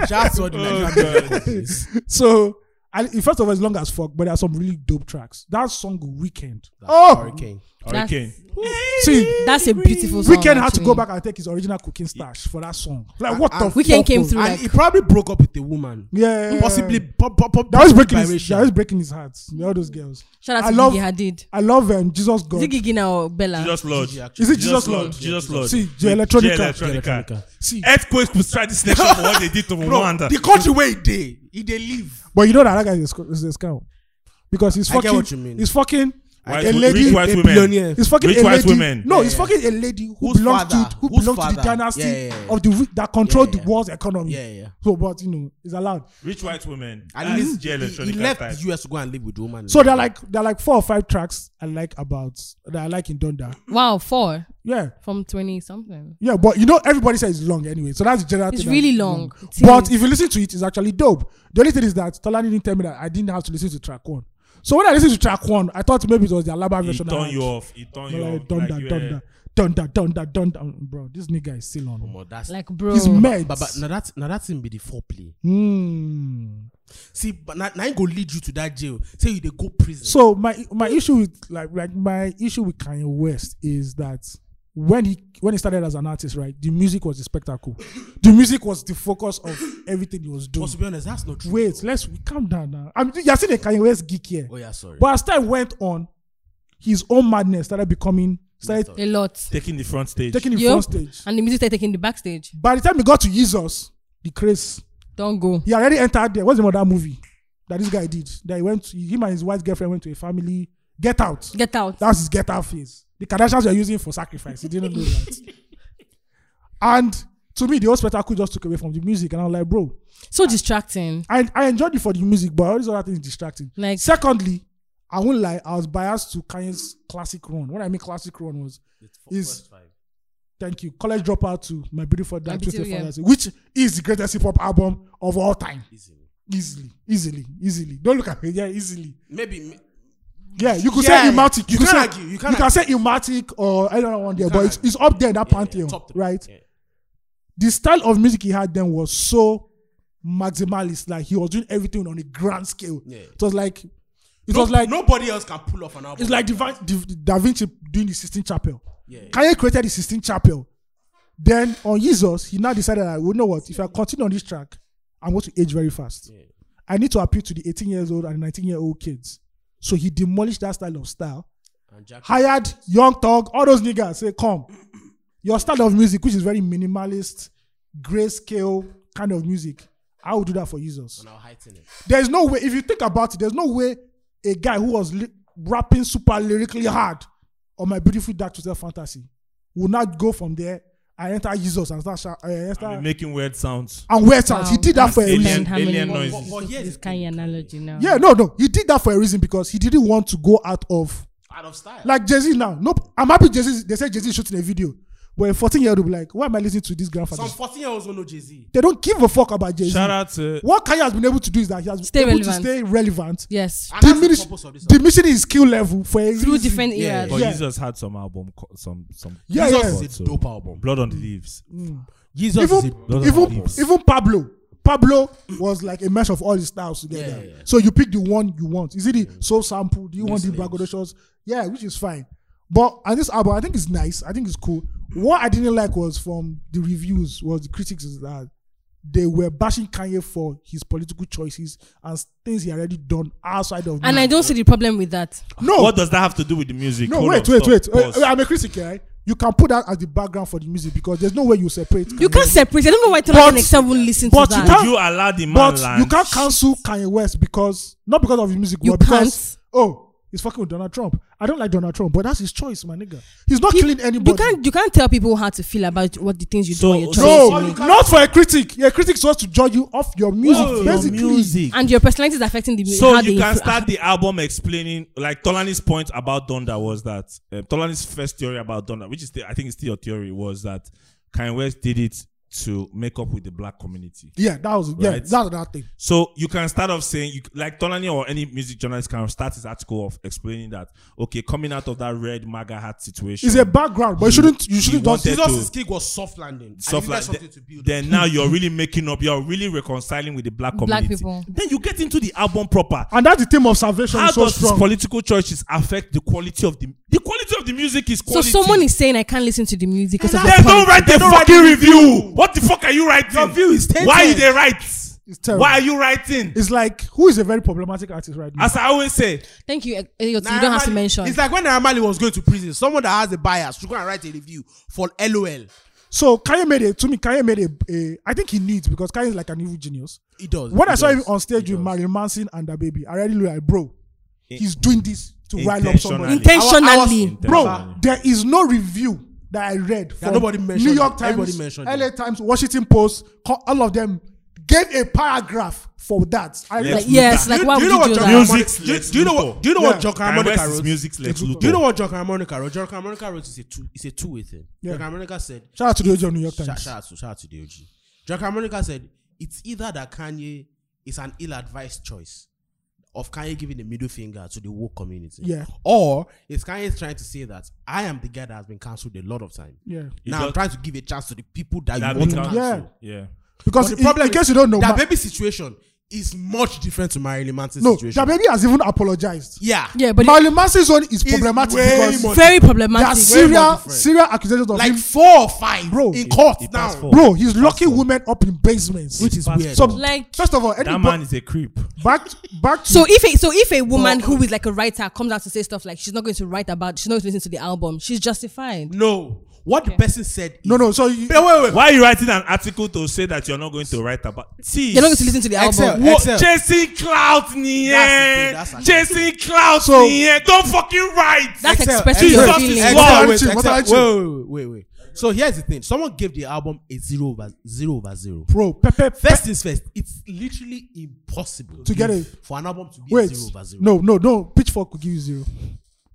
That's what the
Oh,
Nigerian
God.
so I, first of all, it's long as fuck, but there are some really dope tracks. That song Weekend.
oh. hurricane.
That's-
Hurricane.
See,
That's a beautiful song.
Weekend had to
actually.
go back and take his original cooking stash for that song. Like
And-
what the
and-
fuck
Weekend came
was-
through
And
like
he probably broke up with a woman.
Yeah,
Possibly. Po- po- po-
Eh. That was
possibly
breaking. His,
biracial.
that was breaking his heart. All those girls.
shout
I
out to
love-
Gigi Hadid.
I love um, Jesus God.
Is it Gigi now or Bella?
Jesus Lord.
Gigi, actually.
Is it Jesus,
Jesus
Lord?
Lord. Jesus Lord.
See, Jay
With
Electronica.
Jay Electronica.
See,
Earthquake could strike this nation for what they did to Rwanda.
the country where he dey, he dey live.
but you know that that guy is, a sc- is a scam because he's
I get
fucking.
what you mean.
He's fucking
White
a
wo-
lady.
rich white
a
women.
billionaire.
He's fucking
rich
a
white
lady.
women.
No,
Yeah,
he's
yeah.
fucking a lady who
Whose
belongs
father?
to who
Whose
belongs to the
father?
dynasty
Yeah, yeah, yeah.
of the weak that controlled
Yeah, yeah.
the world's economy.
Yeah, yeah.
So, but you know, it's allowed.
Rich white women.
At
That's
least
Jay
he, he
Electronica
left
type.
the US to go and live with the woman.
So they're like they're like four or five tracks I like about that I like in Donda.
Wow, four
Yeah.
from twenty something.
Yeah, but you know everybody says it's long anyway, so that's the general.
It's
thing that
really long. It
But
is.
if you listen to it, it's actually dope. The only thing is that Tolani didn't tell me that I didn't have to listen to track one. So when I listened to track one, I thought maybe it was the Alaba
He
version. I
turned
had.
you off. He turned you off.
Like, dunda,
like you were-
dunda, dunda, dunda, dunda. Um, Bro, this nigga is still on.
Omo, that's
Like bro,
He's mad.
But, but now that now that's him be the foreplay.
Hmm.
See, but now, now he go lead you to that jail. Say you they go prison.
So my my issue with like like my issue with Kanye West is that when he when he started as an artist, right, the music was the spectacle. the music was the focus of everything he was doing.
but to be honest, that's not true.
Wait,
bro.
let's calm down now. I mean, you're seeing a Kanye West geek here.
Oh yeah, sorry.
But as time went on, his own madness started becoming started
A lot.
Taking the front stage.
taking the
Yup.
front stage.
And the music started taking the backstage.
By the time he got to Jesus, the craze,
Don't go.
he already entered there. What's the name of that movie that this guy did? That he went, to, him and his wife's girlfriend went to a family get out.
Get out.
That's his get out phase. The Kardashians were using it for sacrifice. He didn't know that. and to me, the whole spectacle just took away from the music, and I'm like, bro,
So distracting.
I, I enjoyed it for the music, but all these other things distracting.
Like-
secondly, I won't lie, I was biased to Kanye's classic run. What I mean classic run was is thank you, college dropout to my beautiful
My
damn
Beautiful
Twisted
Game.
Fantasy, which is the greatest hip hop album of all time.
Easily.
Easily, easily, easily. Don't look at me. Yeah, easily.
Maybe
Yeah, you could
Yeah,
say Ilmatic.
you
could
can't
say,
argue, you
You
can't
can say Ilmatic or I don't know one there, but it's,
can't
it's up there in that
yeah,
pantheon,
top three,
right?
yeah.
The style of music he had then was so maximalist. Like he was doing everything on a grand scale.
Yeah.
It was like it
No-
was like
nobody else can pull off an album.
it's like Divi- Div- Da Vinci doing the Sistine Chapel.
Yeah, yeah.
Kanye created the Sistine Chapel. Then on Jesus, he now decided, I well, you know what? If I continue on this track, I'm going to age very fast.
Yeah.
I need to appeal to the 18 years old and 19 year old kids. So he demolished that style of style
And Jack-
hired Young Thug, all those niggas say, come. Your style of music, which is very minimalist, grayscale kind of music, I will do that for Jesus.
and I'll heighten it.
There's no way, if you think about it, there's no way a guy who was li- rapping super lyrically hard on my beautiful dark twisted fantasy will not go from there and enter Jesus and start shout, uh, enter
I've been making weird sounds.
and wear out. He
Wow.
did that for a
Understand
reason.
Alien-
how many
alien
more-
noises.
But- but here's
This
the
kind
thing,
of
Kanye.
analogy now.
Yeah, no, no. He did that for a reason because he didn't want to go out of
Out of style.
Like Jay Z now. Nope. I'm happy Jay Z. They said Jay Z is shooting a video. But a 14 year old will be like, why am I listening to this grandfather?
some 14 year olds don't know Jay Z.
they don't give a fuck about Jay Z.
Shout out to
What Kanye has been able to do is that he has
Stay
been able
relevant.
to stay relevant,
Yes.
And that's
diminish,
the purpose of this. album.
diminishing his skill level for a
Through
reason.
different
Yeah,
eras.
but
yeah.
Jesus had some album, co- some some
Yeah,
Jesus
yeah.
is a dope album.
Blood on the Leaves.
Jesus is a
even
Those are
even,
deeps.
even Pablo. Pablo was like a mesh of all his styles together.
Yeah, yeah.
So you pick the one you want. Is it the soul sample? Do you want the braggadocious? Yeah, which is fine. But and this album, I think it's nice. I think it's cool. What I didn't like was from the reviews, was the critics is that they were bashing Kanye for his political choices and things he already done outside of.
And
now.
I don't see the problem with that.
no,
What does that have to do with the music?
no,
Hold
wait,
on,
wait,
stop,
wait. Uh,
pause.
I'm a critic, right? You can put that as the background for the music because there's no way you separate.
You
Kanye
can't separate. I don't know why Tolani and Excel won't listen to
but you
that.
can't-
Would you allow the man
But
land?
you can't cancel Kanye West because not because of his music,
You
but because
can't.
oh, he's fucking with Donald Trump. I don't like Donald Trump, but that's his choice, my nigga. He's not
Pe-
killing anybody.
You can't you can't tell people how to feel about what the things you
So-
do and your
so-
choices
no,
you make.
not for a critic. Yeah, critics wants to judge you off your music,
Whoa,
basically.
your music.
And your personality is affecting the
So
how
you
they
can
influ-
start the album explaining, like Tolani's point about Donda was that uh, Tolani's first theory about Donda, which is the, I think it's still your theory, was that Kanye West did it to make up with the black community.
Yeah, that was yeah,
Right.
that's another thing.
So you can start off saying, you, like Tolani or any music journalist can start his article of explaining that okay, coming out of that red MAGA hat situation,
It's a background, but you shouldn't you shouldn't
you
just
wanted-
Jesus'
to-
gig was soft landing.
stuff
and
like
like something
that.
to build.
Then now you're really making up, you're really reconciling with the black
Black
community.
people.
Then you get into the album proper.
and that's the theme of salvation
How
is so
does these
strong.
political choices affect the quality of the the quality of the music is
So
quality.
someone is saying I can't listen to the music because of
they
the
don't
politics."
write the
don't write
fucking
the
review. What the fuck are you writing?
Your view is tainted.
Why they write?
It's terrible.
Why are you writing?
It's like who is a very problematic artist right now?
As I always say,
Thank you. eh, eh, You
Naira
don't have to
Marley-
mention.
It's like when Naramali was going to prison. Someone that has a bias should go and write a review for LOL.
so Kanye made a to me Kanye made a, a I think he needs because Kanye is like an evil genius.
He does.
When
He
I saw
does.
him on stage
He
with
does.
Marilyn Manson and the baby, I already knew like, bro, he's doing this to rile up somebody.
Intentionally.
Intentionally.
I was- I was-
Bro,
Intentionally.
there is no review that I read from
nobody mentioned
New York
it.
Times,
Everybody mentioned
LA
it.
Times, Washington Post, co- all of them gave a paragraph for that. I
Let's
read-
Like, yes,
Do
like why
do
would
you know
you
what
do
John
that?
Music
Harmonica- do, you-
Lex
do you know
Luthor.
what do you know
Yeah.
what John
Kanye
Harmonica
West's
wrote?
music's Lex
Lex Luthor.
Luthor.
Do you know what John Harmonica wrote? John Harmonica wrote is a two it's a two way thing.
Yeah.
John Harmonica said
Shout out to the OG of New York
shout,
Times.
shout out to shout out to the OG. John Harmonica said it's either that Kanye is an ill advised choice of Kanye giving the middle finger to the woke community.
Yeah.
Or it's Kanye trying to say that I am the guy that has been cancelled a lot of time.
Yeah.
He
now I'm
does-
trying to give a chance to the people that,
That
you want to
becomes-
cancel.
Yeah.
Yeah.
Because
But the
in,
problem
in case you don't know,
that
Ma-
baby situation is much different to Marilyn Manson's
No,
situation.
Jabebi has even apologized.
yeah.
Yeah, but
Marilyn Manson's one is
It's
problematic
way
because
more-
very
there are
problematic.
serial
different.
serial accusations of
Like
him.
four or five
Bro,
in court now.
passed four.
Bro, he's locking women up in basements.
Which is
Fast
weird.
so,
forward.
Like-
first of all, any
That
bo-
man is a creep.
back back to
So if a, so if a woman who is like a writer comes out to say stuff like she's not going to write about she's not going to listen to the album, she's justified.
No. What the person said is,
no no. So you,
Wait, wait, wait.
Why are you writing an article to say that you're not going to write about? See,
You're not going to listen to the album.
Excel.
What chasing clout
thing,
niye?
that's the
Chasing clout
So-
niye? Don't fucking write.
That's
Excel,
expressing
Excel.
your
Jesus is
feelings.
Lord.
Excel, wait, Excel.
What about you?
Wait, wait, wait, wait, wait. So here's the thing. Someone gave the album a zero over zero over zero.
bro, Pepe,
First things first, it's literally impossible
To get a-
for an album to be
wait,
zero over zero.
no no no. Pitchfork could give you zero.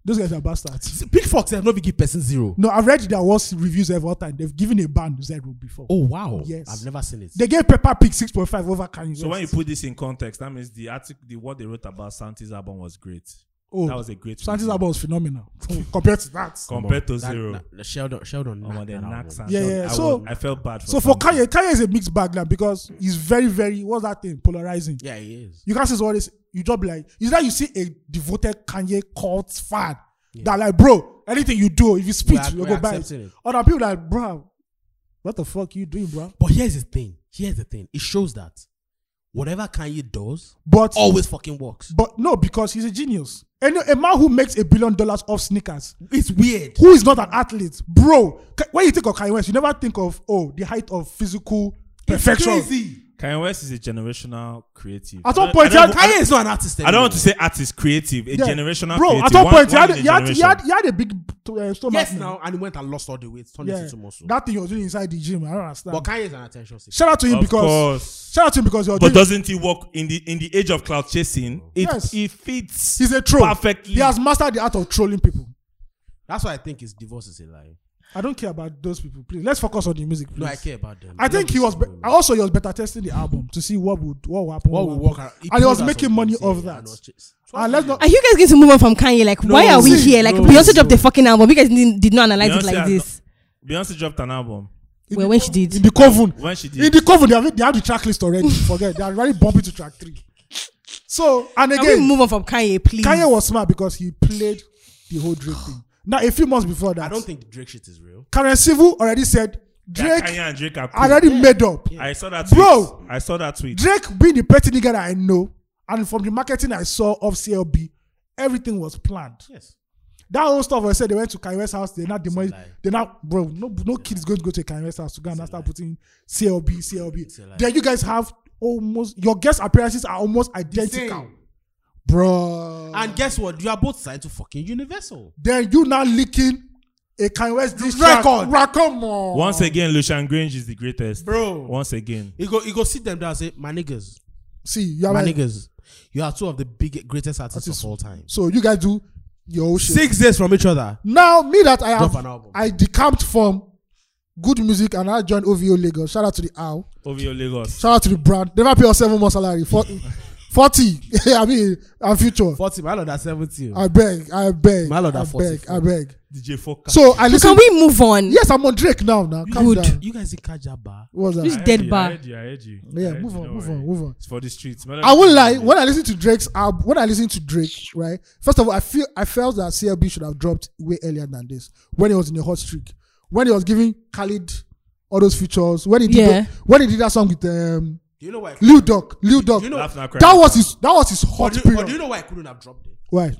Those guys are bastards.
Pitchfork have not give person zero.
No, I've read their worst reviews ever all time. They've given a band zero before.
Oh wow!
Yes.
I've never seen it.
They gave Peppa Pig six point five over Kanye.
So when you
West.
put this in context, that means the article, the what they wrote about Santi's album was great.
oh,
that was a great.
Santi's
review.
album was phenomenal Oh, compared to that.
compared to
That-
zero.
that- that Sheldon, Sheldon,
Oh,
knacked
they
that
knocked
album.
Santi.
Yeah, yeah,
I was-
so-
I felt bad for.
So for
Santi.
Kanye, Kanye is a mixed bag now because he's very, very what's that thing? Polarizing.
yeah, he is.
You can't say what is you just be like is that you see a devoted Kanye cult fan that like bro, anything you do, if you speak,
We are-
you'll
we
go
are
buy it.
accepting it.
Other people like, bro, what the fuck you doing, bro?
But here's the thing. Here's the thing. It shows that whatever Kanye does
But
always fucking works.
but no, because he's a genius. And a man who makes a billion dollars off sneakers,
It's weird.
who is not an athlete, bro. Ka- When you think of Kanye West, you never think of oh the height of physical perfection.
It's crazy.
Kanye West is a generational creative. I
At one
don't-
point,
I don't-
he had-
Kanye is not an artist.
I don't want to
anymore.
say artist creative, a
Yeah.
generational
bro.
creative.
At one
one-
point, he
one
had,
in a
he, had, he,
generation.
had, he had a big uh, stomach.
yes now, and he went and lost all the weight, turned it
Yeah,
into muscle.
that uh, thing he was doing inside the gym, I don't understand.
but Kanye is an attention seeker.
shout out to him
Of
because
course.
shout out to him because he was
But
doing,
doesn't he work in the in the age of cloud chasing? It
Yes.
it fits.
he's a troll.
perfectly.
He has mastered the art of trolling people.
That's why I think his divorce is a lie.
I don't care about those people. Please let's focus on the music. Please.
No, I care about them.
I think he was. Be- also, he was better testing the album to see what would what would happen.
What
would
will
happen.
work? out-
And he was
told us
making
on
money
Tuesday,
off
and
that.
was just-
Ah, let's not-
Are you guys going to move on from Kanye? Like, why
No,
are we
see,
here? Like,
no,
Beyonce
no.
dropped the fucking album. You guys didn't, did not analyze it
Beyonce
like
has
this.
Beyonce dropped an album
well, when she did.
in the coven.
when she did.
In the coven, they have, they have the track list already. Forget they are already bumping to track three. So and
Can we
again,
move on from Kanye, please?
Kanye was smart because he played the whole Drake thing. Now a few months before that,
I don't think the Drake shit is real.
Karen Civil already said
That
Drake
Kanye and Drake are cool.
already made up.
I saw that tweet.
Bro!
I saw that tweet.
Drake being the petty nigga that I know, and from the marketing I saw of CLB, everything was planned.
Yes.
That whole stuff I said they went to Kanye West's house, they now demolished,
lie.
they now bro, no no kid is going to go to Kanye West's house to go and now start putting CLB,
a lie.
CLB. Then you guys have almost your guest appearances are almost identical. Bro.
And guess what? You are both signed to fucking Universal.
then you now leaking a Kanye West diss
Record.
Track. Come on.
Once again, Lucian Grange is the greatest.
Bro.
Once again.
You go, you go sit them down and say, my niggas,
see, you are
my
like,
niggas, you are two of the big, greatest artists of all time.
so you guys do your own shit.
Six days from each other.
Now me that I
Drop
have,
an album.
I decamped from good music and I joined OVO Lagos. Shout out to the OW.
Over your Lagos.
Shout out to the brand. Never pay us seven more salary. For, Forty. I mean, and future.
40, my lord, that's 70.
I beg. I beg.
My lord,
I
at
beg.
44.
I beg.
DJ Foka.
So I
so
listen.
can we move on?
Yes, I'm on Drake now. Now, calm
Good.
down.
You guys did Kajaba.
What's
This-
that?
I
dead
heard you,
bar.
I heard you, I heard you. I
Yeah,
heard
move
you,
on,
don't
move
worry.
on, move on.
It's for the streets.
I won't lie. When I listen to Drake's album, when I listen to Drake, right? First of all, I feel I felt that CLB should have dropped way earlier than this when he was in a hot streak, when he was giving Khalid all those features, when he did
Yeah.
the- when he did that song with um,
Do you know why?
Lil Duck, Lil Duck.
you know-
Laugh now, cry
that
later.
was his that was his
But
hot
do, but
period.
do you know why I couldn't have dropped it?
Why?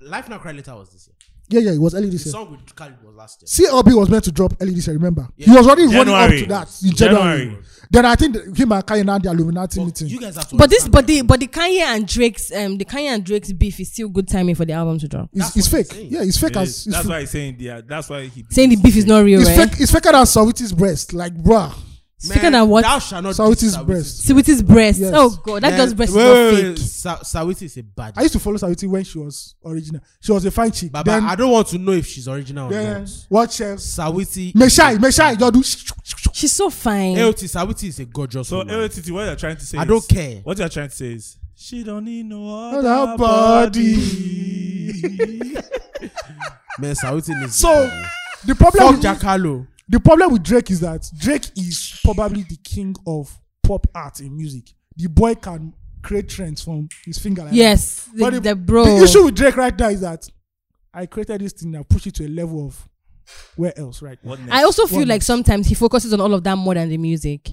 Life Now Cry Later was this year.
Yeah, yeah, it was early this
The
year.
song with Khalid was last year.
CLB was meant to drop early this year. Remember,
Yeah.
he was already running
January.
up to that in January.
January.
Then I think that him and Kanye had the Illuminati
But
meeting.
you guys have to
But this,
understand
but
that.
the, but the Kanye and Drake's, um, the Kanye and Drake's beef is still good timing for the album to drop.
it's
That's
it's
what I'm
fake.
saying.
Yeah, it's fake
It
as
is.
it's,
That's
fake.
why he's saying the. That's why he.
Saying the beef is not real,
it's,
right?
fake, it's faker than Sawiti's breast. Like, bruh,
Speaking of what,
Thou shall not
Sawiti's
diss Sawiti's
breast.
Sawiti's breast.
Yes.
Oh god, that
Man,
girl's breast
wait,
is
wait,
not
wait,
fake.
wait. Sa- Sawiti is a bad.
I used to follow Sawiti when she was original. She was a fine chick.
Baba,
then,
I don't want to know if she's original or
then
not.
what chefs?
Sawiti.
Meshai, Meshai, you do.
She's so fine.
AOT, Sawiti is a gorgeous
So
woman.
LTT, what you're trying to say?
I
is-
don't care.
What you're trying to say is she don't need no
Other
other body.
Man, Sawiti is.
So the
Fuck
problem, with,
Jakalo.
the problem with Drake is that Drake is probably the king of pop art in music. The boy can create trends from his finger. Like
Yes, the,
But
the,
the-
bro.
That. The issue with Drake right now is that I created this thing and pushed it to a level of where else right now.
What next?
I also feel
What
like
next?
sometimes he focuses on all of that more than the music,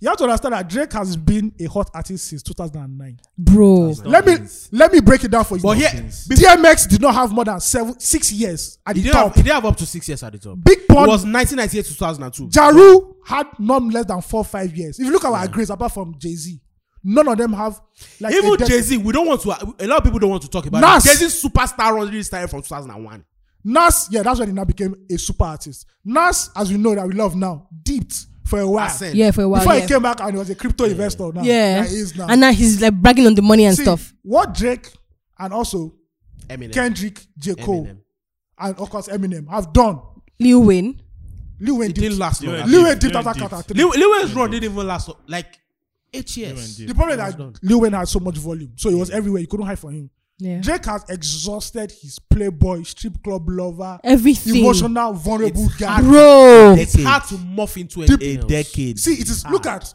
You have to understand that Drake has been a hot artist since 2009.
bro.
Let me let me break it down for you.
But here, before,
DMX did not have more than seven, six years at
he,
the
didn't have,
top.
he didn't have up to six years at the top.
Big
It
Pun,
was 1998 to 2002.
Jaru had none less than four, five years. If you look at our grades, apart from Jay Z, none of them have like a
Even
dec-
Jay Z, we don't want to. A lot of people don't want to talk about
Nas.
it. Jay Z's superstar run really started from 2001.
Nas, yeah, that's when he now became a super artist. Nas, as we know that we love now, dipped for a while.
Ascent.
Yeah, for a while.
Before
Yeah,
he came back and he was a crypto investor now.
yeah.
That he is now.
and now he's like bragging on the money and
See,
stuff.
What Drake and also
Eminem.
Kendrick, J. Cole,
Eminem.
and of course Eminem have done.
Lil Wayne,
Lil Wayne
It didn't
dipped.
last
Lil
long.
Wayne
Lil Wayne
Dipped,
dipped
Lil
after
Wayne
Carter
dipped.
3.
Lil, Lil Wayne's run didn't even last like eight years.
Wayne
The problem
was
is
done.
that Lil Wayne had so much volume, so he was everywhere. You couldn't hide from him.
yeah,
Drake has exhausted his playboy, strip club lover,
everything,
emotional, vulnerable
It's
guy.
hard.
bro.
It's hard to morph into
Deep-
a decade.
See, it is look
Ah.
at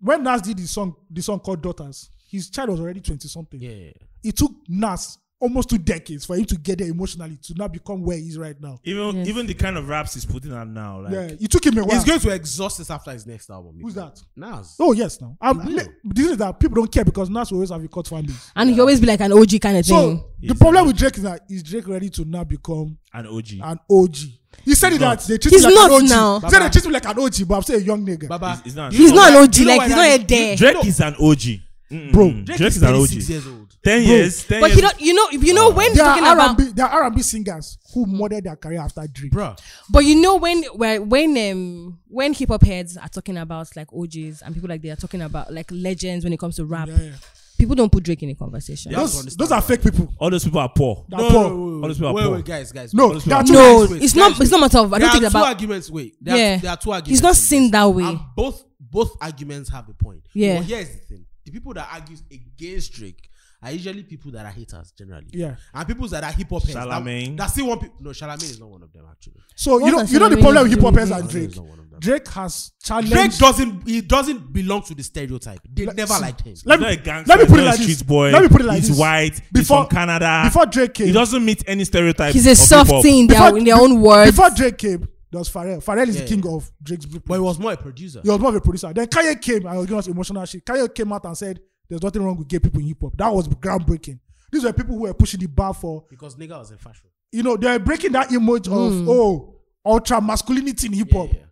when Nas did his song, the song called Daughters. His child was already twenty something.
Yeah.
It took Nas almost two decades for him to get there emotionally to now become where he is right now.
even
Yes.
even the kind of raps he's putting out now, like
yeah, it took him a while.
He's going to exhaust this after his next album.
Who's that?
Nas.
oh yes, now um,
Lil.
le- this is that people don't care because Nas will always have a cut fan base.
And he always be like an OG kind of thing.
So the
He's
problem with Drake is that is Drake ready to now become
an OG.
an OG? He said it that they treat
He's
him
not
like an OG.
now.
He said they
Baba.
treat him like an OG, but I'm still a young nigga.
Baba.
He's- he's not-
you
he's
know
not
why-
an OG.
you know
like
why
he's not
that
a
is-
dare.
Drake is an OG. Mm-mm.
Bro,
Drake,
Drake
is an
36
OG.
years old.
Ten
Bro.
years, ten
But
years.
you know, you know, you know when
Uh, There
talking
are
about
R&B, there are R&B singers who murdered their career after Drake.
Bruh.
But you know when where- when um when hip hop heads are talking about like OGs and people like they are talking about like legends when it comes to rap,
Yeah, yeah.
people don't put Drake in a conversation.
Yeah.
Those, those are fake people.
all those people are poor.
That are poor.
All those people are
wait,
poor.
wait, guys, guys.
No,
All those
there are
people
two
are-
No,
guys
wait,
it's
guys,
not. It's not matter of. I
There
don't
are
think
two
about.
arguments. Wait, there,
Yeah.
are, there are two arguments.
He's not
on
seen
this.
that way.
And both both arguments have a point.
Yeah.
But here's the thing: the people that argues against Drake are usually people that are haters generally.
Yeah.
And people that are hip hop heads.
Charlamagne.
That, that still want people. No, Charlamagne is not one of them actually.
So you know,
What
you know the
does Charlamagne
problem with hip hop heads
do?
and
Charlamagne
Drake.
is not one of them.
Drake has challenged.
Drake doesn't. He doesn't belong to the stereotype. They
Let-
never
see,
liked him.
Let
He's not
me,
a gangster,
let me
he's
put
not
it
a
like
street
this.
boy.
Let me put it like
he's
this.
white.
Before-
he's from Canada.
before Drake came-
he doesn't meet any stereotype.
He's a softy in their
Before-
in their own words.
Before Drake came, there was Pharrell. Pharrell is
Yeah,
the king
yeah.
of Drake's
But he
blueprint.
was more a producer.
He was more of a producer. Then Kanye came and was giving us emotional shit. Kanye came out and said, "There's nothing wrong with gay people in hip hop." That was groundbreaking. These were people who were pushing the bar for
Because nigga was in fashion.
you know they're breaking that image of oh ultra masculinity in hip
Yeah,
hop.
Hmm. yeah.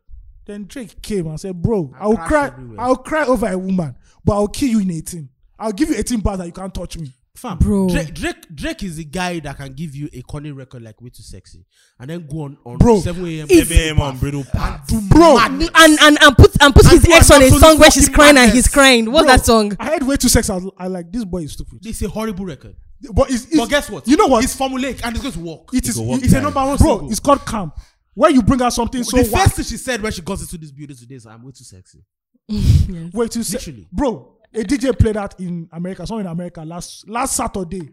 Then Drake came and said, "Bro,
I
I'll
crashed
cry,
everywhere."
I'll cry over a woman, but I'll kill you in 18. I'll give you 18 bars that you can't touch me."
Fam,
Bro.
Drake, Drake Drake is the guy that can give you a corny record like way too sexy, and then go on on
Bro, Ah.
seven a.m.
if-
Baby,
him on brittle path.
Bro,
And and and put and put
And
his
do
ex
an
on a
absolute
song where she's
fucking
crying and
madness.
he's crying. What's
bro,
that song?
I heard way too sex. I was I like this boy is stupid.
This is a horrible record.
But it's, it's
but guess what?
You know what?
It's formulaic and it's going to work.
it is.
It's a work
It's a
time.
number one
Bro,
single. It's called calm. When you bring out something so
the
whack,
first thing she said when she got into this beauty today is, "I'm way too sexy."
way too se-
Literally.
bro. A DJ played that in America. Someone in America last last Saturday.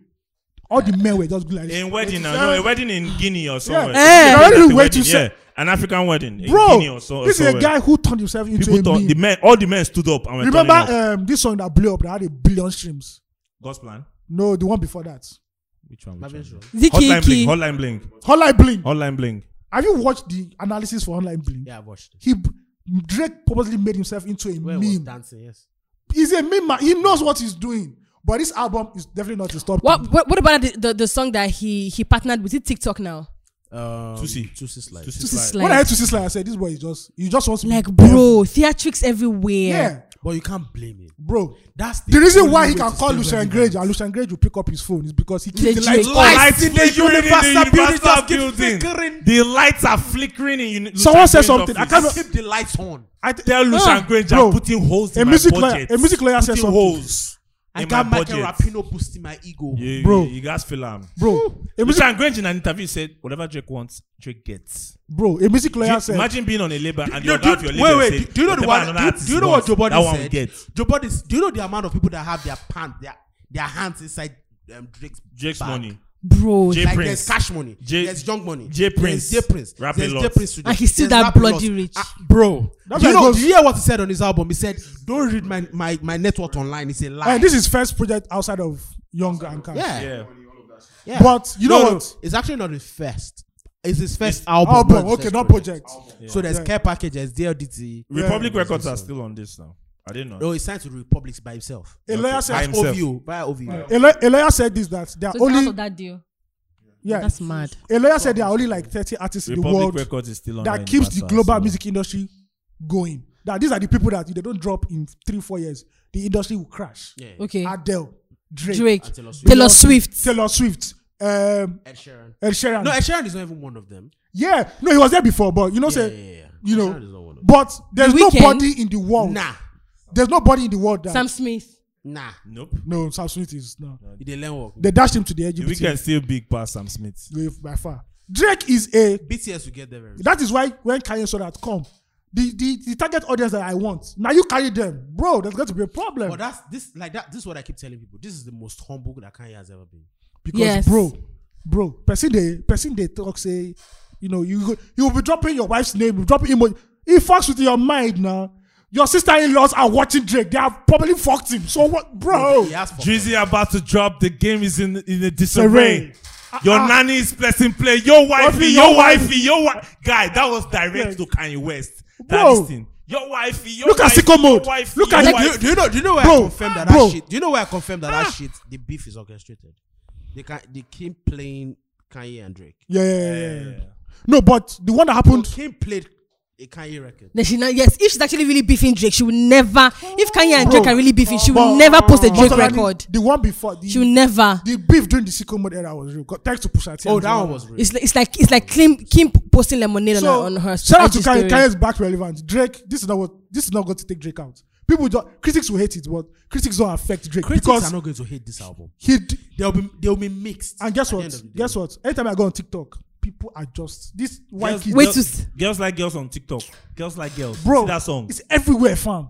All the men were just like
In wedding, now, no, a wedding in Guinea or somewhere.
Eh.
That's
They're
a
already way
wedding,
too
yeah,
se-
an African wedding in Guinea
bro.
or so. or
This is a
somewhere.
guy who turned himself into
People
a
thought
meme.
the men, all the men stood up and were
Remember uh,
turning up.
um, this song that blew up that had a billion streams?
God's plan.
No, the one before that.
Which one? Which
Marvin
one?
Show.
Ziki
Hotline bling.
Iki.
Hotline bling.
Hotline Bling.
Hotline bling.
Have you watched the analysis for Hotline Bling?
Yeah, I've watched it.
He Drake purposely made himself into a
Where was
meme.
dancing? Yes.
He's a meme. Man. He knows what he's doing. But this album is definitely not his top.
What,
ten.
what what about the, the, the song that he he partnered with? Is it TikTok now?
Um,
Tusi.
Tusi slide.
Tusi
Just
slide.
like,
When I heard to this, like I said, this boy is just he just wants to be
like
devil.
bro, theatrics everywhere.
Yeah,
But you can't blame him.
bro.
That's the,
The reason
only
why he
way
can
to
call
stay
Lucian
relevant.
Grange and Lucian Grange will pick up his phone is because he keeps
Legit.
the lights on.
Light-
Lights in the
universal
universal
building just keep
building.
flickering.
The lights are flickering in. Uni-
Someone
Luther Grange's
said something. I
office.
can't-
Keep the lights on.
I tell Lucian Granger
bro,
putting holes in
a
my
music lawyer-
budget.
a music lawyer said
putting
something.
holes.
I
in my
got Michael
budget.
Rapino boosting my ego.
You,
Bro.
bro, you, you guys feel am.
Bro, a music,
Lucian Granger in an interview said, "Whatever Drake wants, Drake gets."
bro, a music
Do you-
lawyer said.
Imagine being on a label and
You
you're
know, do,
out your
you-
label.
wait,
and
wait.
said,
do, do you know the
"Whatever another
one? Do, you-
artist
do you know
wants,
what Joe Budden
that one
said?
gets.
Joe Budden. Do you know the amount of people that have their pants, their their hands inside um, Drake's
Drake's
bag?
money.
bro.
J-
like-
Like
Prince.
there's cash money,
J-
there's young money,
J
there's
Prince.
J Prince,
Rap a
there's
lot.
J Prince today,
And he's still
there's
that
Rap a
bloody
lot.
rich.
Ah, bro.
That's
you
why
know,
it goes-
do you hear what he said on his album? He said, "Don't read my my, my network online. It's a lie."
And this is first project outside of Young and Cash.
yeah.
Yeah.
yeah.
But you know
No, no,
what?
It's actually not his first. It's his first album.
Album,
his
okay,
first
not project.
So there's
Yeah.
care packages, DLDT.
Republic Records are still on this now. I didn't know.
No, he signed to the Republics by himself.
A lawyer
By
said,
him- himself.
OVO, by OVO.
a la- a lawyer said this that there are
so it's out
only
of that deal.
yeah.
That's mad.
A lawyer said there are only like thirty artists in the
Republic
world
Records is still on.
that keeps the global music industry going. That these are the people that if they don't drop in three four years, the industry will crash.
Yeah.
Okay.
Adele, Drake,
Drake,
And Taylor
Taylor
Swift.
Swift,
Taylor Swift, um,
Ed Sheeran.
Ed Sheeran.
No, Ed Sheeran is not even one of them.
yeah, no, he was there before, but you know,
Yeah,
say
yeah, yeah.
you
Ed
know,
Sheeran is not one of them.
but there's
The Weeknd?
nobody in the world.
Nah,
There's nobody in the world that
Sam Smith.
nah.
Nope.
no Sam Smith is no.
They learn work.
They dashed him to the
The weekend
LGBT
still big past Sam Smith.
wave by far. Drake is a
BTS will get there very soon.
That is why when Kanye saw that come, the, the, the target audience that I want, now you carry them. Bro, there's going to be a problem.
But that's this like that. This is what I keep telling people. This is the most humble that Kanye has ever been.
because,
Yes.
bro, bro, person they, person they talk, say, you know, you go- you will be dropping your wife's name, you dropping emoji. It fucks with your mind now. Your sister in laws are watching Drake. They have probably fucked him. So what, bro?
He has for
Drizzy about to drop. The game is in in a
Terrain.
disarray.
Ah,
Your nanny is pressing play. Your wifey, your wifey, your wife. Guy, that was direct to Kanye West. That
Bro.
is thing. Your wifey, your
Look at
wifey,
sicko
your
mode.
wifey,
Look
your
at
Do
Like-
you,
wifey.
do you know? Do you know where I
Bro,
confirmed that,
bro.
that shit? Do you know where I confirmed that that shit? The beef is orchestrated. They can they keep playing Kanye and Drake.
Yeah, yeah, yeah, yeah. No, but the one that happened.
Kim played a Kanye record.
Then she now yes, if she's actually really beefing Drake, she would never. If Kanye and
Bro.
Drake are really beefing, she
But-
will never post a
but
Drake
Solani,
record.
The one before. The,
She will never.
the beef during the sicko mode era was real. God, Thanks to Pusha T.
Oh,
and
that one
Jonah.
was real.
It's like it's like it's like Kim, Kim posting lemonade on,
so,
her, on her.
shout out to
IG
Kanye.
story.
Kanye's back relevant. Drake, this is not what this is not going to take Drake out. People don't critics will hate it, but critics don't affect Drake
Critics
because
are not going to hate this album.
he d-
They'll be they'll be mixed.
and guess
at the end of the
what?
day.
Guess what? Anytime I go on TikTok, people are just this white
Girls-
kid,
Wait
girls-
to s-
Girls like girls on TikTok. Girls like girls.
bro.
See that song.
It's everywhere, fam.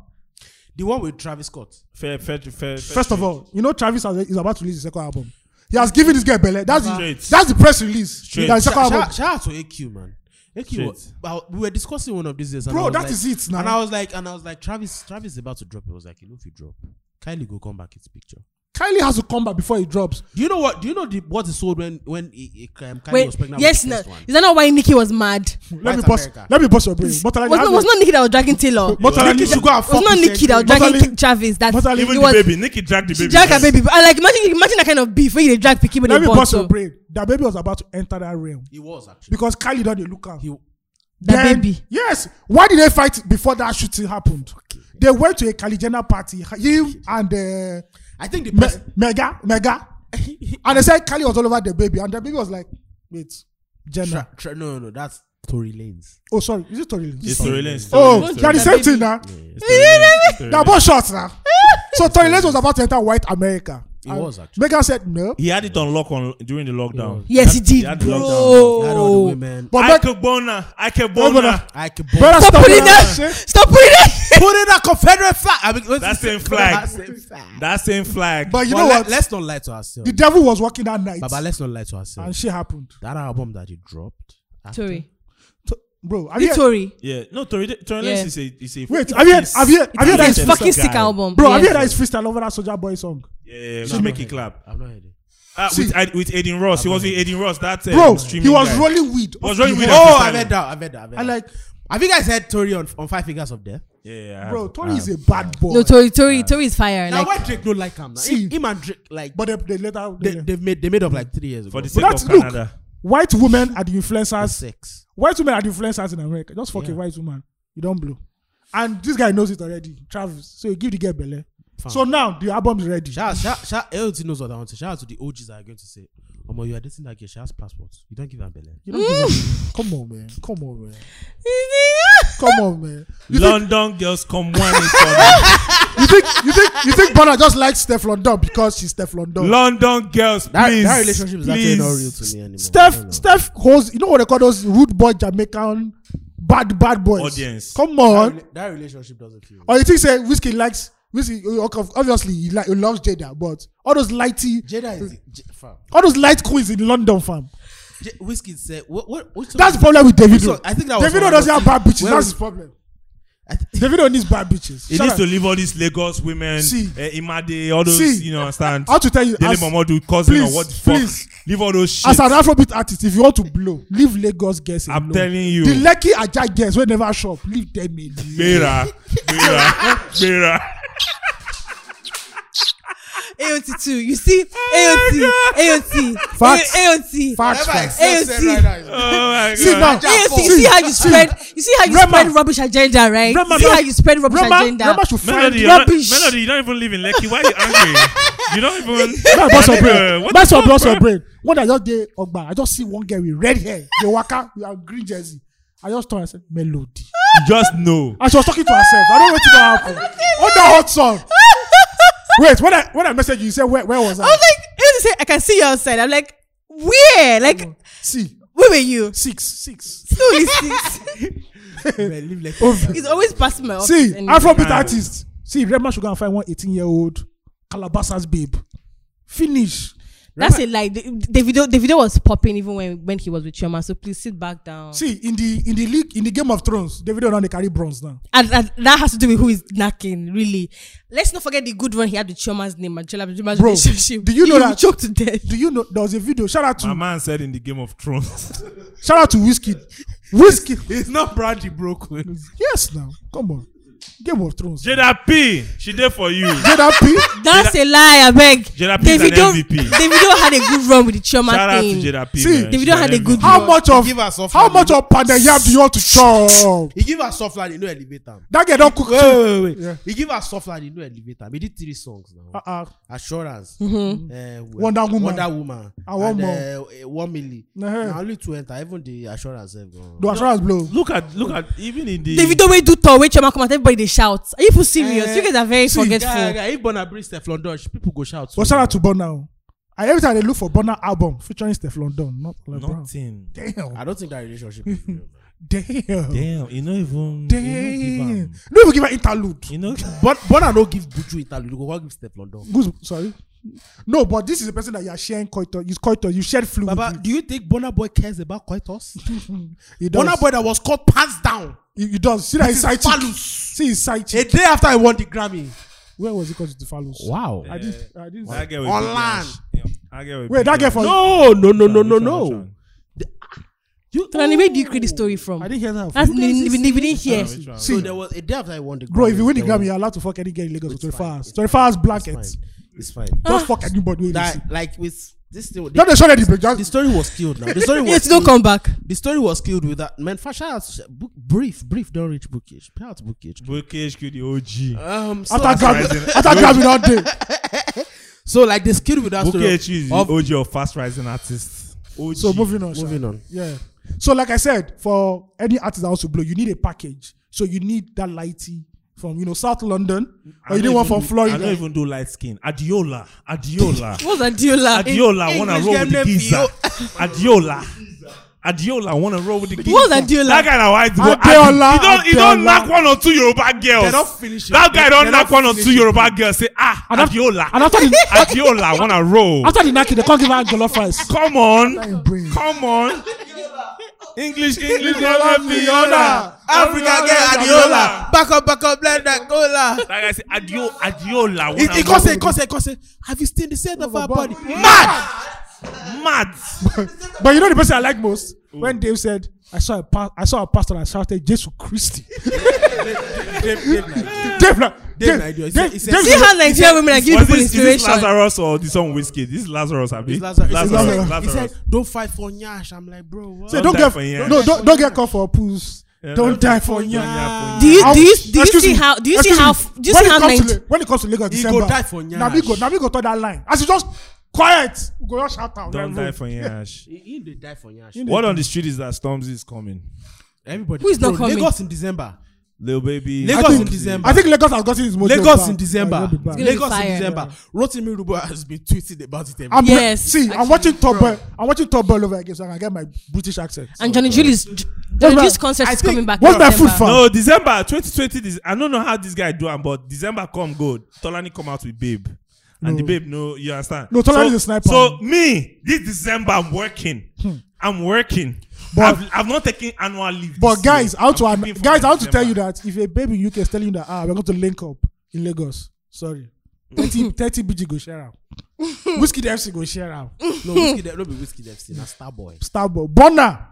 The one with Travis Scott.
Fair, fair, fair, fair
First of
trade.
all, you know Travis has- is about to release his second album. He has given this guy belly. That's the,
Straight.
that's the press release.
Straight.
That his second
Shout,
album.
shout, shout out to AQ man. AQ, was,
Shit.
well, we were discussing one of these days. and
Bro,
I was
that
like-
is it now.
And I was like, and I was like, Travis, Travis is about to drop. It was like, you know, if you drop, Kylie go come back into picture.
Kylie has to come back before he drops.
Do you know what? Do you know the, what he sold when when he, he, um, Kylie was
Wait,
pregnant?
yes,
with
no,
the
is
first one?
that not why Nikki was mad?
Let
White
me bust.
America.
Let me bust your brain. But
Was not, was not Nikki that was dragging Taylor.
But
It
I
Nikki
should go and
was
fuck
not
his
Nikki that was
head.
dragging
Motherly-
Travis. That
Motherly-
it
Even
was
the baby, Nicki dragged the
she
baby.
dragged her
first.
baby. I like imagine imagine that kind of beef when you dey drag pikin with
Let
a
me
ball.
bust
So,
your brain. That baby was about to enter that realm
He was actually.
because Kylie don't dey look am.
he,
that baby.
Yes. Why did they fight before that shooting happened? They went to a Kylie Jenner party. Him and uh,
I think the
Me-
person,
Mega, Mega, and they said Kylie was all over the baby, and the baby was like, "Wait, Jenner.
tra, tra, no, no, no, that's Tory Lanez.
Oh, sorry. Is it Tory Lanez?
It's Tory Lanez.
Oh,
It's
they are
Tory
the same
Lanez.
thing now. They
Nah,
are both shots now. so Tory Lanez was about to enter white America.
He
And
was, actually.
Mega said no.
he had it on lock on during the lockdown.
Yes, he
He
did,
had
Oh.
lockdown.
Get out of the way,
bro.
man.
But
I
Meg-
could bona. I could
Bona.
bona.
I can
Better
Stop putting
that
that.
shit.
Stop putting that.
put in a Confederate flag. I mean, what's
That
it say?
same flag.
That same flag.
That same flag.
But you
But
know
let,
what?
Let's not lie to ourselves.
the devil was working that night,
Baba, let's not lie to ourselves.
and shit happened.
that album that he dropped. after-
Tory,
To- bro, have
the
you
Tory.
yeah, no, Tory Tory
Yeah.
Lanez is a is a
Wait, have you heard-
he's-
have you heard-
he's
have you heard
a
that
It's
gangster
Yes,
fucking sick
guy.
album,
bro? Have you
Yes.
heard that his freestyle over that Soldier Boy song?
Yeah, yeah, yeah,
No,
she
I've
make
not
it
heard
clap.
I've not heard it.
Uh,
See-
with, I, with Aiden Ross, he was with Aiden Ross. That uh,
Bro, he
streaming
was
guy.
rolling weed.
Was
off
rolling
the
weed
wall.
off
Oh,
Freestyle.
I've heard that. I've heard that. I've heard
I like,
that. Have you guys heard Tory on, on Five Fingers of Death?
Yeah, yeah, I
bro,
have-
Tory
I
is
have.
a bad boy.
No, Tory, Tory, Tory is fire.
Now
Like
why Drake don't like him? Now?
See.
Him, him and Drake like
but they, they later
they,
they,
they've made they made up like three years ago.
for the
But
sake of
that's- look.
Canada.
white women are the
that's
influencers.
sex.
White women are the influencers in America. Just fuck
Yeah.
a white woman, you don't blow. And this guy knows it already, Travis. So you give the girl belly.
Fam.
So now the album is ready.
Shout out, shout, shout, LT knows what I want to. Shout out to the OGs that are going to say, "Omo, you are dating that girl. She has passports. You don't give her belly."
You don't give a- Come on, man. Come on, man. Come on, man. You think,
London girls come one in for
you think you think you think Bana just likes Steph London because she's Steph London.
me. London girls,
That,
please.
that relationship is
please.
actually not real to me anymore. I don't know.
Steph Steph holds you know what they call those rude boy Jamaican bad bad boys.
Audience.
Come
That,
on.
rela- that relationship doesn't feel.
Or you think say Whiskey likes which is, obviously he, li- he loves Jada, but all those lighty,
Jada is J- fam.
all those light queens in London, fam.
J- Whiskey said, "What? What?" Which song-
That's the problem with Davido.
So, I think that was
Davido
one
doesn't
of
have
the-
bad bitches.
Where
That's
was-
the problem.
I th-
Davido needs bad bitches.
He
Shut
needs
up.
to leave all these Lagos women,
See.
eh, Imade, all those,
See.
you know, understand?
I want to tell you,
Dele
as,
Momodu, cousin,
please,
or what the fuck.
please.
Leave all those shit.
as an Afrobeat artist, if you want to blow, leave Lagos girls alone.
I'm telling you.
the Lekki Ajay girls wey never shop, leave them alone.
Bera, Bera, Bera.
AOT too. You see, AOT, AOT,
Facts.
AOT.
Facts,
Never
facts.
AOC.
accept Sarah Rice.
Oh my
See
God.
now,
AOT, you see how you spread, you see how you spread rubbish agenda, right?
Rema-
you see how you spread rubbish
Rema,
agenda.
Rema should
Melody,
find
you're not,
Rubbish.
Melody, you don't even live in Lekki. Why are you angry? you don't even.
Nah, burst your
Uh,
brain.
what
Burst
the
your
fuck,
burst your
bro?
brain. One day I just dey Ogba, I just see one girl with red hair, dey waka with her green jersey. I just turn and say Melody.
You just know.
And she was talking to herself. I don't know wetin don happen. On that hot sun. Wait, when I when I message you, you say where where was
I was
I?
like, AOT say, I can see you outside. I'm like, where? Like,
See,
where were you?
six six.
Still listening.
Man, leave like
He's always passing my office.
See,
anyway.
Afrobeat artist. See, Redman should go and find one 18 year old Calabasas babe. Finish.
That's it. Like the, the video, the video was popping even when when he was with Chioma. So please sit back down.
See, in the in the league in the Game of Thrones, Davido don dey carry bronze now.
and, and that has to do with who is knacking, really. Let's not forget the good one he had with Choma's name and Chola Chima's
Bro,
relationship.
do you know
he
that-
choked to death?
Do you know there was a video? Shout out to
My man said in the Game of Thrones,
shout out to Whiskey. Whiskey.
it's not Brandy Brooklyn.
yes, now come on. Game of Thrones.
Jada P, she there for you.
Jada P.
That's a lie, I beg.
Jada Pink's an MVP.
Davido had a good run with the Choma
Shout out to
thing.
Jada P.
See,
man.
Davido
She's an
had a
MVP.
good-
How much of
Give her soft
how
land.
much of pounded yam do you want to chop?
He give her soft land, he no elevate am.
That girl don't cook.
Wait, wait, wait, wait.
Yeah.
He give her soft land, he no elevate am. He did three songs now.
Uh-uh.
Assurance, eh,
Wonder Woman.
Wonder Woman,
And one
more, uh, one milli.
Uh-huh.
Now only two enter. Even the assurance have gone.
Do assurance blow.
Look at, look at, even in the.
Davido wey do tour wey Chioma come out everybody dey shout. Are you people serious?
Eh,
you guys are very
see,
forgetful.
Yeah, yeah, if Bonner brings Teflon Dodge, people go shout.
But shout out to Burna. oh. And every time they look for Burna album featuring Steph London, not LeBron.
Nothing.
Damn.
I don't think that relationship. is real.
Damn.
Damn, you know even.
Damn. No even give her interlude.
You know.
Bon- Bonner no give Buju Italy. You go go give Teflon Dodge.
Who's sorry? No, but this is a person that you are sharing coitus. You coitus. You shared fluid.
Baba,
with.
do you think Bonner Boy cares about coitus?
he does.
Bonner Boy that was caught pants down
he, he does. See that his
is
side cheek.
phallus.
See his side
a
cheek.
day after he won the Grammy.
Where was he called to the phallus?
Wow.
I did. I did.
That girl with
On
big
land.
ass. Yeah, that girl with
Wait,
big
that girl
ass.
for
No, no, no, no,
Which
no,
one, which
no.
one?
You,
Tonani, where do you create the story from?
oh, I didn't hear that.
That's
You guys
we,
is-
we, we didn't hear.
Which one?
So there was a day after I won the Grammy.
Bro, if you win the
there
Grammy,
was-
you're allowed to fuck any girl in Lagos for
it's
24
fine,
hours.
it's
24 hours
it's fine,
blankets.
It's fine.
Just fuck anybody with this.
That like with this thing.
Don't they
The,
show that the
the
just
story was killed now. The story was
Yes, don't
killed.
come back.
The story was killed with that man. Fasha has book, brief, brief. Don't reach bookish. Pay out bookish.
Bukey HQ, the OG.
Um, so,
after Grammy,
surprising.
after Grammy all day.
so like the skill with that story.
Bukey
of-
HQ is the
of-
OG of fast rising artists. OG.
So moving on.
Moving
Sha.
on. Oh,
Yeah. So like I said, for any artist that wants to blow, you need a package. So you need that lighty from you know South London,
I
or you
don't
need one
even
from
do- I
Florida.
don't even do light skin. Adiola. Adiola.
What's that deal like?
Adiola wanna
English
roll
game
with the
name
geezer. Adiola. Adiola wanna roll with the geezer.
What's Adiola?
That guy na white boy.
Adiola,
He don't he
Adiola.
don't knock one or two Yoruba
They
girls.
don't finish it.
That guy
They-
don't
they
knock
don't
one or
finish
two
it.
Yoruba girls. Say ah Adiola.
And after the
Adiola wanna roll.
after the knacking, they can't give her jollof rice.
Come
Fine,
on.
bring it.
Come on. English English
Adiola,
don't Adiola.
Africa get Adiola. Back up, back up, blend that cola.
That guy say Adio Adiola
It,
wanna
it
roll.
goes, it goes, it goes. Have you seen the set of our body?
Mad.
But you know the person I like most when Dave said, "I saw a pa- I saw a pastor and shouted Jesus Christi." Dave, like,
Dave
Dave,
na idiot.
Dave,
He said- he
Dave,
said-
See how Nigerian women are giving
Was
people
this, is this
inspiration.
Lazarus or this one whiskey? This is Lazarus, I mean.
Lazarus.
Lazarus.
He said, "Don't fight for Nyash." I'm like, bro, what?
say,
Don't
don't
die
get
for yam.
no, don't, don't get caught for puss.
Yeah,
don't
don't
die
die
for
for
yam.
yam.
Do you do you do you
Excuse
see
me.
how do you see
Excuse
how
me.
do you
when
see
it
how
comes to
Niger-
Le- when it comes to Lagos,
He go
December,
die for Nyash.
Nabigo, Nabigo got that line. As you just quiet, we go just shout out.
Don't
like,
die for Yash.
He, he did die for Nyash.
What on the street is that Stormzy is coming?
Everybody.
Who is not
Bro,
coming?
Lagos in December.
Lil Baby.
Lagos
I think-
in December.
I think Lagos has gotten his mojo
Lagos
back.
in December.
Like, it'll be back.
It's gonna be
Lagos in
fire.
December. Rotimi Rubo has been tweeting about it. every
I'm
Yes,
see, I'm
actually,
watching Top
bro.
Boy. I'm watching Top Boy all over again, so I can get my British accent.
And Johnny Julie's Johnny
my-
Julie's concert
I
is
think-
coming back.
what's
in
my food
December.
for?
No, December 2020. This, I don't know how this guy do am, but December come good. Tolani come out with Babe. And the Babe, no, you understand?
No, Tolani is a sniper. Hmm.
So, me, this December, I'm working. I'm working.
But-
I've, I've not taken annual leave.
But
this
guys,
year.
I want to
I'm
an-
keeping for
guys, I want to
December.
tell you that if a baby in UK is telling you that ah, we're going to link up in Lagos, sorry, 30, 30 BG go share out, whiskey FC go share out,
No, whiskey, Def- no be whiskey Dempsey, na Starboy.
Starboy, Bonner,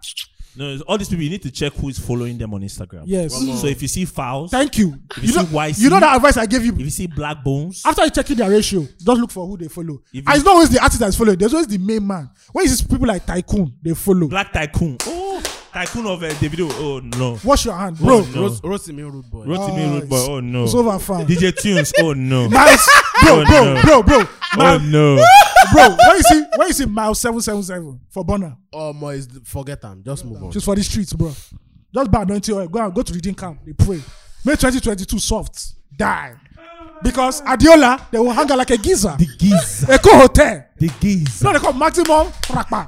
No, it's- all these people, you need to check who is following them on Instagram.
Yes. Come on.
So, if you see Fouls,
thank you.
If you
You know,
see YC,
you know that advice I gave
if you
you.
see Black Bones,
After you checking their ratio, just look for who they follow.
If
And
you-
it's not always the artist that's following. There's always the main man. When you see people like Tycoon, they follow.
Black Tycoon. Oh, Tycoon of uh, Davido. Oh, no.
Wash your hand, bro.
No.
Ros- Rotimi Rude Boy.
Rotimi
Ah,
Rude Boy. Oh, no.
It's over fine.
DJ Tunes. Oh, no.
Miles, bro,
Oh,
bro,
no.
bro, bro,
Oh, no.
bro. When you see, when you see Miles seven seven seven for Bonner.
Oh, my, is- forget them. Just move on.
just for the streets, bro. Just buy anointing oil. Go and go to reading camp. They pray. May 2022 soft. Die. Because Adiola, they will hang out like a geezer.
The Giz.
Eco Hotel.
The Giz.
So they call maximum frapa.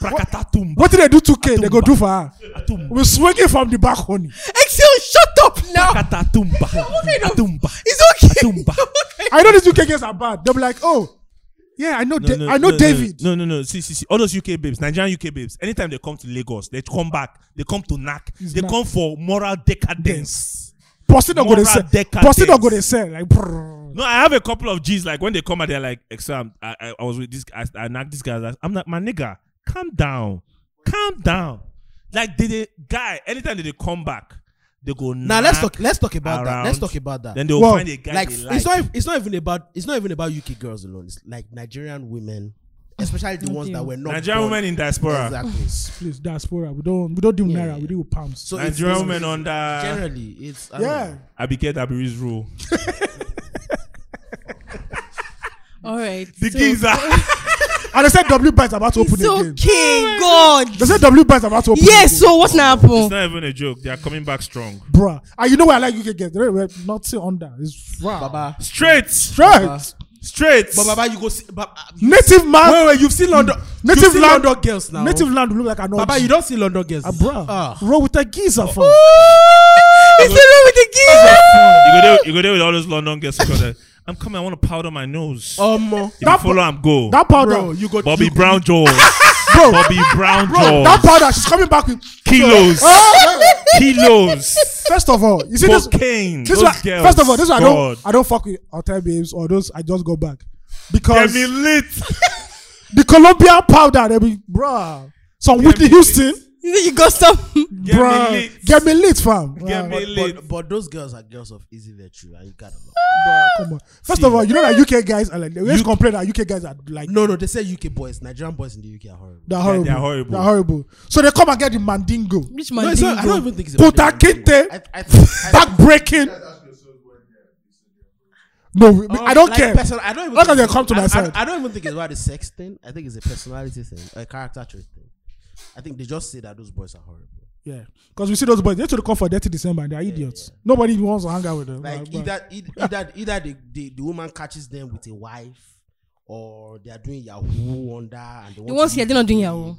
Prakatatumba.
What did they do 2K? They go do for her.
Atumba.
We swing it from the back, honey.
Axel, shut up now.
Prakatatumba. Atumba.
It's okay.
Atumba.
I know these UK guys are bad. They'll be like, oh, yeah, I know, da- I know
no,
David.
No, no, no. See, see, see. All those UK babes, Nigerian UK babes, anytime they come to Lagos, they come back, they come to knack, they
knack.
come for moral decadence.
Posting not gonna
Moral
sell.
decadence.
Posting not gonna sell. Like, brrr.
No, I have a couple of G's. Like when they come out, they're like, "Exam, I, I, I was with this guy. I knocked this guy. I was like, I'm like, my nigga, calm down, calm down." Like they, they guy, anytime that they come back, they go.
Now let's talk. Let's talk
around,
about that. Let's talk about that.
Then they'll
Well,
find a guy
like,
they
it's not. ev- It's not even about. It's not even about UK girls alone. It's like Nigerian women, especially the ones
you.
that were not
Nigerian
born-
women in diaspora.
Exactly.
please, diaspora. We don't, we don't deal
Yeah,
naira.
yeah.
We deal with pounds.
So it's-
Nigerian
it's-
women uh, under-
generally it's I don't
yeah.
know.
Abigail Dabiri's rule.
All right.
The
so-
geezer.
And they said W is about to open
It's
again.
okay, God.
They said W is about to open.
Yes.
again.
So what's now
it's
happen?
not even a joke. They are coming back strong.
bruh. And you know where I like UK guys? They're they're not say under. It's wow.
Baba.
Straight,
Right.
straight.
But Baba, you go see. Baba, you-
Native man.
wait, wait, you've seen London.
Native
you've seen
land-
London girls now.
Native land look like an orgy.
Baba, you don't see London girls.
Ah, bruh.
Ah.
Roll with a geezer fam.
It's the wrong with the geezer.
You go there. You go there with all those London girls. because they're, I'm coming. I want to powder my nose.
Omo.
if you
Oh, that-
follow, I'm go.
That powder,
Bro, you go.
Bobby
you,
Brown jaws.
Bro.
Bobby Brown
bro,
jaws.
that powder. She's coming back with.
kilos,
Oh, wait, wait.
kilos,
first of all, you see this.
cocaine.
This
those
one,
girls.
first of all, this one I
God.
don't. I don't fuck with hotel babes or those. I just go back because
Get me lit.
the Colombian powder. They be bruh. Some Whitney Houston,
You think You got some.
Get
bruh.
me lit.
Get me lit, fam.
Get me
Bruh,
lit.
But, but those girls are girls of easy virtue, and you gotta. Know.
bruh, Come on. First of all, you know that UK guys are like they always complain that UK guys are like
No, no, they say UK boys, Nigerian boys in the UK are horrible.
They're horrible.
they're horrible.
They're horrible. So they come and get the mandingo.
Which
No,
man?
it's not, I don't
dingo?
even think it's
Puta
about them.
kinte.
I, I, think- I,
Back breaking. No, we-
Oh,
we- I don't
like
care.
Person, I don't even.
How
think
can they
it's-
come to
I,
my
I-
side?
I, don't even think it's about the sex thing. I think it's a personality thing, a character trait thing. I think they just say that those boys are horrible.
yeah. Because we see those boys, they should come for dirty December and they're idiots. Nobody even wants to hang out with them.
Like
Like, bruh.
either either either, either the, the the woman catches them with a wife, or they are doing Yahoo under. And they
The
want
ones
to
here,
leave
they're not doing
the-
Yahoo.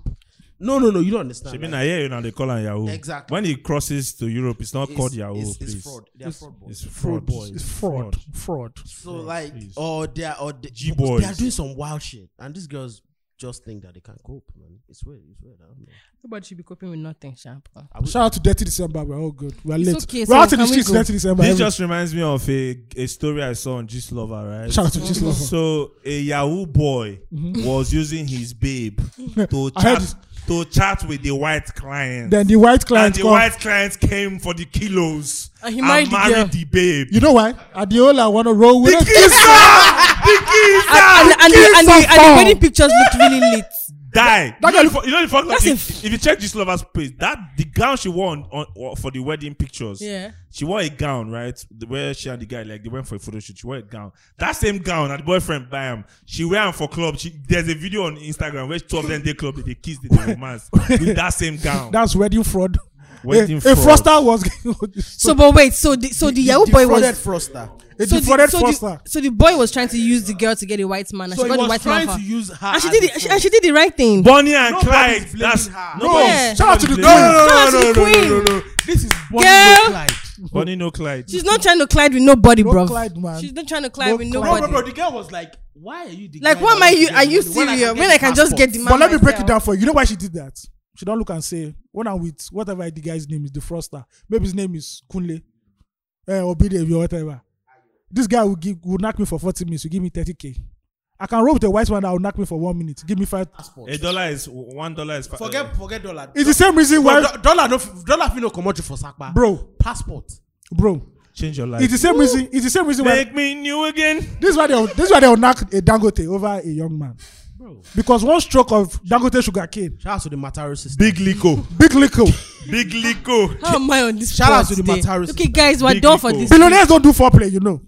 No, no, no. You don't understand.
I
like,
mean, I hear you now. They call on Yahoo.
Exactly.
When it crosses to Europe, it's not
it's-
called Yahoo.
It's,
please.
it's fraud. They are fraud boys.
It's fraud.
boys.
it's fraud. Fraud.
So like, or they are, or they,
G-boys.
they are doing some wild shit, and these girls just think that they can cope, man. It's weird. It's weird. I don't know.
Nobody should be coping with nothing, sharp.
Shout out to Dirty December. We're all good. We're late.
okay,
we're
so
out in the
can we
streets
go?
Dirty December.
This
every-
just reminds me of a, a story I saw on Gist Lover, right?
Shout out to Gist Lover. Mm-hmm.
So a Yahoo boy was using his babe to
I heard
chat
this.
to chat with the white client.
then the white
and
client
the
come.
white client came for the kilos
And he married the girl.
the babe.
you know why? Adiola want to roll with
the
it.
geezer, the geezer
And, and, and, the, and, the, and the
fall.
wedding pictures looked really lit.
die. you,
That guy
know, the fu- you know the fuck.
That's
Like,
a f-
if, if you check this lover's page, that the gown she wore on, on, on- for the wedding pictures.
Yeah.
She wore a gown, right? The- Where she and the guy like they went for a photo shoot. She wore a gown. That same gown her boyfriend buy him. She wear him for club. She, there's a video on Instagram where two of them they club they kiss the romance with that same gown.
That's wedding fraud.
Waiting
a,
for-
a froster was
So, but wait. So, the, so the Yahoo boy was.
defrauded Froster.
a
so,
defrauded
so,
froster.
so the boy was trying to use the girl to get a white man, and
So
she
he
got the
was
white man.
trying
for
to
her.
use her.
And she
as
did.
a
It, she-
tool.
and she did the right thing.
Bonnie and
Nobody's
Clyde.
blaming
That's
her.
no,
No, shout out to the
Nobody's
girl.
Shout out to the queen.
This is Bonnie
Girl.
no Clyde.
Bonnie no Clyde.
She's not trying to collide with nobody,
No
bro.
Clyde, man.
She's not trying to collide
No
with
Clyde.
No,
nobody.
bro, bro, the girl was like, "Why are you the
Like,
guy
what
that
am I?
wants to
You,
get
are you
money when I
serious? When I
can get the
can just get
passport?"
the man.
But let me break it
myself?
down for you. You know why she did that? She don't look and say, when I'm with whatever the guy's name is, the froster. Maybe his name is Kunle. Eh, or Bidevi or whatever. This guy will give will knock me for 40 minutes, will give me 30k. I can roll with a white man that will knock me for one minute. Give me five.
A dollar is one dollar is. uh,
Forget, forget dollar.
It's the same reason
Well,
why
do- dollar no f- dollar fit no comot you for sakpa.
Bro.
passport.
bro.
change your life.
It's the same reason. It's the same reason why
Make me new again.
this is why they will- this is why they will knock a Dangote over a young man. Because one stroke of Dangote sugar cane,
Shout out to the Mataru system.
Big Lico.
big liquor.
Big Lico.
How am I on this?
Shout out
spot
to the
today?
Mataris.
Okay, guys, we're
Big
done for
Nico.
this.
Billionaires don't do foreplay, you know.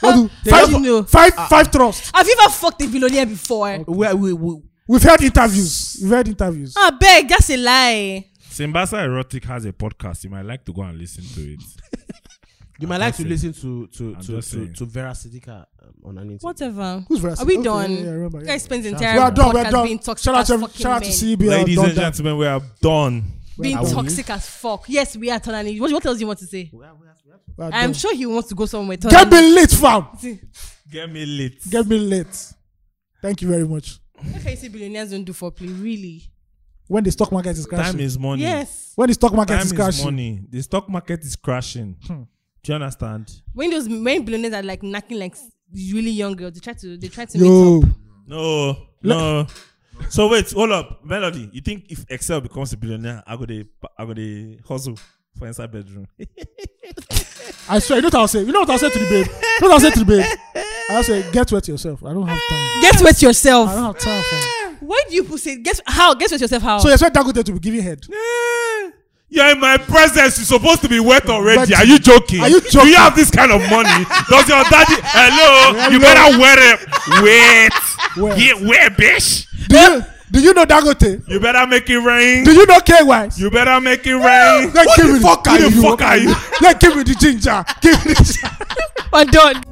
What do- five,
you know? Ah.
five, five thrust.
Have you ever fucked a billionaire before?
Oh.
Where we, we
We've had interviews. We've had interviews.
Ah, beg, that's a lie.
Simbasa Erotic has a podcast. You might like to go and listen to it.
you might like to listen to to
I'm
to
just
to,
saying.
to Vera Sidika um, on an interview.
Whatever.
Who's Veracity?
Are we
Okay,
done?
yeah, I remember,
You
yeah.
guys spend the
Shout
entire
We are done. We
podcast
are done.
being toxic
Shout out
as
to
fucking
shout out to
men.
CBL.
Ladies
done
and
that.
gentlemen, we are done.
Being
Are we?
toxic as fuck. Yes, we are Tonani. What, what else do you want to say?
We are
I'm
done.
sure he wants to go somewhere.
Get
Tonani.
me lit, fam.
Get me lit.
Get me lit. Thank you very much.
How can you say billionaires don't do foreplay? Really?
When the stock market is crashing.
Time is money.
Yes.
when the Hmm. stock market
Time is
is crashing.
money. The stock market is crashing. Do you understand?
When those when billionaires are like knocking like really young girls, they try to they try to make
Yo,
No, no. so wait, hold up, Melody. You think if Excel becomes a billionaire, I go to I go to hustle for inside bedroom?
I swear, you know what I'll say. You know what I'll say to the babe. You know what I'll say to the babe. I'll say, get wet yourself. I don't have time.
Guess what
I don't
yourself?
have time for.
Why do you people say guess how? Guess what yourself how?
So you expect Dangote to be giving head?
You're in my presence. You're supposed to be wet already.
But-
are you joking?
Are you
Do
joking?
you have this kind of money? Does your daddy? Hello, you better wear it. Wait,
Wet.
get wet, bitch.
Do you do you know Dangote?
You better make it rain.
Do you know KY?
You better make it rain.
Then give me
fuck are
give me
you? Fuck are you?
Then give me the ginger. Give me the ginger.
We're done.